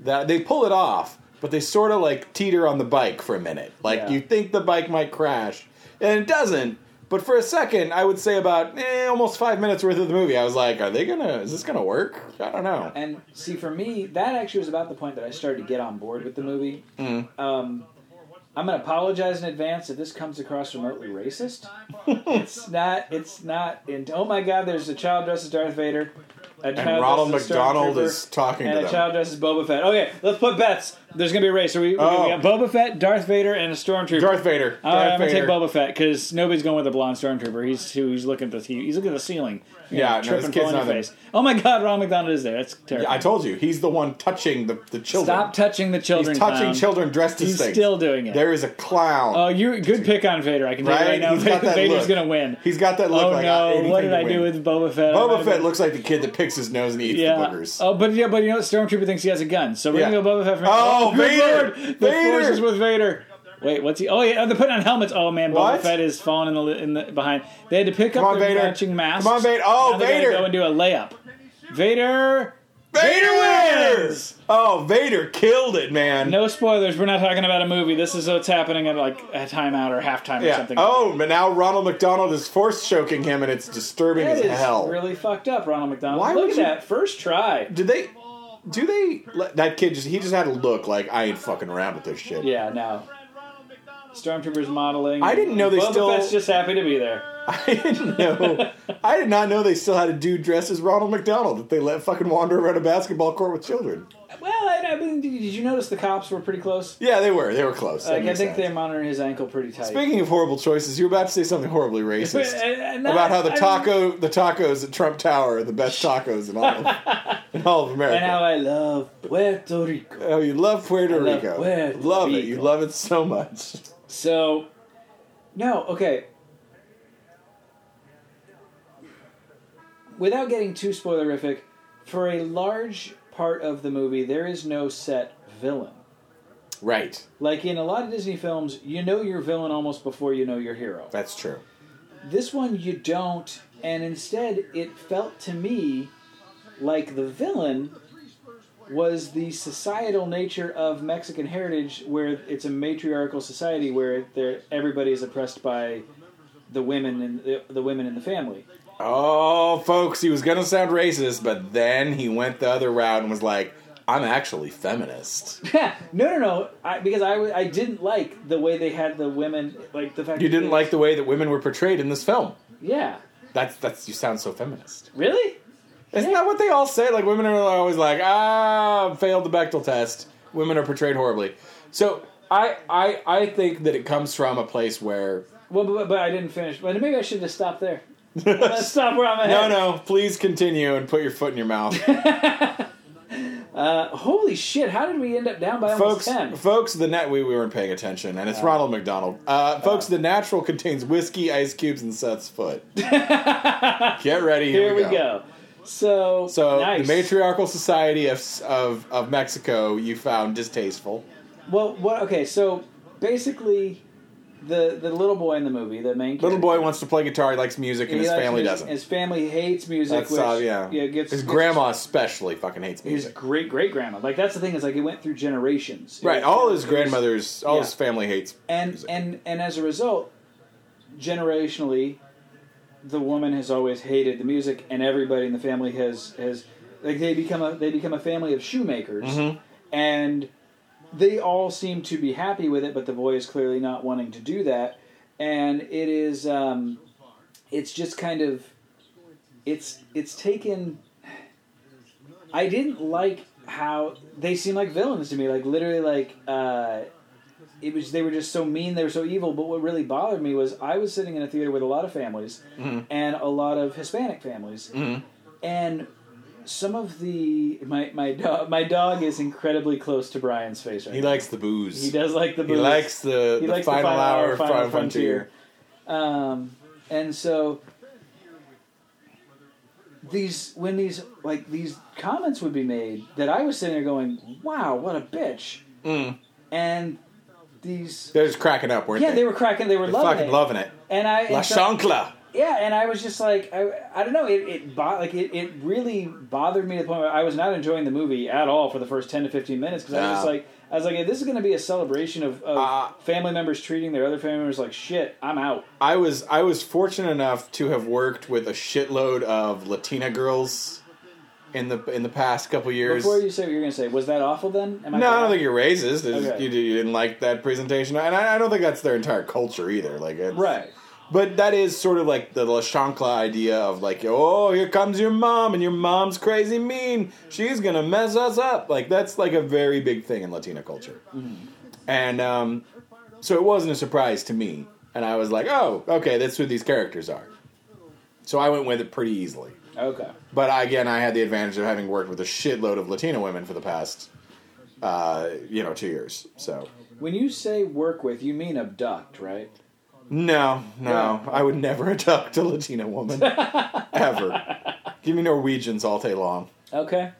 Speaker 4: that they pull it off, but they sort of like teeter on the bike for a minute. Like
Speaker 3: Yeah.
Speaker 4: you think the bike might crash, and it doesn't. But for a second, I would say about eh, almost five minutes worth of the movie, I was like, "Are they gonna? Is this gonna work? I don't know."
Speaker 3: And see, for me, that actually was about the point that I started to get on board with the movie.
Speaker 4: Mm-hmm.
Speaker 3: Um, I'm going to apologize in advance if this comes across remotely racist. it's not. It's not. And oh my God, there's a child dressed as Darth Vader. A
Speaker 4: And Ronald
Speaker 3: dressed as a
Speaker 4: McDonald
Speaker 3: Stormtrooper,
Speaker 4: is talking
Speaker 3: And
Speaker 4: to
Speaker 3: a
Speaker 4: them.
Speaker 3: child dressed as Boba Fett. Okay, let's put bets. There's gonna be a race. So we,
Speaker 4: Oh.
Speaker 3: we got Boba Fett, Darth Vader, and a stormtrooper.
Speaker 4: Darth Vader.
Speaker 3: All right,
Speaker 4: Darth
Speaker 3: I'm gonna take
Speaker 4: Vader.
Speaker 3: Boba Fett because nobody's going with a blonde stormtrooper. He's who- he's looking at the he- he's looking at the ceiling. You
Speaker 4: Yeah,
Speaker 3: know,
Speaker 4: no, this
Speaker 3: tripping,
Speaker 4: kid's
Speaker 3: falling in
Speaker 4: not
Speaker 3: your
Speaker 4: in-
Speaker 3: face. Oh my God, Ron McDonald is there. That's terrible.
Speaker 4: I told you, he's the one touching the, the children.
Speaker 3: Stop touching the children.
Speaker 4: He's touching
Speaker 3: clown.
Speaker 4: children dressed as
Speaker 3: He's
Speaker 4: things.
Speaker 3: still doing it.
Speaker 4: There is a clown.
Speaker 3: Oh, you good pick on Vader. I can tell you
Speaker 4: Right?
Speaker 3: right now.
Speaker 4: He's got that look.
Speaker 3: Vader's gonna win.
Speaker 4: He's got that look
Speaker 3: oh
Speaker 4: like uh,
Speaker 3: no!
Speaker 4: anything
Speaker 3: What did
Speaker 4: to
Speaker 3: I
Speaker 4: win.
Speaker 3: do with Boba Fett? Oh,
Speaker 4: Boba
Speaker 3: I might've
Speaker 4: Fett
Speaker 3: been-
Speaker 4: looks like the kid that picks his nose and eats the
Speaker 3: Yeah.
Speaker 4: boogers.
Speaker 3: Oh, but yeah, but you know, what? Stormtrooper thinks he has a gun, so we're
Speaker 4: Yeah.
Speaker 3: gonna go Boba Fett. For
Speaker 4: Oh,
Speaker 3: good
Speaker 4: Vader!
Speaker 3: Lord, The
Speaker 4: Vader!
Speaker 3: force is with Vader. Wait, what's he? Oh yeah, they're putting on helmets. Oh man, Boba
Speaker 4: What?
Speaker 3: Fett is falling in the, in the behind. They had to pick
Speaker 4: Come
Speaker 3: up
Speaker 4: on,
Speaker 3: their
Speaker 4: Vader.
Speaker 3: matching masks.
Speaker 4: Come on, Vader. Oh,
Speaker 3: Now they're gonna
Speaker 4: Vader.
Speaker 3: Go and do a layup. Vader.
Speaker 4: Vader
Speaker 3: wins!
Speaker 4: wins! Oh, Vader killed it, man.
Speaker 3: No spoilers. We're not talking about a movie. This is what's happening at like a timeout or halftime or
Speaker 4: yeah.
Speaker 3: something.
Speaker 4: Oh, but now Ronald McDonald is force choking him, and it's disturbing
Speaker 3: That
Speaker 4: as
Speaker 3: is
Speaker 4: hell.
Speaker 3: really fucked up, Ronald McDonald.
Speaker 4: Why
Speaker 3: Look
Speaker 4: would
Speaker 3: at
Speaker 4: you-
Speaker 3: that first try.
Speaker 4: Did they? Do they? Let, that kid just—he just had a look like I ain't fucking around with this shit.
Speaker 3: Yeah, no. Stormtroopers modeling.
Speaker 4: I didn't know they
Speaker 3: Boba
Speaker 4: still-
Speaker 3: Fett's just happy to be there.
Speaker 4: I didn't know. I did not know they still had a dude dressed as Ronald McDonald that they let fucking wander around a basketball court with children.
Speaker 3: Well, I, I mean, did you notice the cops were pretty close?
Speaker 4: Yeah, they were. They were close. That
Speaker 3: Like, I
Speaker 4: makes
Speaker 3: think
Speaker 4: sense.
Speaker 3: they're monitoring his ankle pretty tight.
Speaker 4: Speaking of horrible choices, you're about to say something horribly
Speaker 3: But,
Speaker 4: racist
Speaker 3: uh, uh, not-
Speaker 4: about how the
Speaker 3: I mean-
Speaker 4: taco, the tacos at Trump Tower are the best tacos in all of, in all of
Speaker 3: and how
Speaker 4: America.
Speaker 3: I love Puerto Rico.
Speaker 4: Oh, you love Puerto
Speaker 3: love
Speaker 4: Rico.
Speaker 3: Puerto
Speaker 4: love it. You
Speaker 3: Rico.
Speaker 4: love it so much.
Speaker 3: So, no, okay. Without getting too spoilerific, for a large part of the movie, there is no set villain.
Speaker 4: Right.
Speaker 3: Like in a lot of Disney films, you know your villain almost before you know your hero.
Speaker 4: That's true.
Speaker 3: This one you don't, and instead it felt to me like the villain was the societal nature of Mexican heritage, where it's a matriarchal society where they're- everybody is oppressed by the women and the, the women in the family.
Speaker 4: Oh, folks, he was gonna sound racist, but then he went the other route and was like, "I'm actually feminist."
Speaker 3: no, no, no, I, because I, w- I didn't like the way they had the women like the fact
Speaker 4: You
Speaker 3: that
Speaker 4: didn't
Speaker 3: they-
Speaker 4: like the way that women were portrayed in this film.
Speaker 3: yeah
Speaker 4: That's that's you sound so feminist.
Speaker 3: really
Speaker 4: Isn't that what they all say? Like women are always like, ah, failed the Bechtel test. Women are portrayed horribly. So I I I think that it comes from a place where
Speaker 3: well but, but I didn't finish but maybe I should have stopped there. Let's stop where I'm at.
Speaker 4: no no please continue and put your foot in your mouth,
Speaker 3: Holy shit! How did we end up down by
Speaker 4: folks.
Speaker 3: almost ten?
Speaker 4: Folks, the net we, we weren't paying attention, and it's Ronald McDonald. Uh, folks, the natural contains whiskey, ice cubes, and Seth's foot. Get ready.
Speaker 3: Here we go. So,
Speaker 4: So
Speaker 3: nice.
Speaker 4: the matriarchal society of, of of Mexico you found distasteful.
Speaker 3: Well, what? Okay, so basically, the the little boy in the movie, the main
Speaker 4: Little
Speaker 3: character,
Speaker 4: boy wants to play guitar. He likes music,
Speaker 3: he
Speaker 4: and his
Speaker 3: likes
Speaker 4: family
Speaker 3: music-
Speaker 4: doesn't.
Speaker 3: His family hates music.
Speaker 4: That's
Speaker 3: which,
Speaker 4: uh, yeah.
Speaker 3: gets
Speaker 4: his
Speaker 3: gets-
Speaker 4: grandma especially fucking hates
Speaker 3: his
Speaker 4: music.
Speaker 3: great great grandma. Like that's the thing is like it went through generations. It
Speaker 4: right,
Speaker 3: was-
Speaker 4: all his
Speaker 3: it was-
Speaker 4: grandmothers, all
Speaker 3: yeah.
Speaker 4: his family hates.
Speaker 3: and
Speaker 4: music.
Speaker 3: and and as a result, generationally, the woman has always hated the music, and everybody in the family has has like they become a they become a family of shoemakers,
Speaker 4: Mm-hmm.
Speaker 3: and they all seem to be happy with it, but the boy is clearly not wanting to do that, and it is um, it's just kind of it's it's taken. I didn't like how they seem like villains to me, like literally like. Uh, it was they were just so mean, they were so evil. But what really bothered me was I was sitting in a theater with a lot of families and a lot of Hispanic families, mm-hmm. and some of the my my dog my dog is incredibly close to Brian's face right
Speaker 4: he
Speaker 3: now.
Speaker 4: likes the booze.
Speaker 3: He does like the
Speaker 4: He
Speaker 3: booze.
Speaker 4: likes the,
Speaker 3: He
Speaker 4: the
Speaker 3: likes the
Speaker 4: final, hour, final, frontier.
Speaker 3: frontier. Um, and so these when these like these comments would be made that I was sitting there going, "Wow, what a bitch,"
Speaker 4: Mm.
Speaker 3: and these.
Speaker 4: They're just cracking up, weren't
Speaker 3: Yeah,
Speaker 4: they?
Speaker 3: they were cracking. They were
Speaker 4: They're
Speaker 3: loving
Speaker 4: fucking
Speaker 3: it.
Speaker 4: loving it.
Speaker 3: And I
Speaker 4: La
Speaker 3: and so-
Speaker 4: chancla.
Speaker 3: yeah, and I was just like, I, I don't know, it it bo- like it, it really bothered me to the point where I was not enjoying the movie at all for the first ten to fifteen minutes because I was just
Speaker 4: Yeah.
Speaker 3: like, I was like, if this is going to be a celebration of, of
Speaker 4: Uh,
Speaker 3: family members treating their other family members like shit. I'm out.
Speaker 4: I was I was fortunate enough to have worked with a shitload of Latina girls in the in the past couple years.
Speaker 3: Before you say what you're going to say, was that awful? Then Am
Speaker 4: no, I don't
Speaker 3: bad?
Speaker 4: think you're racist. It's just
Speaker 3: Okay.
Speaker 4: You, you didn't like that presentation, and I, I don't think that's their entire culture either. Like, it's,
Speaker 3: right.
Speaker 4: But that is sort of like the LaShankla idea of like, oh, here comes your mom, and your mom's crazy mean. She's gonna mess us up. Like that's like a very big thing in Latina culture, and um, so it wasn't a surprise to me. And I was like, oh, okay, that's who these characters are. So I went with it pretty easily.
Speaker 3: Okay.
Speaker 4: But I- again, I had the advantage of having worked with a shitload of Latina women for the past, uh, you know, two years. So
Speaker 3: When you say work with, you mean abduct, right?
Speaker 4: no, no, I would never abduct a Latina woman ever. Give me Norwegians all day long.
Speaker 3: Okay.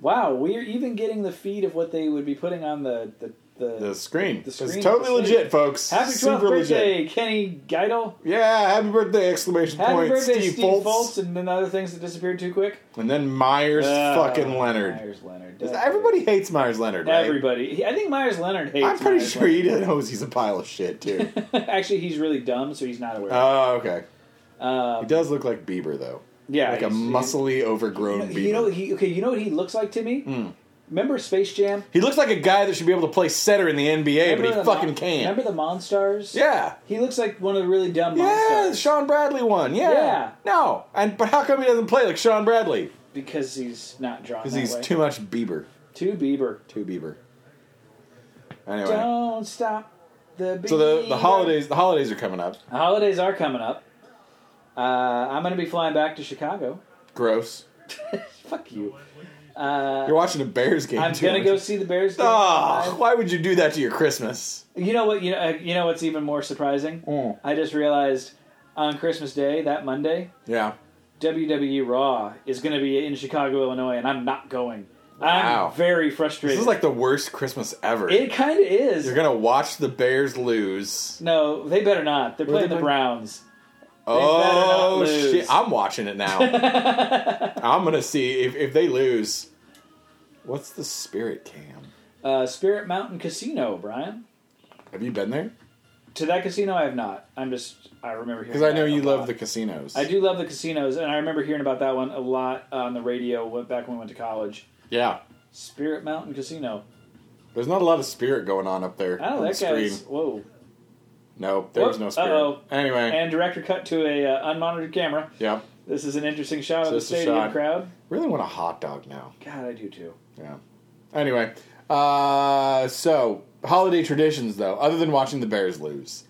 Speaker 3: Wow, we're even getting the feed of what they would be putting on the the the.
Speaker 4: The screen.
Speaker 3: The screen,
Speaker 4: it's totally
Speaker 3: the screen.
Speaker 4: legit, folks.
Speaker 3: Happy 12th birthday, Kenny Geidel.
Speaker 4: Yeah, happy birthday! Exclamation
Speaker 3: Happy
Speaker 4: point.
Speaker 3: birthday,
Speaker 4: Steve,
Speaker 3: Steve,
Speaker 4: Foltz.
Speaker 3: Foltz, and then other things that disappeared too quick.
Speaker 4: and then Myers
Speaker 3: Uh,
Speaker 4: fucking Leonard.
Speaker 3: Myers Leonard.
Speaker 4: Everybody hates Myers Leonard, right?
Speaker 3: Everybody. He- I think Myers Leonard hates.
Speaker 4: I'm pretty
Speaker 3: Myers
Speaker 4: sure he knows he's a pile of shit too.
Speaker 3: Leonard. Actually, he's really dumb, so he's not aware.
Speaker 4: oh, okay.
Speaker 3: Um,
Speaker 4: He does look like Bieber though.
Speaker 3: yeah,
Speaker 4: like a
Speaker 3: he's- he's-
Speaker 4: muscly, overgrown Bieber.
Speaker 3: You know, he, okay. You know what he looks like to me?
Speaker 4: Hmm.
Speaker 3: Remember Space Jam?
Speaker 4: he looks like a guy that should be able to play center in the NBA,
Speaker 3: Remember
Speaker 4: but he
Speaker 3: the
Speaker 4: fucking
Speaker 3: Mon-
Speaker 4: can't.
Speaker 3: Remember the Monstars?
Speaker 4: yeah.
Speaker 3: He looks like one of the really dumb
Speaker 4: Yeah,
Speaker 3: Monstars
Speaker 4: Sean Bradley won. Yeah.
Speaker 3: Yeah.
Speaker 4: No. And but how come he doesn't play like Sean Bradley?
Speaker 3: because he's not drawn.
Speaker 4: Because
Speaker 3: that
Speaker 4: he's
Speaker 3: way.
Speaker 4: too much Bieber.
Speaker 3: too Bieber.
Speaker 4: Too Bieber. Anyway.
Speaker 3: Don't stop the.
Speaker 4: so the, the
Speaker 3: Bieber.
Speaker 4: holidays the holidays are coming up.
Speaker 3: The holidays are coming up. Uh, I'm going to be flying back to Chicago.
Speaker 4: Gross.
Speaker 3: Fuck you. Uh,
Speaker 4: You're watching a Bears game.
Speaker 3: I'm
Speaker 4: too,
Speaker 3: going to
Speaker 4: aren't
Speaker 3: go
Speaker 4: you?
Speaker 3: see the Bears. game. Uh,
Speaker 4: Oh, why would you do that to your Christmas?
Speaker 3: You know what? You know, uh, you know what's even more surprising? I just realized on Christmas Day, that Monday,
Speaker 4: Yeah.
Speaker 3: WWE Raw is going to be in Chicago, Illinois, and I'm not going.
Speaker 4: Wow.
Speaker 3: I'm very
Speaker 4: This
Speaker 3: frustrated.
Speaker 4: is like the worst Christmas ever.
Speaker 3: it kind of is.
Speaker 4: You're gonna watch the Bears lose.
Speaker 3: no, they better not. They're
Speaker 4: Where
Speaker 3: playing
Speaker 4: they
Speaker 3: the
Speaker 4: play-
Speaker 3: Browns. better not
Speaker 4: Oh
Speaker 3: lose.
Speaker 4: shit! I'm watching it now. I'm gonna see if, if they lose. What's the Spirit Cam?
Speaker 3: Uh, Spirit Mountain Casino, Brian.
Speaker 4: Have you been there?
Speaker 3: To that casino, I have not. I'm just. I remember hearing
Speaker 4: Because I
Speaker 3: that
Speaker 4: know
Speaker 3: a
Speaker 4: you
Speaker 3: lot.
Speaker 4: love the casinos.
Speaker 3: I do love the casinos, and I remember hearing about that one a lot on the radio wh- back when we went to college.
Speaker 4: Yeah,
Speaker 3: Spirit Mountain Casino.
Speaker 4: there's not a lot of spirit going on up there.
Speaker 3: Oh,
Speaker 4: on the
Speaker 3: that
Speaker 4: screen.
Speaker 3: guy's whoa!
Speaker 4: Nope, there was
Speaker 3: Whoop,
Speaker 4: no spirit.
Speaker 3: uh-oh.
Speaker 4: Anyway,
Speaker 3: And director cut to a uh, unmonitored camera.
Speaker 4: yeah.
Speaker 3: This is an interesting shot of the
Speaker 4: Just a
Speaker 3: stadium
Speaker 4: shot.
Speaker 3: crowd.
Speaker 4: Really want a hot dog now.
Speaker 3: God, I do too.
Speaker 4: Yeah. Anyway, uh, so holiday traditions though, other than watching the Bears lose,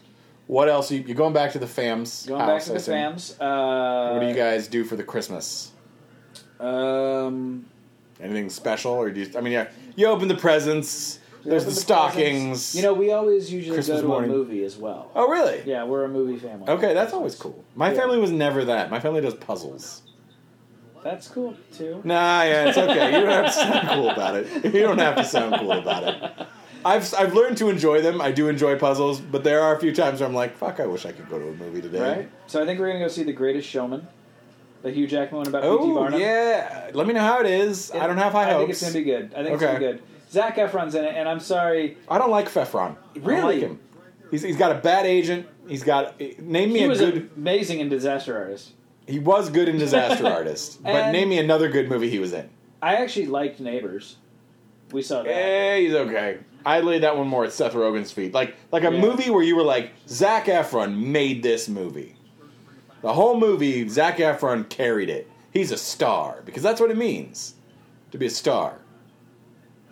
Speaker 4: what else? You, you're going back to the fam's
Speaker 3: Going
Speaker 4: house.
Speaker 3: back to the
Speaker 4: I assume.
Speaker 3: fams. Uh,
Speaker 4: What do you guys do for the Christmas?
Speaker 3: Um,
Speaker 4: Anything special, or do you? I mean, yeah, you open the presents. There's the,
Speaker 3: open
Speaker 4: stockings.
Speaker 3: presents. You know, we always usually
Speaker 4: Christmas
Speaker 3: go to
Speaker 4: morning.
Speaker 3: a movie as well.
Speaker 4: Oh, really?
Speaker 3: Yeah, we're a movie family.
Speaker 4: Okay, that's always cool. My
Speaker 3: Yeah.
Speaker 4: family was never that. My family does puzzles.
Speaker 3: That's cool too.
Speaker 4: Nah, yeah, it's okay. You don't have to sound cool about it. You don't have to sound cool about it. I've I've learned to enjoy them. I do enjoy puzzles, but there are a few times where I'm like, fuck, I wish I could go to a movie today.
Speaker 3: Right. So I think we're gonna go see The Greatest Showman, the Hugh Jackman one about P.T.
Speaker 4: Oh
Speaker 3: Barnum.
Speaker 4: yeah, let me know how it is. I don't have high
Speaker 3: I
Speaker 4: hopes.
Speaker 3: think it's gonna be good. I think it's gonna be
Speaker 4: Okay.
Speaker 3: good. Zach Efron's in it, and I'm sorry,
Speaker 4: I don't like Fefron. I don't
Speaker 3: Really?
Speaker 4: like him. He's, he's got a bad agent. He's got name me
Speaker 3: he
Speaker 4: a
Speaker 3: was
Speaker 4: good.
Speaker 3: amazing in Disaster Artist.
Speaker 4: He was good in Disaster Artist, but
Speaker 3: And-
Speaker 4: name me another good movie he was in.
Speaker 3: I actually liked Neighbors. We saw that.
Speaker 4: Eh, he's okay. I laid that one more at Seth Rogen's feet, like like a
Speaker 3: Yeah.
Speaker 4: movie where you were like, Zach Efron made this movie. The whole movie, Zach Efron carried it. He's a star because that's what it means to be a star.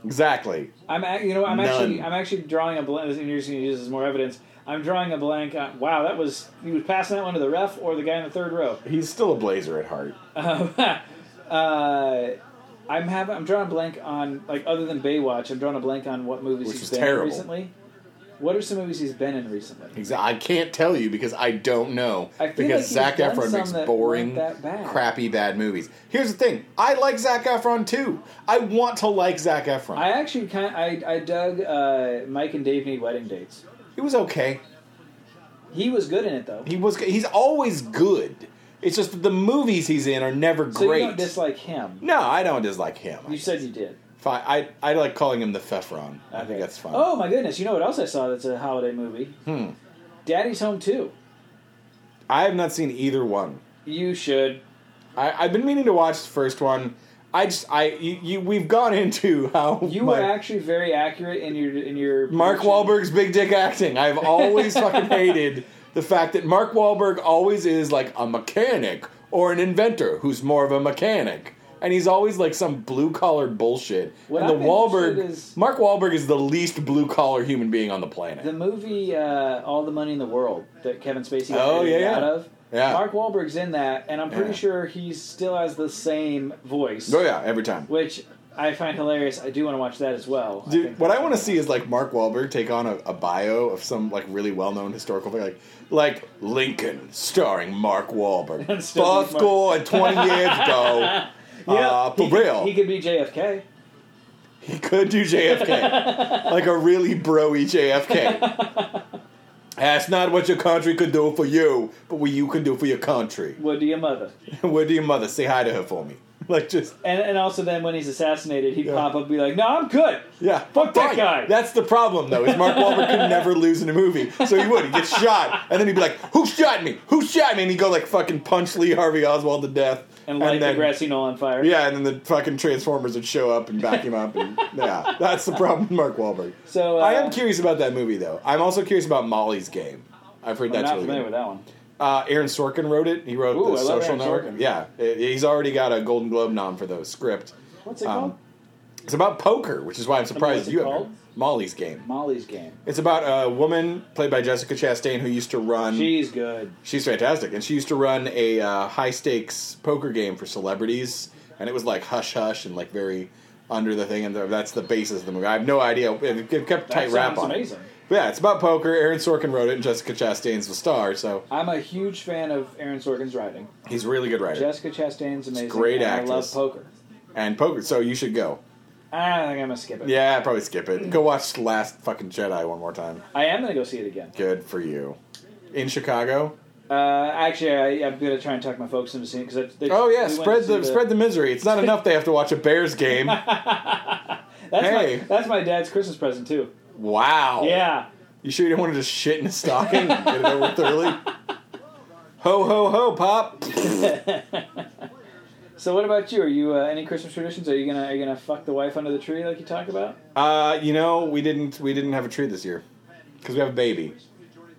Speaker 4: Exactly.
Speaker 3: I'm, ac- you know, I'm actually,
Speaker 4: None.
Speaker 3: I'm actually drawing a blank. This you're just gonna use this as more evidence. I'm drawing a blank. On, wow, that was he was passing that one to the ref or the guy in the third row.
Speaker 4: He's still a blazer at heart.
Speaker 3: Um, uh, I'm have I'm drawing a blank on like other than Baywatch. I'm drawing a blank on what movies
Speaker 4: Which was
Speaker 3: he's been
Speaker 4: terrible.
Speaker 3: in recently. What are some movies he's been in recently?
Speaker 4: Exa- I can't tell you because I don't know.
Speaker 3: I feel like
Speaker 4: because
Speaker 3: he's
Speaker 4: Zach
Speaker 3: done
Speaker 4: Efron
Speaker 3: some
Speaker 4: makes
Speaker 3: that
Speaker 4: boring,
Speaker 3: weren't that bad.
Speaker 4: crappy, bad movies. Here's the thing: I like Zach Efron too. I want to like Zach Efron.
Speaker 3: I actually kind I I dug uh, Mike and Dave need wedding dates.
Speaker 4: he was okay.
Speaker 3: He was good in it though.
Speaker 4: He was. He's always good. It's just that the movies he's in are never
Speaker 3: so
Speaker 4: great.
Speaker 3: you don't dislike him.
Speaker 4: no, I don't dislike him.
Speaker 3: You said you did.
Speaker 4: Fine. I I like calling him the Fefron. I
Speaker 3: Okay.
Speaker 4: think that's fun.
Speaker 3: Oh my goodness! You know what else I saw? That's a holiday movie.
Speaker 4: Hmm.
Speaker 3: Daddy's Home Two.
Speaker 4: I have not seen either one.
Speaker 3: You should.
Speaker 4: I, I've been meaning to watch the first one. I just I you, you we've gone into how
Speaker 3: You
Speaker 4: my-
Speaker 3: were actually very accurate in your in your
Speaker 4: Mark
Speaker 3: prediction.
Speaker 4: Wahlberg's big dick acting. I've always fucking hated the fact that Mark Wahlberg always is like a mechanic or an inventor who's more of a mechanic. And he's always like some blue collar bullshit.
Speaker 3: What
Speaker 4: and the
Speaker 3: I'm
Speaker 4: Wahlberg
Speaker 3: interested is-
Speaker 4: Mark Wahlberg is the least blue collar human being on the planet.
Speaker 3: The movie uh, All the Money in the World that Kevin Spacey got
Speaker 4: Oh,
Speaker 3: edited
Speaker 4: yeah, yeah.
Speaker 3: out of.
Speaker 4: Yeah.
Speaker 3: Mark Wahlberg's in that, and I'm pretty
Speaker 4: Yeah.
Speaker 3: sure he still has the same voice,
Speaker 4: oh yeah, every time.
Speaker 3: which I find hilarious. I do want to watch that as well.
Speaker 4: Dude,
Speaker 3: think-
Speaker 4: what I want to see is like Mark Wahlberg take on a, a bio of some like really well known historical figure, like like Lincoln, starring Mark Wahlberg.
Speaker 3: Still Mark-
Speaker 4: Bosco and twenty years ago. uh, for
Speaker 3: he, could-
Speaker 4: real,
Speaker 3: he could be JFK.
Speaker 4: he could do JFK, like a really broy JFK. That's not what your country could do for you, but what you can do for your country.
Speaker 3: What do you mother?
Speaker 4: Where do your mother say hi to her for me? Like just
Speaker 3: And and also then when he's assassinated, he'd pop up and be like, "No, I'm good."
Speaker 4: Yeah,
Speaker 3: Fuck that guy.
Speaker 4: That's the problem, though. Is Mark Wahlberg could never lose in a movie, so he would. He gets shot, and then he'd be like, "Who shot me? Who shot me?" And he'd go like fucking punch Lee Harvey Oswald to death,
Speaker 3: And light
Speaker 4: then
Speaker 3: the grassy knoll on fire.
Speaker 4: yeah, and then the fucking Transformers would show up and back him up, and yeah, that's the problem, with Mark Wahlberg.
Speaker 3: So uh,
Speaker 4: I am curious about that movie, though. I'm also curious about Molly's Game. I've heard
Speaker 3: I'm
Speaker 4: that's
Speaker 3: not
Speaker 4: really
Speaker 3: familiar
Speaker 4: good.
Speaker 3: with that one.
Speaker 4: Uh, Aaron Sorkin wrote it. He wrote
Speaker 3: Ooh,
Speaker 4: the
Speaker 3: I love
Speaker 4: Social
Speaker 3: Aaron
Speaker 4: Network.
Speaker 3: Sorkin.
Speaker 4: Yeah, he's already got a Golden Globe nom for the script.
Speaker 3: What's it
Speaker 4: Um,
Speaker 3: called?
Speaker 4: It's about poker, which is why I'm surprised
Speaker 3: what's it
Speaker 4: you haven't.
Speaker 3: called?
Speaker 4: heard. Molly's Game.
Speaker 3: Molly's Game.
Speaker 4: It's about a woman played by Jessica Chastain who used to run.
Speaker 3: She's good.
Speaker 4: she's fantastic, and she used to run a uh, high stakes poker game for celebrities, and it was like hush hush and like very under the thing, and that's the basis of the movie. I have no idea. It, it kept a tight
Speaker 3: That
Speaker 4: wrap
Speaker 3: sounds
Speaker 4: on. it.
Speaker 3: amazing.
Speaker 4: But yeah, it's about poker. Aaron Sorkin wrote it, and Jessica Chastain's the star, so
Speaker 3: I'm a huge fan of Aaron Sorkin's writing.
Speaker 4: he's a really good writer.
Speaker 3: Jessica Chastain's amazing.
Speaker 4: great
Speaker 3: and I love
Speaker 4: actress.
Speaker 3: poker.
Speaker 4: and poker, so you should go.
Speaker 3: I think I'm gonna skip it.
Speaker 4: Yeah, probably skip it. Go watch Last Fucking Jedi one more time.
Speaker 3: I am gonna go see it again.
Speaker 4: Good for you. In Chicago.
Speaker 3: Uh, actually, I, I'm gonna try and talk my folks into seeing because
Speaker 4: Oh yeah, spread the spread the misery. It's not enough they have to watch a Bears game.
Speaker 3: That's
Speaker 4: hey.
Speaker 3: my that's my dad's Christmas present too.
Speaker 4: Wow.
Speaker 3: Yeah,
Speaker 4: You sure you didn't want to just shit in a stocking and get it over with early? Ho ho ho, pop.
Speaker 3: So what about you? Are you uh, any Christmas traditions? Are you gonna are you gonna fuck the wife under the tree like you talk about?
Speaker 4: Uh, you know we didn't we didn't have a tree this year because we have a baby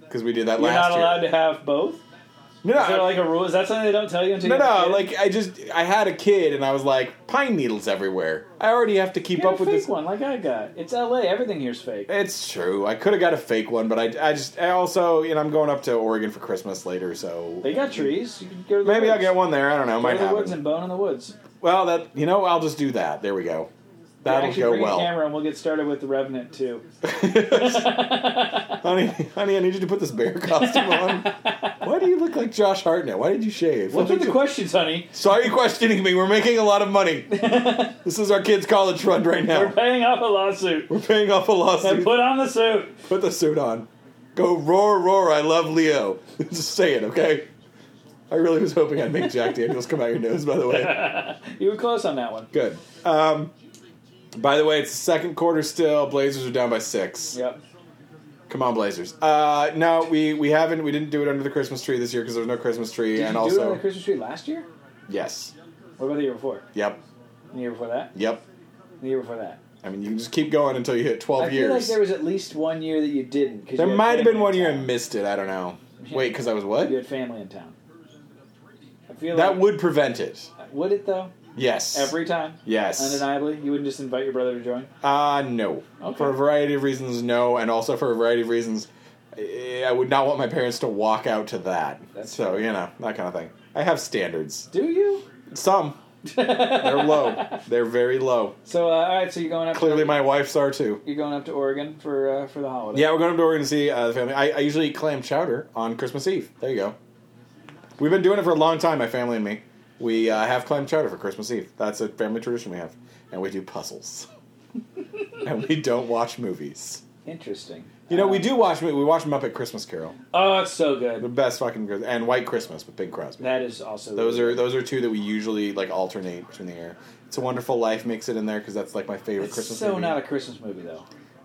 Speaker 4: because we did that
Speaker 3: You're
Speaker 4: last
Speaker 3: not allowed
Speaker 4: year.
Speaker 3: to have both. Is
Speaker 4: no,
Speaker 3: there
Speaker 4: I-
Speaker 3: like a rule? Is that something they don't tell you until
Speaker 4: no,
Speaker 3: you have a
Speaker 4: no.
Speaker 3: kid?
Speaker 4: Like I just I had a kid and I was like pine needles everywhere. I already have to keep
Speaker 3: Get a
Speaker 4: up with
Speaker 3: fake
Speaker 4: this.
Speaker 3: one like I got. It's L.A. Everything here's fake.
Speaker 4: It's true. I could have got a fake one, but I, I just I also you know I'm going up to Oregon for Christmas later, so
Speaker 3: They got trees. You can go to the
Speaker 4: maybe
Speaker 3: woods.
Speaker 4: I'll get one there. I don't know.
Speaker 3: Go
Speaker 4: Might
Speaker 3: to the woods
Speaker 4: happen.
Speaker 3: and bone in the woods.
Speaker 4: Well, that you know, I'll just do that. There we go. That'll
Speaker 3: Actually,
Speaker 4: go
Speaker 3: bring
Speaker 4: well.
Speaker 3: a camera and we'll get started with the Revenant too.
Speaker 4: honey, honey, I need you to put this bear costume on. Why do you look like Josh Hartnett? Why did you shave?
Speaker 3: What
Speaker 4: What
Speaker 3: are the
Speaker 4: did you-
Speaker 3: questions, honey?
Speaker 4: Sorry, you questioning me. We're making a lot of money. this is our kids' college fund right
Speaker 3: We're
Speaker 4: now.
Speaker 3: paying off a lawsuit.
Speaker 4: We're paying off a
Speaker 3: And
Speaker 4: lawsuit. Put-,
Speaker 3: put on the suit.
Speaker 4: the suit on. Go roar, roar! I love Leo. Just say it, okay? I really was hoping I'd make Jack Daniels come out your nose. By the way.
Speaker 3: You were close on that one.
Speaker 4: Good. Um, by the way, it's the second quarter still. Blazers are down by six.
Speaker 3: Yep.
Speaker 4: Come on, Blazers. Uh, no, we, we haven't. We didn't do it under the Christmas tree this year because there was no Christmas tree. and
Speaker 3: Did you do it on
Speaker 4: also,
Speaker 3: the Christmas tree last year?
Speaker 4: yes.
Speaker 3: What about the year before?
Speaker 4: Yep.
Speaker 3: The year before that?
Speaker 4: Yep.
Speaker 3: The year before that?
Speaker 4: I mean, you can just keep going until you hit 12
Speaker 3: I
Speaker 4: years.
Speaker 3: feel like there was at least one year that you didn't. 'cause
Speaker 4: there
Speaker 3: you had
Speaker 4: might have
Speaker 3: family
Speaker 4: been one
Speaker 3: in
Speaker 4: year I
Speaker 3: town.
Speaker 4: missed it. I don't know. Wait, because I was what?
Speaker 3: you had family in town. I feel
Speaker 4: That
Speaker 3: like,
Speaker 4: would prevent it.
Speaker 3: would it though?
Speaker 4: Yes.
Speaker 3: Every time,
Speaker 4: Yes.
Speaker 3: undeniably, you wouldn't just invite your brother to join.
Speaker 4: Uh, no.
Speaker 3: Okay.
Speaker 4: For a variety of reasons, no. And also for a variety of reasons, eh, I would not want my parents to walk out to that.
Speaker 3: That's
Speaker 4: so, you know, that kind of thing. I have standards.
Speaker 3: Do you?
Speaker 4: Some. They're low. They're very low.
Speaker 3: So uh, all right, so you're going up.
Speaker 4: Clearly,
Speaker 3: to,
Speaker 4: my wife's are too.
Speaker 3: you're going up to Oregon for uh, for the holiday.
Speaker 4: Yeah, we're going up to Oregon to see uh, the family. I, I usually eat clam chowder on Christmas Eve. There you go. We've been doing it for a long time, my family and me. We uh, have clam chowder for Christmas Eve. That's a family tradition we have. And we do puzzles. and we don't watch movies.
Speaker 3: Interesting.
Speaker 4: You know, we
Speaker 3: Um,
Speaker 4: do watch we watch Muppet Christmas Carol,
Speaker 3: Oh, it's so
Speaker 4: the
Speaker 3: good.
Speaker 4: best fucking Christmas, and White Christmas with Bing Crosby.
Speaker 3: That is also
Speaker 4: Those are those are two that we usually like alternate between the year. It's a Wonderful Life makes it in there because that's like my favorite
Speaker 3: It's
Speaker 4: Christmas.
Speaker 3: so
Speaker 4: movie.
Speaker 3: not a Christmas movie though.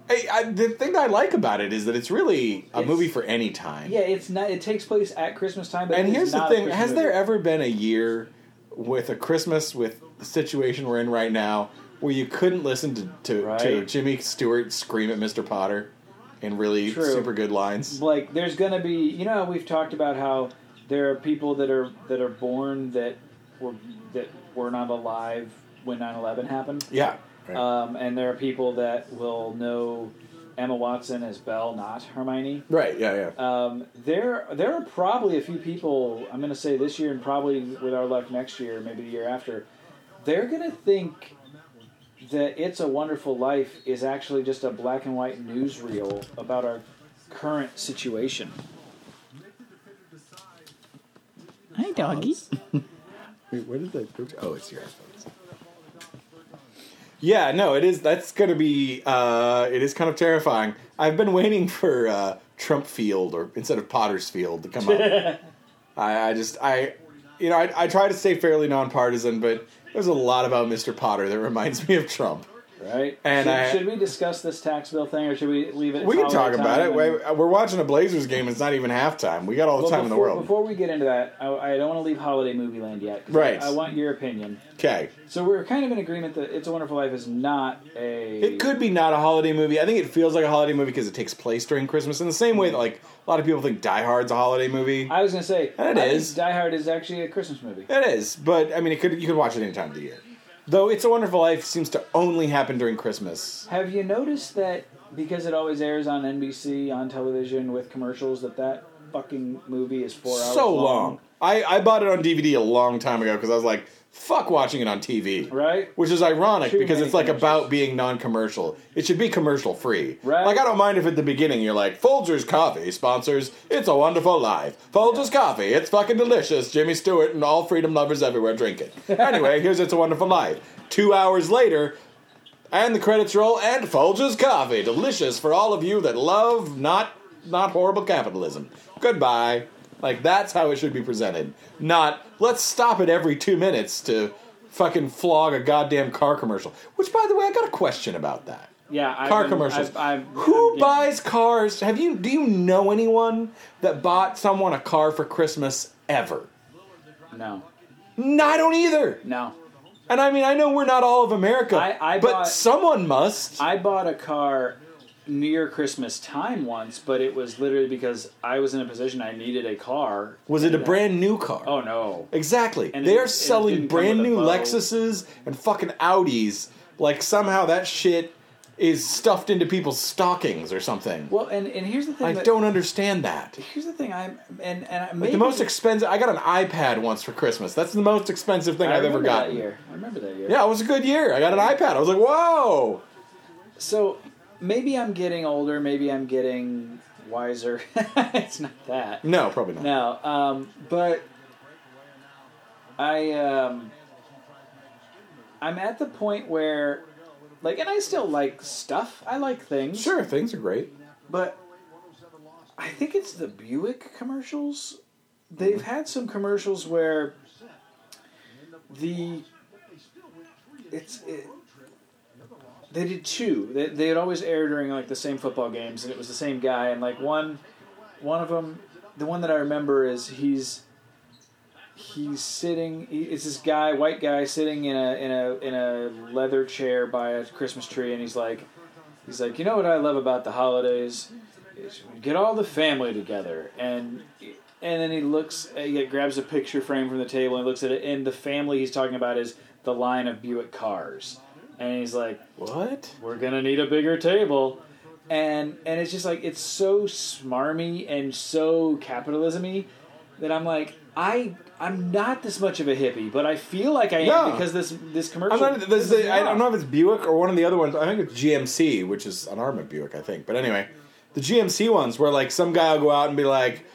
Speaker 4: Hey, I, the thing that I like about it is that it's really a
Speaker 3: It's-
Speaker 4: movie for any time.
Speaker 3: Yeah, it's not. It takes place at Christmas time. But
Speaker 4: And
Speaker 3: it is
Speaker 4: here's the
Speaker 3: not a
Speaker 4: thing:
Speaker 3: Christmas
Speaker 4: has there
Speaker 3: movie.
Speaker 4: ever been a year with a Christmas with the situation we're in right now where you couldn't listen to to, to
Speaker 3: Right.
Speaker 4: Jimmy Stewart scream at Mr. Potter? and really
Speaker 3: True.
Speaker 4: super good lines.
Speaker 3: like there's gonna be you know we've talked about how there are people that are that are born that were that were not alive when 9-11 happened
Speaker 4: Yeah. Right.
Speaker 3: um, and there are people that will know emma watson as belle not hermione
Speaker 4: right. Yeah. Yeah.
Speaker 3: um, there there are probably a few people i'm gonna say this year and probably with our luck next year maybe the year after they're gonna think that it's a wonderful life is actually just a black and white newsreel about our current situation
Speaker 5: Hi, doggy.
Speaker 4: Wait, where did that? Oh, it's your headphones. Yeah, no, it is. That's going to be. Uh, it is kind of terrifying. I've been waiting for uh, Trump Field or instead of Potter's Field to come up. I, I just, I, you know, I, I try to stay fairly nonpartisan, but there's a lot about Mr. Potter that reminds me of Trump.
Speaker 3: right?
Speaker 4: And
Speaker 3: should,
Speaker 4: I-
Speaker 3: should we discuss this tax bill thing, or should we leave it?
Speaker 4: We can
Speaker 3: all
Speaker 4: talk
Speaker 3: the
Speaker 4: about
Speaker 3: time
Speaker 4: it.
Speaker 3: and-
Speaker 4: Wait, We're watching a Blazers game. It's not even halftime. We got all the
Speaker 3: Well,
Speaker 4: time in
Speaker 3: before,
Speaker 4: the world.
Speaker 3: Before we get into that, I, I don't want to leave holiday movie land yet. 'cause
Speaker 4: Right.
Speaker 3: I, I want your opinion.
Speaker 4: Okay.
Speaker 3: So we're kind of in agreement that It's a Wonderful Life is not a.
Speaker 4: It could be not a holiday movie. I think it feels like a holiday movie because it takes place during Christmas. In the same way that like a lot of people think Die Hard's a holiday movie.
Speaker 3: I was gonna say
Speaker 4: And it
Speaker 3: I think
Speaker 4: is.
Speaker 3: Die Hard is actually a Christmas movie.
Speaker 4: It is, but I mean, it could you could watch it any time of the year. Though It's a Wonderful Life seems to only happen during Christmas.
Speaker 3: Have you noticed that because it always airs on NBC on television with commercials that that fucking movie is four hours
Speaker 4: So long. I, I bought it on DVD a long time ago because I was like, fuck watching it on TV.
Speaker 3: right?
Speaker 4: Which is ironic
Speaker 3: Too
Speaker 4: because
Speaker 3: many
Speaker 4: it's like
Speaker 3: commercials.
Speaker 4: about being non-commercial. It should be commercial free.
Speaker 3: Right.
Speaker 4: Like I don't mind if at the beginning you're like Folgers Coffee sponsors It's a Wonderful Life. Folgers Coffee, it's fucking delicious. Jimmy Stewart and all freedom lovers everywhere drink it. Anyway, here's It's a Wonderful Life. 2 hours later and the credits roll and Folgers Coffee, delicious for all of you that love not not horrible capitalism. Goodbye. Like that's how it should be presented. Not let's stop it every 2 minutes to fucking flog a goddamn car commercial. Which by the way, I got a question about that.
Speaker 3: Yeah, I've
Speaker 4: Car
Speaker 3: been-
Speaker 4: commercials.
Speaker 3: I've, I've,
Speaker 4: Who
Speaker 3: I'm getting-
Speaker 4: buys cars? Have you do you know anyone that bought someone a car for Christmas ever?
Speaker 3: No,
Speaker 4: No, I don't either.
Speaker 3: no.
Speaker 4: And I mean, I know we're not all of America,
Speaker 3: I- I
Speaker 4: but
Speaker 3: bought-
Speaker 4: someone must.
Speaker 3: I bought a car near Christmas time once, but it was literally because I was in a position I needed a car.
Speaker 4: Was it a brand new car?
Speaker 3: Oh no.
Speaker 4: Exactly.
Speaker 3: And
Speaker 4: they
Speaker 3: it-
Speaker 4: are
Speaker 3: it
Speaker 4: selling
Speaker 3: didn't come
Speaker 4: brand
Speaker 3: with a
Speaker 4: new
Speaker 3: bow.
Speaker 4: Lexuses and fucking Audis. Like somehow that shit is stuffed into people's stockings or something.
Speaker 3: Well, and, and here's the thing.
Speaker 4: I
Speaker 3: that-
Speaker 4: don't understand that.
Speaker 3: Here's the thing. I'm and and I-
Speaker 4: Like
Speaker 3: maybe
Speaker 4: the most expensive. I got an iPad once for Christmas. That's the most expensive thing
Speaker 3: I
Speaker 4: I've ever
Speaker 3: remember that
Speaker 4: gotten.
Speaker 3: year. I remember that year.
Speaker 4: Yeah, it was a good year. I got an iPad. I was like, whoa.
Speaker 3: So maybe I'm getting older. Maybe I'm getting wiser. it's not that.
Speaker 4: No, probably not.
Speaker 3: No, um, but I um, I'm at the point where, like, and I still like stuff. I like things.
Speaker 4: Sure, things are great.
Speaker 3: but I think it's the Buick commercials. They've had some commercials where the it's it, they did two. They they would always air during like the same football games, and it was the same guy. And like one one of them, the one that I remember is he's he's sitting. He, it's this guy, white guy, sitting in a in a in a leather chair by a Christmas tree, and he's like. He's like, you know what I love about the holidays is we get all the family together, and and then he looks, uh, he grabs a picture frame from the table and looks at it, and the family he's talking about is the line of Buick cars, and he's like,
Speaker 4: What?
Speaker 3: we're gonna need a bigger table, and and it's just like it's so smarmy and so capitalismy that I'm like I. I'm not this much of a hippie, but I feel like I am
Speaker 4: No.
Speaker 3: because this this commercial.
Speaker 4: I'm not, this
Speaker 3: pisses me
Speaker 4: I don't
Speaker 3: off.
Speaker 4: know if it's Buick or one of the other ones. I think it's GMC, which is an arm of Buick, I think. But anyway, the GMC ones where like some guy will go out and be like,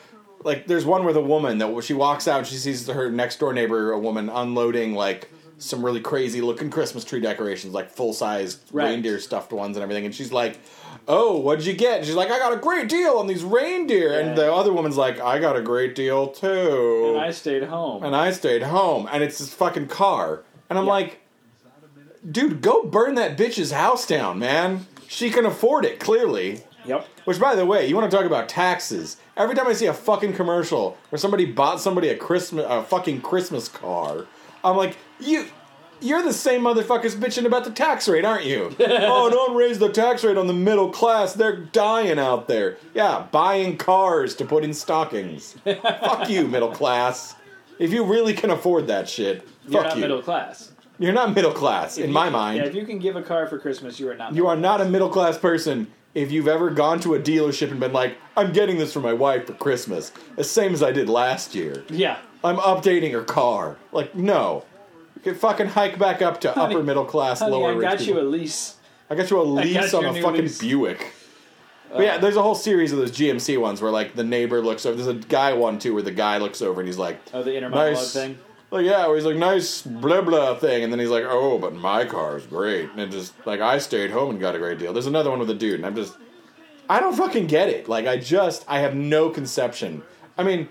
Speaker 4: like there's one with a woman that she walks out, she sees her next door neighbor, a woman unloading like some really crazy looking Christmas tree decorations, like full size
Speaker 3: Right.
Speaker 4: reindeer stuffed ones and everything. And she's like, "Oh, what'd you get?" And she's like, "I got a great deal on these reindeer." And
Speaker 3: Yeah.
Speaker 4: the other woman's like, "I got a great deal too."
Speaker 3: And I stayed home.
Speaker 4: and I stayed home, and it's this fucking car. And I'm
Speaker 3: Yeah.
Speaker 4: like, dude, go burn that bitch's house down, man. She can afford it, clearly.
Speaker 3: yep.
Speaker 4: Which, by the way, you want to talk about taxes? Every time I see a fucking commercial where somebody bought somebody a Christmas, a fucking Christmas car, I'm like, you, You're the same motherfuckers bitching about the tax rate, aren't you? oh, don't raise the tax rate on the middle class. They're dying out there. Yeah, buying cars to put in stockings. Fuck you, middle class. If you really can afford that shit,
Speaker 3: You're
Speaker 4: fuck
Speaker 3: not
Speaker 4: you.
Speaker 3: middle class.
Speaker 4: You're not middle class, in
Speaker 3: If
Speaker 4: my
Speaker 3: you-
Speaker 4: mind.
Speaker 3: Yeah, if you can give a car for Christmas, you are not.
Speaker 4: You are not a middle class person if you've ever gone to a dealership and been like, I'm getting this for my wife for Christmas, the same as I did last year.
Speaker 3: Yeah.
Speaker 4: I'm updating her car. Like, no. You can fucking hike back up to upper middle class,
Speaker 3: Honey,
Speaker 4: lower
Speaker 3: I
Speaker 4: rich
Speaker 3: got
Speaker 4: people.
Speaker 3: you a lease.
Speaker 4: I got you a lease
Speaker 3: got
Speaker 4: on
Speaker 3: you
Speaker 4: a
Speaker 3: a new
Speaker 4: fucking
Speaker 3: lease. Uh.
Speaker 4: Buick. But yeah, there's a whole series of those GMC ones where like the neighbor looks over. There's a guy one too where the guy looks over and he's like,
Speaker 3: Oh, the inner monologue
Speaker 4: nice.
Speaker 3: thing.
Speaker 4: Like yeah, where he's like nice blah blah thing, and then he's like, oh, but my car is great, and it just like I stayed home and got a great deal. There's another one with a dude, and I'm just, I don't fucking get it. Like I just, I have no conception. I mean,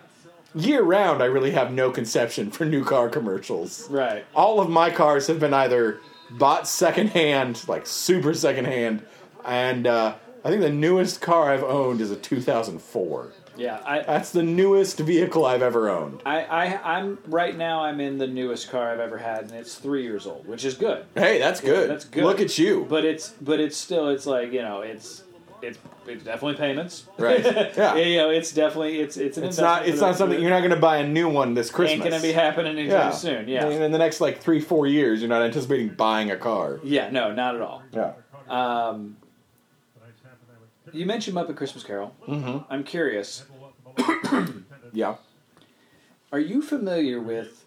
Speaker 4: year round, I really have no conception for new car commercials
Speaker 3: Right.
Speaker 4: all of my cars have been either bought secondhand, like super secondhand, and uh, I think the newest car I've owned is a 2004.
Speaker 3: Yeah. I,
Speaker 4: That's the newest vehicle I've ever owned.
Speaker 3: I, I, I'm right now. I'm in the newest car I've ever had, and it's three years old, which is good.
Speaker 4: Hey, that's good.
Speaker 3: That's good.
Speaker 4: Look at you.
Speaker 3: But it's, but it's still, it's like you know, it's, it's, it's definitely payments.
Speaker 4: right? Yeah.
Speaker 3: you know, it's definitely, it's, it's an.
Speaker 4: It's not.
Speaker 3: investment
Speaker 4: It's
Speaker 3: for the-
Speaker 4: not something you're not going to buy a new one this Christmas.
Speaker 3: Ain't gonna be happening
Speaker 4: yeah.
Speaker 3: anytime soon. Yeah.
Speaker 4: In, in the next like three, four years, you're not anticipating buying a car.
Speaker 3: Yeah. No, not at all.
Speaker 4: Yeah.
Speaker 3: Um, you mentioned Muppet Christmas Carol. Mm-hmm. I'm curious.
Speaker 4: Yeah.
Speaker 3: Are you familiar with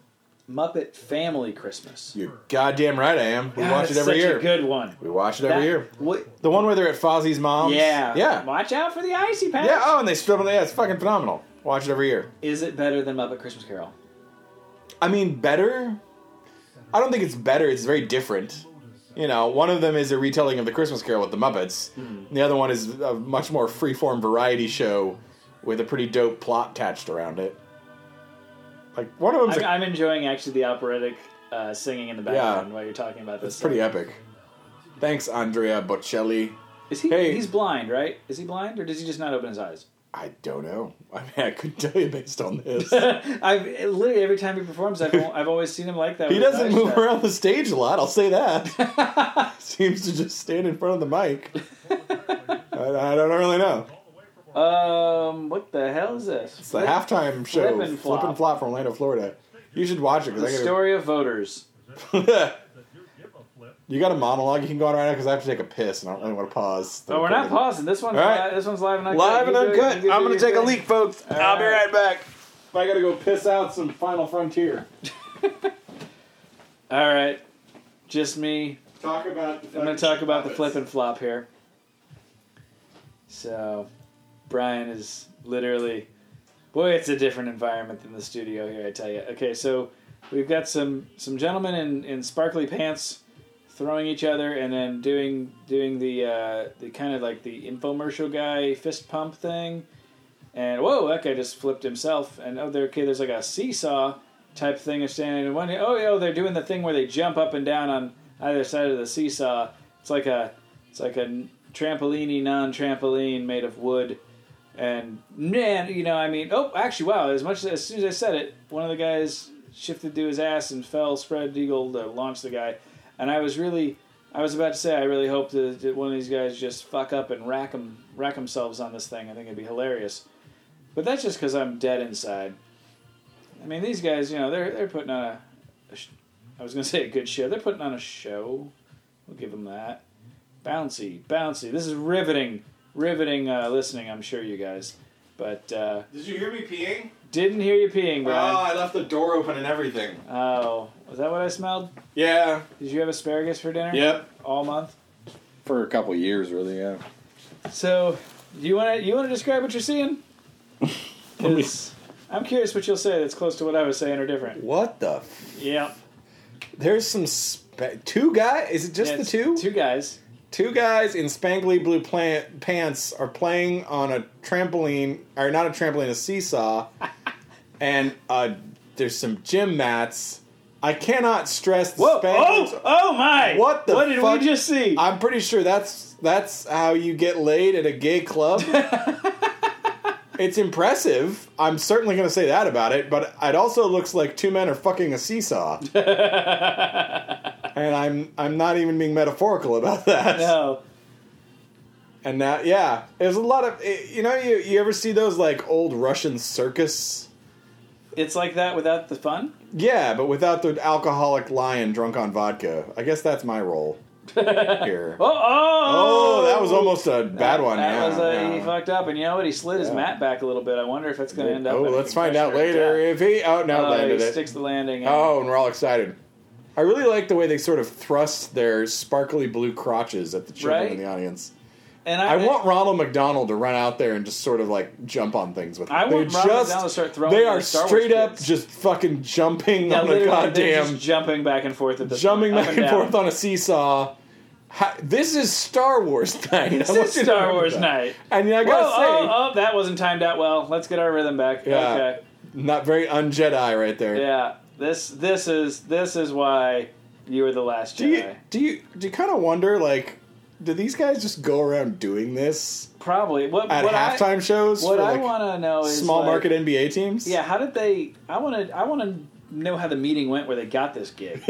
Speaker 3: Muppet Family Christmas?
Speaker 4: You're goddamn right. I am. We watch it
Speaker 3: That's
Speaker 4: every
Speaker 3: such
Speaker 4: year.
Speaker 3: A good one.
Speaker 4: we watch it every
Speaker 3: That-
Speaker 4: year.
Speaker 3: what-
Speaker 4: The one where they're at Fozzie's mom's.
Speaker 3: yeah.
Speaker 4: Yeah.
Speaker 3: Watch out for the icy patch.
Speaker 4: Yeah, oh, and they strip on the. Yeah, it's fucking phenomenal. Watch it every year.
Speaker 3: Is it better than Muppet Christmas Carol?
Speaker 4: I mean, better? I don't think it's better. It's very different. You know, one of them is a retelling of the Christmas Carol with the Muppets. The other one is a much more freeform variety show with a pretty dope plot attached around it. Like one of them's
Speaker 3: I'm,
Speaker 4: a-
Speaker 3: I'm enjoying actually the operatic uh, singing in the background while you're talking about this.
Speaker 4: it's pretty epic. Thanks, Andrea Bocelli.
Speaker 3: Is he?
Speaker 4: hey.
Speaker 3: He's blind, right? Is he blind, or does he just not open his eyes?
Speaker 4: I don't know. I mean, I couldn't tell you based on this.
Speaker 3: I've literally every time he performs, I've, al- I've always seen him like that.
Speaker 4: He
Speaker 3: with his
Speaker 4: doesn't
Speaker 3: eyes
Speaker 4: move
Speaker 3: shut.
Speaker 4: around the stage a lot, I'll say that. Seems to just stand in front of the mic. I, I don't really know.
Speaker 3: Um, what the hell is this?
Speaker 4: It's the halftime show,
Speaker 3: Flip and Flop.
Speaker 4: Flip and Flop from Orlando, Florida. You should watch it
Speaker 3: The
Speaker 4: because I
Speaker 3: story of voters.
Speaker 4: gotta, You got a monologue you can go on right now because I have to take a piss and I don't really want to pause.
Speaker 3: Oh, we're not pausing. This one's
Speaker 4: All right.
Speaker 3: li- this one's live and uncut.
Speaker 4: Live and
Speaker 3: You do it. You
Speaker 4: uncut.
Speaker 3: can do
Speaker 4: I'm gonna
Speaker 3: your
Speaker 4: take a
Speaker 3: thing.
Speaker 4: leak, folks. I'll be
Speaker 3: right.
Speaker 4: right back. I gotta go piss out some Final Frontier.
Speaker 3: All right, just me.
Speaker 4: Talk about.
Speaker 3: I'm going to talk about the flip and flop here. So, Brian is literally, boy, it's a different environment than the studio here. I tell you. Okay, so we've got some some gentlemen in, in sparkly pants throwing each other and then doing doing the uh, the kind of like the infomercial guy fist pump thing. And whoa, that guy just flipped himself. And oh, there, okay, there's like a seesaw type thing of standing in one. Oh, yeah, they're doing the thing where they jump up and down on either side of the seesaw. It's like a, it's like a trampoliny non-trampoline made of wood. And man, you know, I mean, oh, actually, wow. As much as, as soon as I said it, one of the guys shifted to his ass and fell, spread eagle to launch the guy. And I was really, I was about to say, I really hope that, that one of these guys just fuck up and rack 'em- rack themselves on this thing. I think it'd be hilarious. But that's just because I'm dead inside. I mean, these guys, you know, they're they're putting on a, a sh- I was gonna say a good show. They're putting on a show. We'll give them that. Bouncy, bouncy. This is riveting, riveting uh, listening. I'm sure you guys, but uh,
Speaker 4: Did you hear me peeing?
Speaker 3: didn't hear you peeing,
Speaker 4: Oh,
Speaker 3: Brian.
Speaker 4: I left the door open and everything.
Speaker 3: Oh, was that what I smelled?
Speaker 4: Yeah.
Speaker 3: Did you have asparagus for dinner?
Speaker 4: Yep.
Speaker 3: All month.
Speaker 4: For a couple years, really. Yeah.
Speaker 3: So, you want to you want to describe what you're seeing? 'Cause I'm curious what you'll say that's close to what I was saying or different.
Speaker 4: What the? F-
Speaker 3: Yep.
Speaker 4: There's some spa- two guys. Is it just
Speaker 3: Yeah,
Speaker 4: the
Speaker 3: it's
Speaker 4: two?
Speaker 3: Two guys.
Speaker 4: Two guys in spangly blue plant- pants are playing on a trampoline, or not a trampoline, a seesaw, and uh, there's some gym mats. I cannot stress the
Speaker 3: Whoa!
Speaker 4: spanglies-
Speaker 3: Oh! Oh my!
Speaker 4: What the
Speaker 3: What did
Speaker 4: fuck?
Speaker 3: we just see?
Speaker 4: I'm pretty sure that's that's how you get laid at a gay club. it's impressive. I'm certainly going to say that about it, but it also looks like two men are fucking a seesaw. and I'm I'm not even being metaphorical about that.
Speaker 3: No.
Speaker 4: And now, yeah, there's a lot of eh, you know you you ever see those like old Russian circus?
Speaker 3: It's like that without the fun.
Speaker 4: Yeah, but without the alcoholic lion drunk on vodka. I guess that's my role here.
Speaker 3: Oh, oh,
Speaker 4: Oh, that was almost a bad one.
Speaker 3: That
Speaker 4: yeah,
Speaker 3: was uh, he
Speaker 4: yeah.
Speaker 3: fucked up, and you know what? He slid his
Speaker 4: Yeah.
Speaker 3: mat back a little bit. I wonder if that's going to end up.
Speaker 4: Oh,
Speaker 3: in a
Speaker 4: let's find out
Speaker 3: concussion or a
Speaker 4: later
Speaker 3: death.
Speaker 4: if he. Oh no,
Speaker 3: Oh,
Speaker 4: landed
Speaker 3: he
Speaker 4: it.
Speaker 3: sticks the landing. and-
Speaker 4: Oh, and we're all excited. I really like the way they sort of thrust their sparkly blue crotches at the children
Speaker 3: Right?
Speaker 4: in the audience.
Speaker 3: and I,
Speaker 4: I want Ronald McDonald to run out there and just sort of like jump on things with.
Speaker 3: I
Speaker 4: they
Speaker 3: want Ronald McDonald to start throwing
Speaker 4: They
Speaker 3: at
Speaker 4: are
Speaker 3: the Star Wars
Speaker 4: straight up
Speaker 3: kids.
Speaker 4: just fucking jumping on a
Speaker 3: Yeah, literally, they're
Speaker 4: goddamn
Speaker 3: just jumping back and forth at this
Speaker 4: jumping
Speaker 3: point,
Speaker 4: back
Speaker 3: up
Speaker 4: and, forth on a seesaw. Ha- this is Star Wars night. I want
Speaker 3: This
Speaker 4: you
Speaker 3: is
Speaker 4: to
Speaker 3: Star
Speaker 4: remember
Speaker 3: Wars
Speaker 4: that.
Speaker 3: night.
Speaker 4: and I
Speaker 3: Whoa,
Speaker 4: gotta say,
Speaker 3: oh, oh, that wasn't timed out well. Let's get our rhythm back.
Speaker 4: Yeah.
Speaker 3: Okay.
Speaker 4: not very un Jedi right there.
Speaker 3: oh. Yeah. This this is this is why you were the last
Speaker 4: Do
Speaker 3: Jedi.
Speaker 4: you do you do you kind of wonder like, do these guys just go around doing this
Speaker 3: Probably. What
Speaker 4: at
Speaker 3: what I,
Speaker 4: halftime shows
Speaker 3: what
Speaker 4: for
Speaker 3: I
Speaker 4: like
Speaker 3: want to know is
Speaker 4: small
Speaker 3: like,
Speaker 4: market NBA teams?
Speaker 3: Yeah, how did they? I want to. I want to know how the meeting went where they got this gig.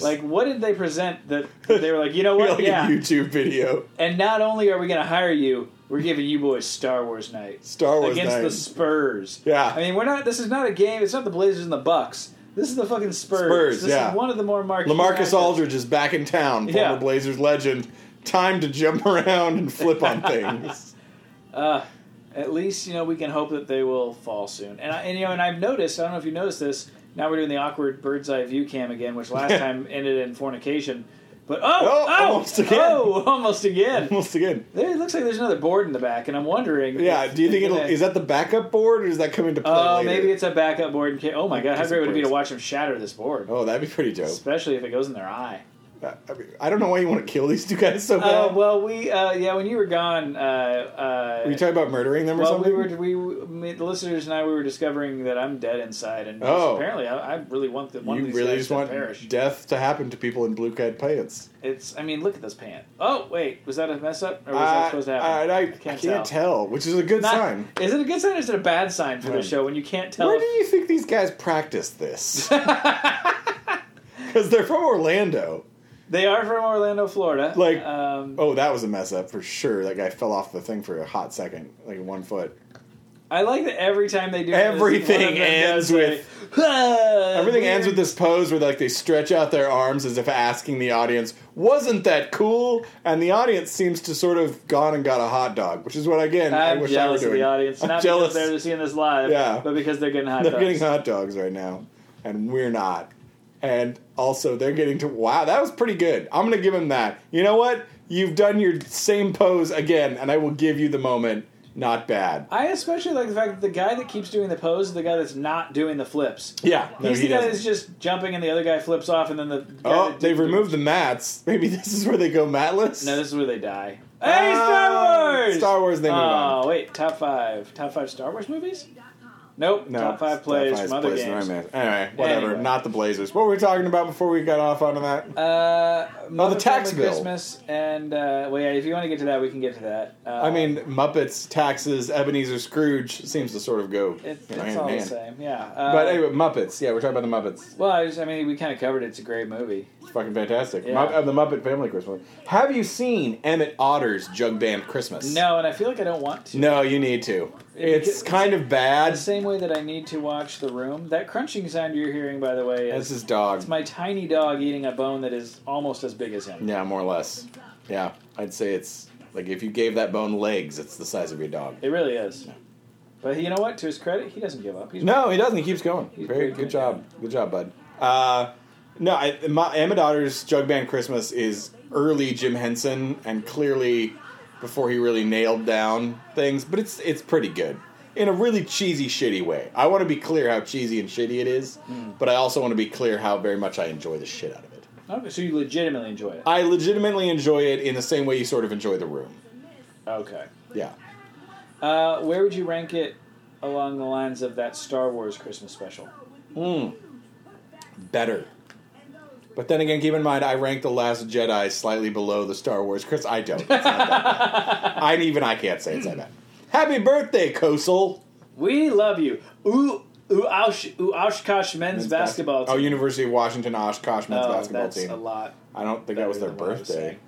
Speaker 3: like, what did they present that that they were like? You know what?
Speaker 4: like
Speaker 3: yeah.
Speaker 4: a YouTube video.
Speaker 3: And not only are we going to hire you, we're giving you boys Star Wars night
Speaker 4: Star Wars
Speaker 3: against
Speaker 4: night.
Speaker 3: the Spurs.
Speaker 4: Yeah.
Speaker 3: I mean, we're not. This is not a game. It's not the Blazers and the Bucks. This is the fucking Spurs.
Speaker 4: Spurs,
Speaker 3: This
Speaker 4: yeah.
Speaker 3: is one of the more marquee.
Speaker 4: Lamarcus
Speaker 3: matchups.
Speaker 4: Aldridge is back in town, former
Speaker 3: Yeah.
Speaker 4: Blazers legend. Time to jump around and flip on things.
Speaker 3: At least you know we can hope that they will fall soon. And I, and you know, and I've noticed. I don't know if you noticed this. Now we're doing the awkward bird's eye view cam again, which last time ended in fornication. But oh,
Speaker 4: Oh,
Speaker 3: oh,
Speaker 4: almost again.
Speaker 3: oh, almost again.
Speaker 4: Almost again.
Speaker 3: There, it looks like there's another board in the back, and I'm wondering.
Speaker 4: Yeah,
Speaker 3: if-
Speaker 4: do you think
Speaker 3: if
Speaker 4: it'll
Speaker 3: that-
Speaker 4: is that the backup board or does that come into play?
Speaker 3: Oh,
Speaker 4: later?
Speaker 3: maybe it's a backup board. In case, oh my god, how
Speaker 4: Just
Speaker 3: great would it be
Speaker 4: boards.
Speaker 3: to watch them shatter this board,
Speaker 4: Oh, that'd be pretty dope.
Speaker 3: especially if it goes in their eye.
Speaker 4: I, I mean, I don't know why you want to kill these two guys so
Speaker 3: Uh,
Speaker 4: bad.
Speaker 3: well, we uh, yeah, when you were gone, uh,
Speaker 4: Are you
Speaker 3: uh,
Speaker 4: talking about murdering them or
Speaker 3: well,
Speaker 4: something?
Speaker 3: we were we me- the listeners and I we were discovering that I'm dead inside, and
Speaker 4: Oh.
Speaker 3: apparently I, I really want the one
Speaker 4: you
Speaker 3: of these
Speaker 4: really
Speaker 3: guys
Speaker 4: just
Speaker 3: to
Speaker 4: want
Speaker 3: perish.
Speaker 4: death to happen to people in blue cat pants.
Speaker 3: It's I mean, look at this pant. Oh wait, was that a mess up, or was
Speaker 4: I-
Speaker 3: that supposed to happen?
Speaker 4: Uh, I, I can't, tell. which is a good
Speaker 3: Not-
Speaker 4: sign.
Speaker 3: Is it a good sign or is it a bad sign for
Speaker 4: Right.
Speaker 3: the show when you can't tell?
Speaker 4: Where
Speaker 3: if-
Speaker 4: do you think these guys practice this? Because they're from Orlando.
Speaker 3: They are from Orlando, Florida.
Speaker 4: Like-
Speaker 3: um,
Speaker 4: Oh, that was a mess up for sure. That guy fell off the thing for a hot second, like one foot.
Speaker 3: I like that every time they do this,
Speaker 4: Everything
Speaker 3: one of them
Speaker 4: ends
Speaker 3: does a,
Speaker 4: with-
Speaker 3: "Ah,
Speaker 4: Everything
Speaker 3: weird."
Speaker 4: ends with this pose where like they stretch out their arms as if asking the audience, "Wasn't that cool?" And the audience seems to sort of gone and got a hot dog, which is what again i
Speaker 3: I'm
Speaker 4: wish
Speaker 3: jealous
Speaker 4: I were doing.
Speaker 3: of the audience,
Speaker 4: I'm
Speaker 3: not
Speaker 4: jealous.
Speaker 3: because they're seeing this live,
Speaker 4: Yeah.
Speaker 3: but because they're getting hot.
Speaker 4: They're
Speaker 3: dogs.
Speaker 4: getting hot dogs right now, and we're not. And also, they're getting to wow. That was pretty good. I'm gonna give him that. You know what? You've done your same pose again, and I will give you the moment. Not bad.
Speaker 3: I especially like the fact that the guy that keeps doing the pose is the guy that's not doing the flips.
Speaker 4: Yeah, no,
Speaker 3: He's
Speaker 4: he
Speaker 3: the guy
Speaker 4: doesn't.
Speaker 3: that's just jumping and the other guy flips off and then the guy
Speaker 4: Oh,
Speaker 3: that did
Speaker 4: they've
Speaker 3: the-
Speaker 4: removed the mats. Maybe this is where they go matless.
Speaker 3: No, this is where they die. Hey,
Speaker 4: Ah,
Speaker 3: Star Wars!
Speaker 4: Star Wars, they
Speaker 3: oh,
Speaker 4: move on.
Speaker 3: wait, top five. Top five Star Wars movies? Nope.
Speaker 4: No,
Speaker 3: top five plays
Speaker 4: five
Speaker 3: from other
Speaker 4: plays,
Speaker 3: games.
Speaker 4: right, man. Anyway, whatever.
Speaker 3: Anyway.
Speaker 4: Not the Blazers. What were we talking about before we got off onto that?
Speaker 3: Uh,
Speaker 4: Oh, the
Speaker 3: Muppet
Speaker 4: tax
Speaker 3: Family
Speaker 4: bill.
Speaker 3: Christmas and uh, well, yeah. If you want to get to that, we can get to that. Uh,
Speaker 4: I mean, Muppets, taxes, Ebenezer Scrooge seems to sort of go
Speaker 3: it,
Speaker 4: you know,
Speaker 3: it's
Speaker 4: hand
Speaker 3: all
Speaker 4: in
Speaker 3: the
Speaker 4: hand.
Speaker 3: same, yeah. Uh,
Speaker 4: But anyway, Muppets. Yeah, we're talking about the Muppets.
Speaker 3: well, I, just, I mean, we kind of covered it. It's a great movie.
Speaker 4: It's fucking fantastic.
Speaker 3: Yeah.
Speaker 4: Mupp- uh, the Muppet Family Christmas. Have you seen Emmett Otter's Jug Band Christmas?
Speaker 3: No, and I feel like I don't want to.
Speaker 4: No, you need to. It's kind of
Speaker 3: The
Speaker 4: bad.
Speaker 3: same way that I need to watch The Room. That crunching sound you're hearing, by the way,
Speaker 4: That's
Speaker 3: is
Speaker 4: his dog.
Speaker 3: my tiny dog eating a bone that is almost as big as him.
Speaker 4: Yeah, more or less. Yeah, I'd say it's like if you gave that bone legs, it's the size of your dog.
Speaker 3: It really is. But you know what? To his credit, he doesn't give up. He's
Speaker 4: No, he doesn't. He keeps going.
Speaker 3: He's
Speaker 4: Very
Speaker 3: pretty
Speaker 4: good
Speaker 3: good.
Speaker 4: job. Good job, bud. Uh, no, I, my, Emma Daughter's Jug Band Christmas is early Jim Henson and clearly before he really nailed down things, but it's it's pretty good in a really cheesy, shitty way. I want to be clear how cheesy and shitty it is, but I also want to be clear how very much I enjoy the shit out of it.
Speaker 3: Okay, so you legitimately enjoy it.
Speaker 4: I legitimately enjoy it in the same way you sort of enjoy the room.
Speaker 3: Okay.
Speaker 4: Yeah.
Speaker 3: Uh, where would you rank it along the lines of that Star Wars Christmas special?
Speaker 4: better. But then again, keep in mind, I ranked The Last Jedi slightly below the Star Wars. Chris, I don't. It's not that bad. I even I can't say it's that bad. Happy birthday, Kosel.
Speaker 3: We love you. Ooh, ooh, Osh, ooh Oshkosh men's,
Speaker 4: Men's
Speaker 3: basketball
Speaker 4: bas- Oh,
Speaker 3: team.
Speaker 4: University of Washington Oshkosh men's
Speaker 3: Oh,
Speaker 4: basketball
Speaker 3: that's a
Speaker 4: team.
Speaker 3: lot.
Speaker 4: I don't think that,
Speaker 3: That
Speaker 4: was their
Speaker 3: would've been what I was
Speaker 4: birthday.
Speaker 3: saying.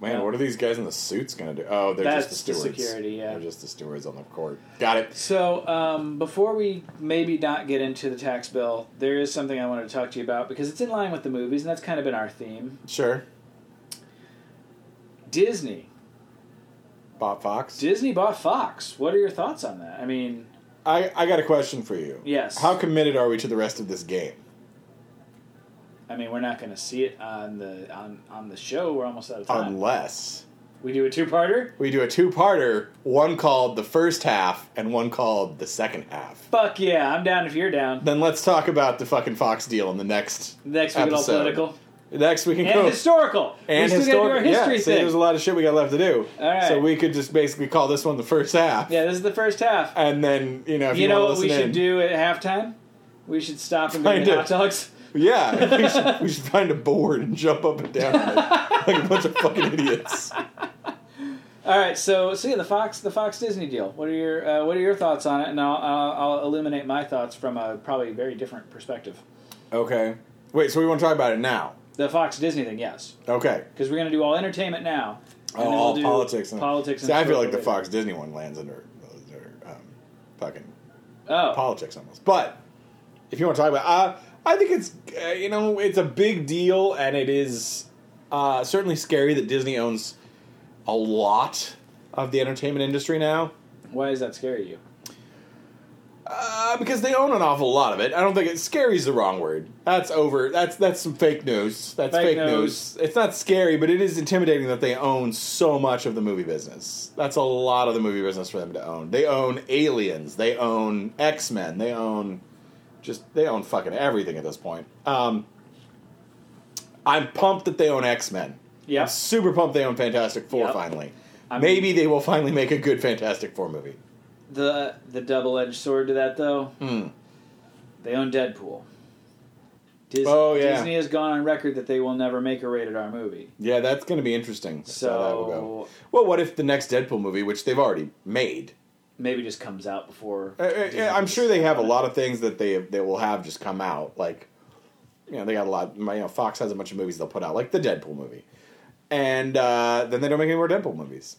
Speaker 4: Man,
Speaker 3: No.
Speaker 4: what are these guys in the suits going to do? Oh, they're just
Speaker 3: That's
Speaker 4: the
Speaker 3: the
Speaker 4: stewards.
Speaker 3: security, yeah.
Speaker 4: They're just the stewards on the court. Got it.
Speaker 3: So, um, before we maybe not get into the tax bill, there is something I wanted to talk to you about because it's in line with the movies, and that's kind of been our theme.
Speaker 4: Sure.
Speaker 3: Disney.
Speaker 4: Bob Fox.
Speaker 3: Disney bought Fox. What are your thoughts on that? I mean,
Speaker 4: I, I got a question for you.
Speaker 3: Yes.
Speaker 4: How committed are we to the rest of this game?
Speaker 3: I mean, we're not going to see it on the on on the show. We're almost out of time.
Speaker 4: Unless
Speaker 3: we do a two-parter.
Speaker 4: we do a two parter, one called the first half and one called the second half.
Speaker 3: Fuck yeah, I'm down if you're down.
Speaker 4: Then let's talk about the fucking Fox deal in the next
Speaker 3: Next week, all
Speaker 4: Episode.
Speaker 3: political
Speaker 4: next we can
Speaker 3: and
Speaker 4: go
Speaker 3: historical.
Speaker 4: and
Speaker 3: we still got to do
Speaker 4: historical-
Speaker 3: our history
Speaker 4: yeah, see,
Speaker 3: thing.
Speaker 4: there's a lot of shit we got left to do.
Speaker 3: All right.
Speaker 4: So we could just basically call this one the first half.
Speaker 3: yeah, this is the first half.
Speaker 4: And then you know if you,
Speaker 3: you know
Speaker 4: want
Speaker 3: what
Speaker 4: to
Speaker 3: we
Speaker 4: listen
Speaker 3: should
Speaker 4: in,
Speaker 3: do at halftime? We should stop and go
Speaker 4: Find
Speaker 3: get
Speaker 4: a-
Speaker 3: hot dogs.
Speaker 4: yeah, we should, we should find a board and jump up and down on it like a bunch of fucking idiots.
Speaker 3: All right, so so yeah, the Fox the Fox Disney deal. What are your uh, what are your thoughts on it? And I'll, I'll I'll illuminate my thoughts from a probably very different perspective.
Speaker 4: Okay, wait. So we want to talk about it now.
Speaker 3: The Fox Disney thing, yes,
Speaker 4: Okay.
Speaker 3: because we're going to do all entertainment now.
Speaker 4: Oh,
Speaker 3: and then
Speaker 4: all
Speaker 3: we'll do
Speaker 4: politics. And,
Speaker 3: politics.
Speaker 4: See,
Speaker 3: and
Speaker 4: I feel like the
Speaker 3: later.
Speaker 4: Fox Disney one lands under, under um, fucking
Speaker 3: Oh,
Speaker 4: politics almost. But if you want to talk about, uh, I think it's uh, you know it's a big deal, and it is uh, certainly scary that Disney owns a lot of the entertainment industry now.
Speaker 3: why does that scare you?
Speaker 4: Uh, because they own an awful lot of it. I don't think it scary is the wrong word. That's over. That's that's some fake news. That's fake,
Speaker 3: Fake
Speaker 4: news. It's not scary, but it is intimidating that they own so much of the movie business. That's a lot of the movie business for them to own. They own Aliens. They own X Men. They own just they own fucking everything at this point. Um, I'm pumped that they own X Men.
Speaker 3: Yeah.
Speaker 4: I'm super pumped they own Fantastic Four
Speaker 3: Yep.
Speaker 4: finally.
Speaker 3: I mean-
Speaker 4: Maybe they will finally make a good Fantastic Four movie.
Speaker 3: The the double edged sword to that though,
Speaker 4: Hmm.
Speaker 3: they own Deadpool. Dis-
Speaker 4: Oh, yeah.
Speaker 3: Disney has gone on record that they will never make a rated R movie.
Speaker 4: Yeah, that's going to be interesting. So that will go.
Speaker 3: So
Speaker 4: Well, what if the next Deadpool movie, which they've already made?
Speaker 3: maybe just comes out before.
Speaker 4: Uh, uh, yeah, I'm sure they have a lot of things that they they will have just come out. Like, you know, they got a lot. You know, Fox has a bunch of movies they'll put out, like the Deadpool movie, and uh, then they don't make any more Deadpool movies.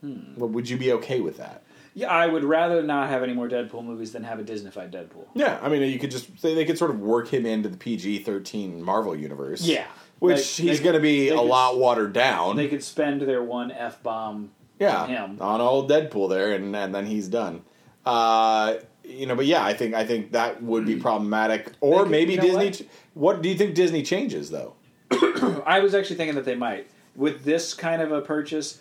Speaker 4: Well, would you be okay with that?
Speaker 3: Yeah, I would rather not have any more Deadpool movies than have a Disneyfied Deadpool.
Speaker 4: Yeah, I mean, you could just they, they could sort of work him into the PG-13 Marvel universe.
Speaker 3: Yeah.
Speaker 4: which
Speaker 3: Like, they
Speaker 4: he's
Speaker 3: could-
Speaker 4: going to be
Speaker 3: they
Speaker 4: a
Speaker 3: could-
Speaker 4: lot watered down.
Speaker 3: They could spend their one f bomb.
Speaker 4: yeah,
Speaker 3: on him.
Speaker 4: on old Deadpool there, and, and then he's done. Uh, you know, but yeah, I think I think that would be problematic. Or
Speaker 3: Hmm. could-
Speaker 4: maybe
Speaker 3: you know
Speaker 4: Disney.
Speaker 3: what?
Speaker 4: What? what do you think Disney changes though?
Speaker 3: I was actually thinking that they might with this kind of a purchase,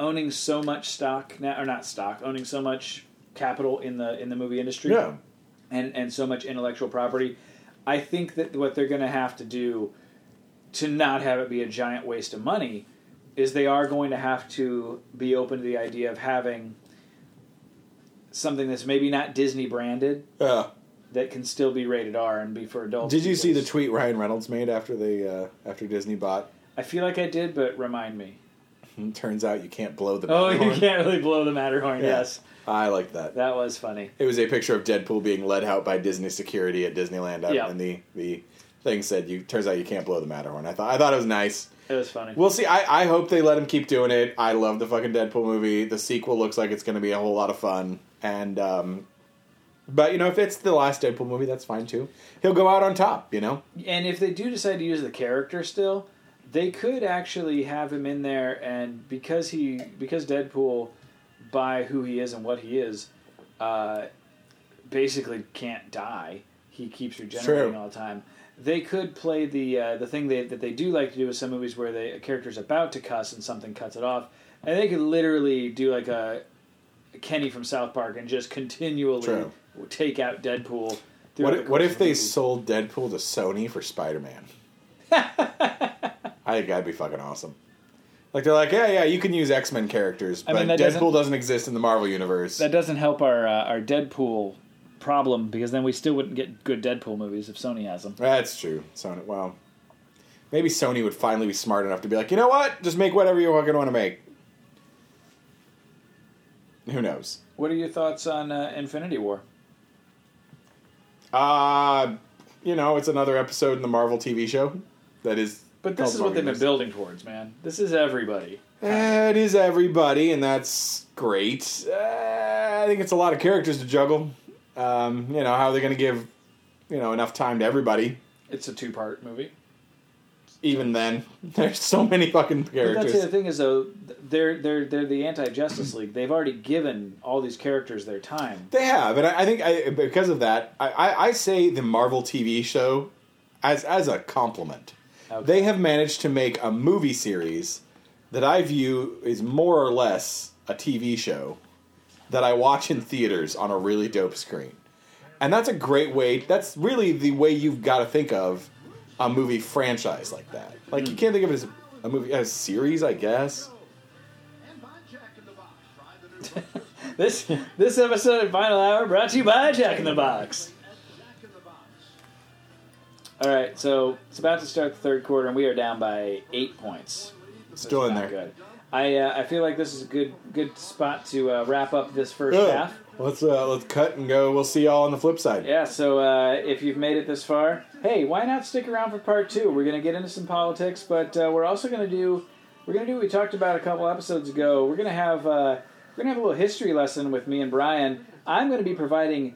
Speaker 3: owning so much stock now or not stock, owning so much capital in the in the movie industry. and and so much intellectual property. I think that what they're going to have to do to not have it be a giant waste of money is they are going to have to be open to the idea of having something that's maybe not Disney branded
Speaker 4: Uh,
Speaker 3: that can still be rated R and be for adults.
Speaker 4: did you see the
Speaker 3: because-
Speaker 4: tweet Ryan Reynolds made after they uh, after Disney bought?
Speaker 3: I feel like I did, but remind me.
Speaker 4: "Hmm, Turns out you can't blow the.
Speaker 3: Oh, you
Speaker 4: Matterhorn."
Speaker 3: can't really blow the Matterhorn.
Speaker 4: Yeah.
Speaker 3: Yes,
Speaker 4: I like that.
Speaker 3: that was funny.
Speaker 4: It was a picture of Deadpool being led out by Disney security at Disneyland, out,
Speaker 3: Yeah.
Speaker 4: and the the thing said, "You turns out you can't blow the Matterhorn." I thought I thought it was nice.
Speaker 3: It was funny.
Speaker 4: We'll see. I, I hope they let him keep doing it. I love the fucking Deadpool movie. The sequel looks like it's going to be a whole lot of fun. And, um, but you know, if it's the last Deadpool movie, that's fine too. He'll go out on top, you know?
Speaker 3: And if they do decide to use the character still, they could actually have him in there, and because he because Deadpool, by who he is and what he is, uh, basically can't die. He keeps regenerating
Speaker 4: True.
Speaker 3: all the time. They could play the uh, the thing they, that they do like to do with some movies where they, a character's about to cuss and something cuts it off, and they could literally do like a Kenny from South Park and just continually
Speaker 4: True.
Speaker 3: take out Deadpool.
Speaker 4: What
Speaker 3: throughout
Speaker 4: if,
Speaker 3: the
Speaker 4: what
Speaker 3: course
Speaker 4: if
Speaker 3: of the
Speaker 4: they
Speaker 3: movie.
Speaker 4: sold Deadpool to Sony for Spider Man? I think that'd be fucking awesome. Like, they're like, yeah, yeah, you can use X Men characters,
Speaker 3: I
Speaker 4: but
Speaker 3: mean, that
Speaker 4: Deadpool
Speaker 3: doesn't-
Speaker 4: doesn't... exist in the Marvel Universe.
Speaker 3: that doesn't help our uh, our Deadpool problem because then we still wouldn't get good Deadpool movies if Sony has them.
Speaker 4: That's true. Sony. Well, maybe Sony would finally be smart enough to be like, you know what? Just make whatever you fucking want to make. Who knows?
Speaker 3: What are your thoughts on uh, Infinity War?
Speaker 4: Uh, you know, it's another episode in the Marvel TV show. That is.
Speaker 3: But this
Speaker 4: called
Speaker 3: is what they've been
Speaker 4: Loneliness.
Speaker 3: building towards, man. This is everybody.
Speaker 4: Uh, it is everybody, and that's great. Uh, I think it's a lot of characters to juggle. Um, you know, how are they going to give, you know, enough time to everybody?
Speaker 3: It's a two part movie.
Speaker 4: Even then, there's so many fucking
Speaker 3: But that's the
Speaker 4: characters.
Speaker 3: other thing is though they're they're they're the anti Justice League. They've already given all these characters their time.
Speaker 4: They have, and I, I think I, because of that, I, I, I say the Marvel TV show as as a compliment.
Speaker 3: Okay.
Speaker 4: They have managed to make a movie series that I view is more or less a TV show that I watch in theaters on a really dope screen. And that's a great way. That's really the way you've got to think of a movie franchise like that. Like
Speaker 3: Hmm.
Speaker 4: you can't think of it as a, a movie as a series, I guess.
Speaker 3: This this episode of Final Hour brought to you by Jack in the Box. All right, so it's about to start the third quarter, and we are down by eight points.
Speaker 4: Still in
Speaker 3: Not
Speaker 4: there.
Speaker 3: Ah, Good. I uh, I feel like this is a good good spot to uh, wrap up this first
Speaker 4: Good.
Speaker 3: half.
Speaker 4: Let's uh, let's cut and go. We'll see y'all on the flip side.
Speaker 3: Yeah, so uh, if you've made it this far, hey, why not stick around for part two? We're gonna get into some politics, but uh, we're also gonna do we're gonna do what we talked about a couple episodes ago. We're gonna have uh, we're gonna have a little history lesson with me and Brian. I'm gonna be providing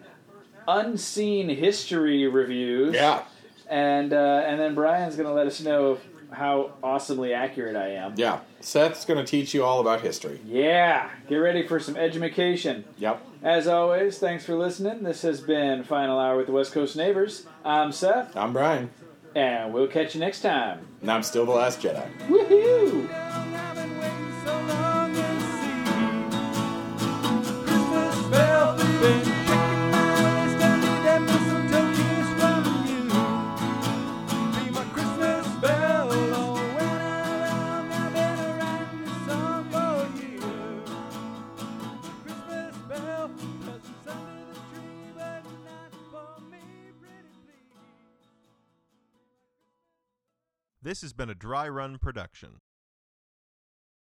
Speaker 3: unseen history reviews.
Speaker 4: Yeah.
Speaker 3: and uh, and then Brian's gonna let us know how awesomely accurate I am.
Speaker 4: Yeah. Seth's going to teach you all about history.
Speaker 3: Yeah, get ready for some edumacation.
Speaker 4: Yep.
Speaker 3: As always, thanks for listening. This has been Final Hour with the West Coast Neighbors. I'm Seth.
Speaker 4: I'm Brian,
Speaker 3: And we'll catch you next time.
Speaker 4: and I'm still the last Jedi.
Speaker 3: Woohoo!
Speaker 2: I've been waiting so long to see. Christmas bell, been checking my list. I need that mistletoe kiss from you. Be my Christmas bell. Oh, when I'm around, I've been writing this song for you. Christmas bell, 'cause it's under the tree, but not for me, pretty please.
Speaker 6: This has been a dry run production.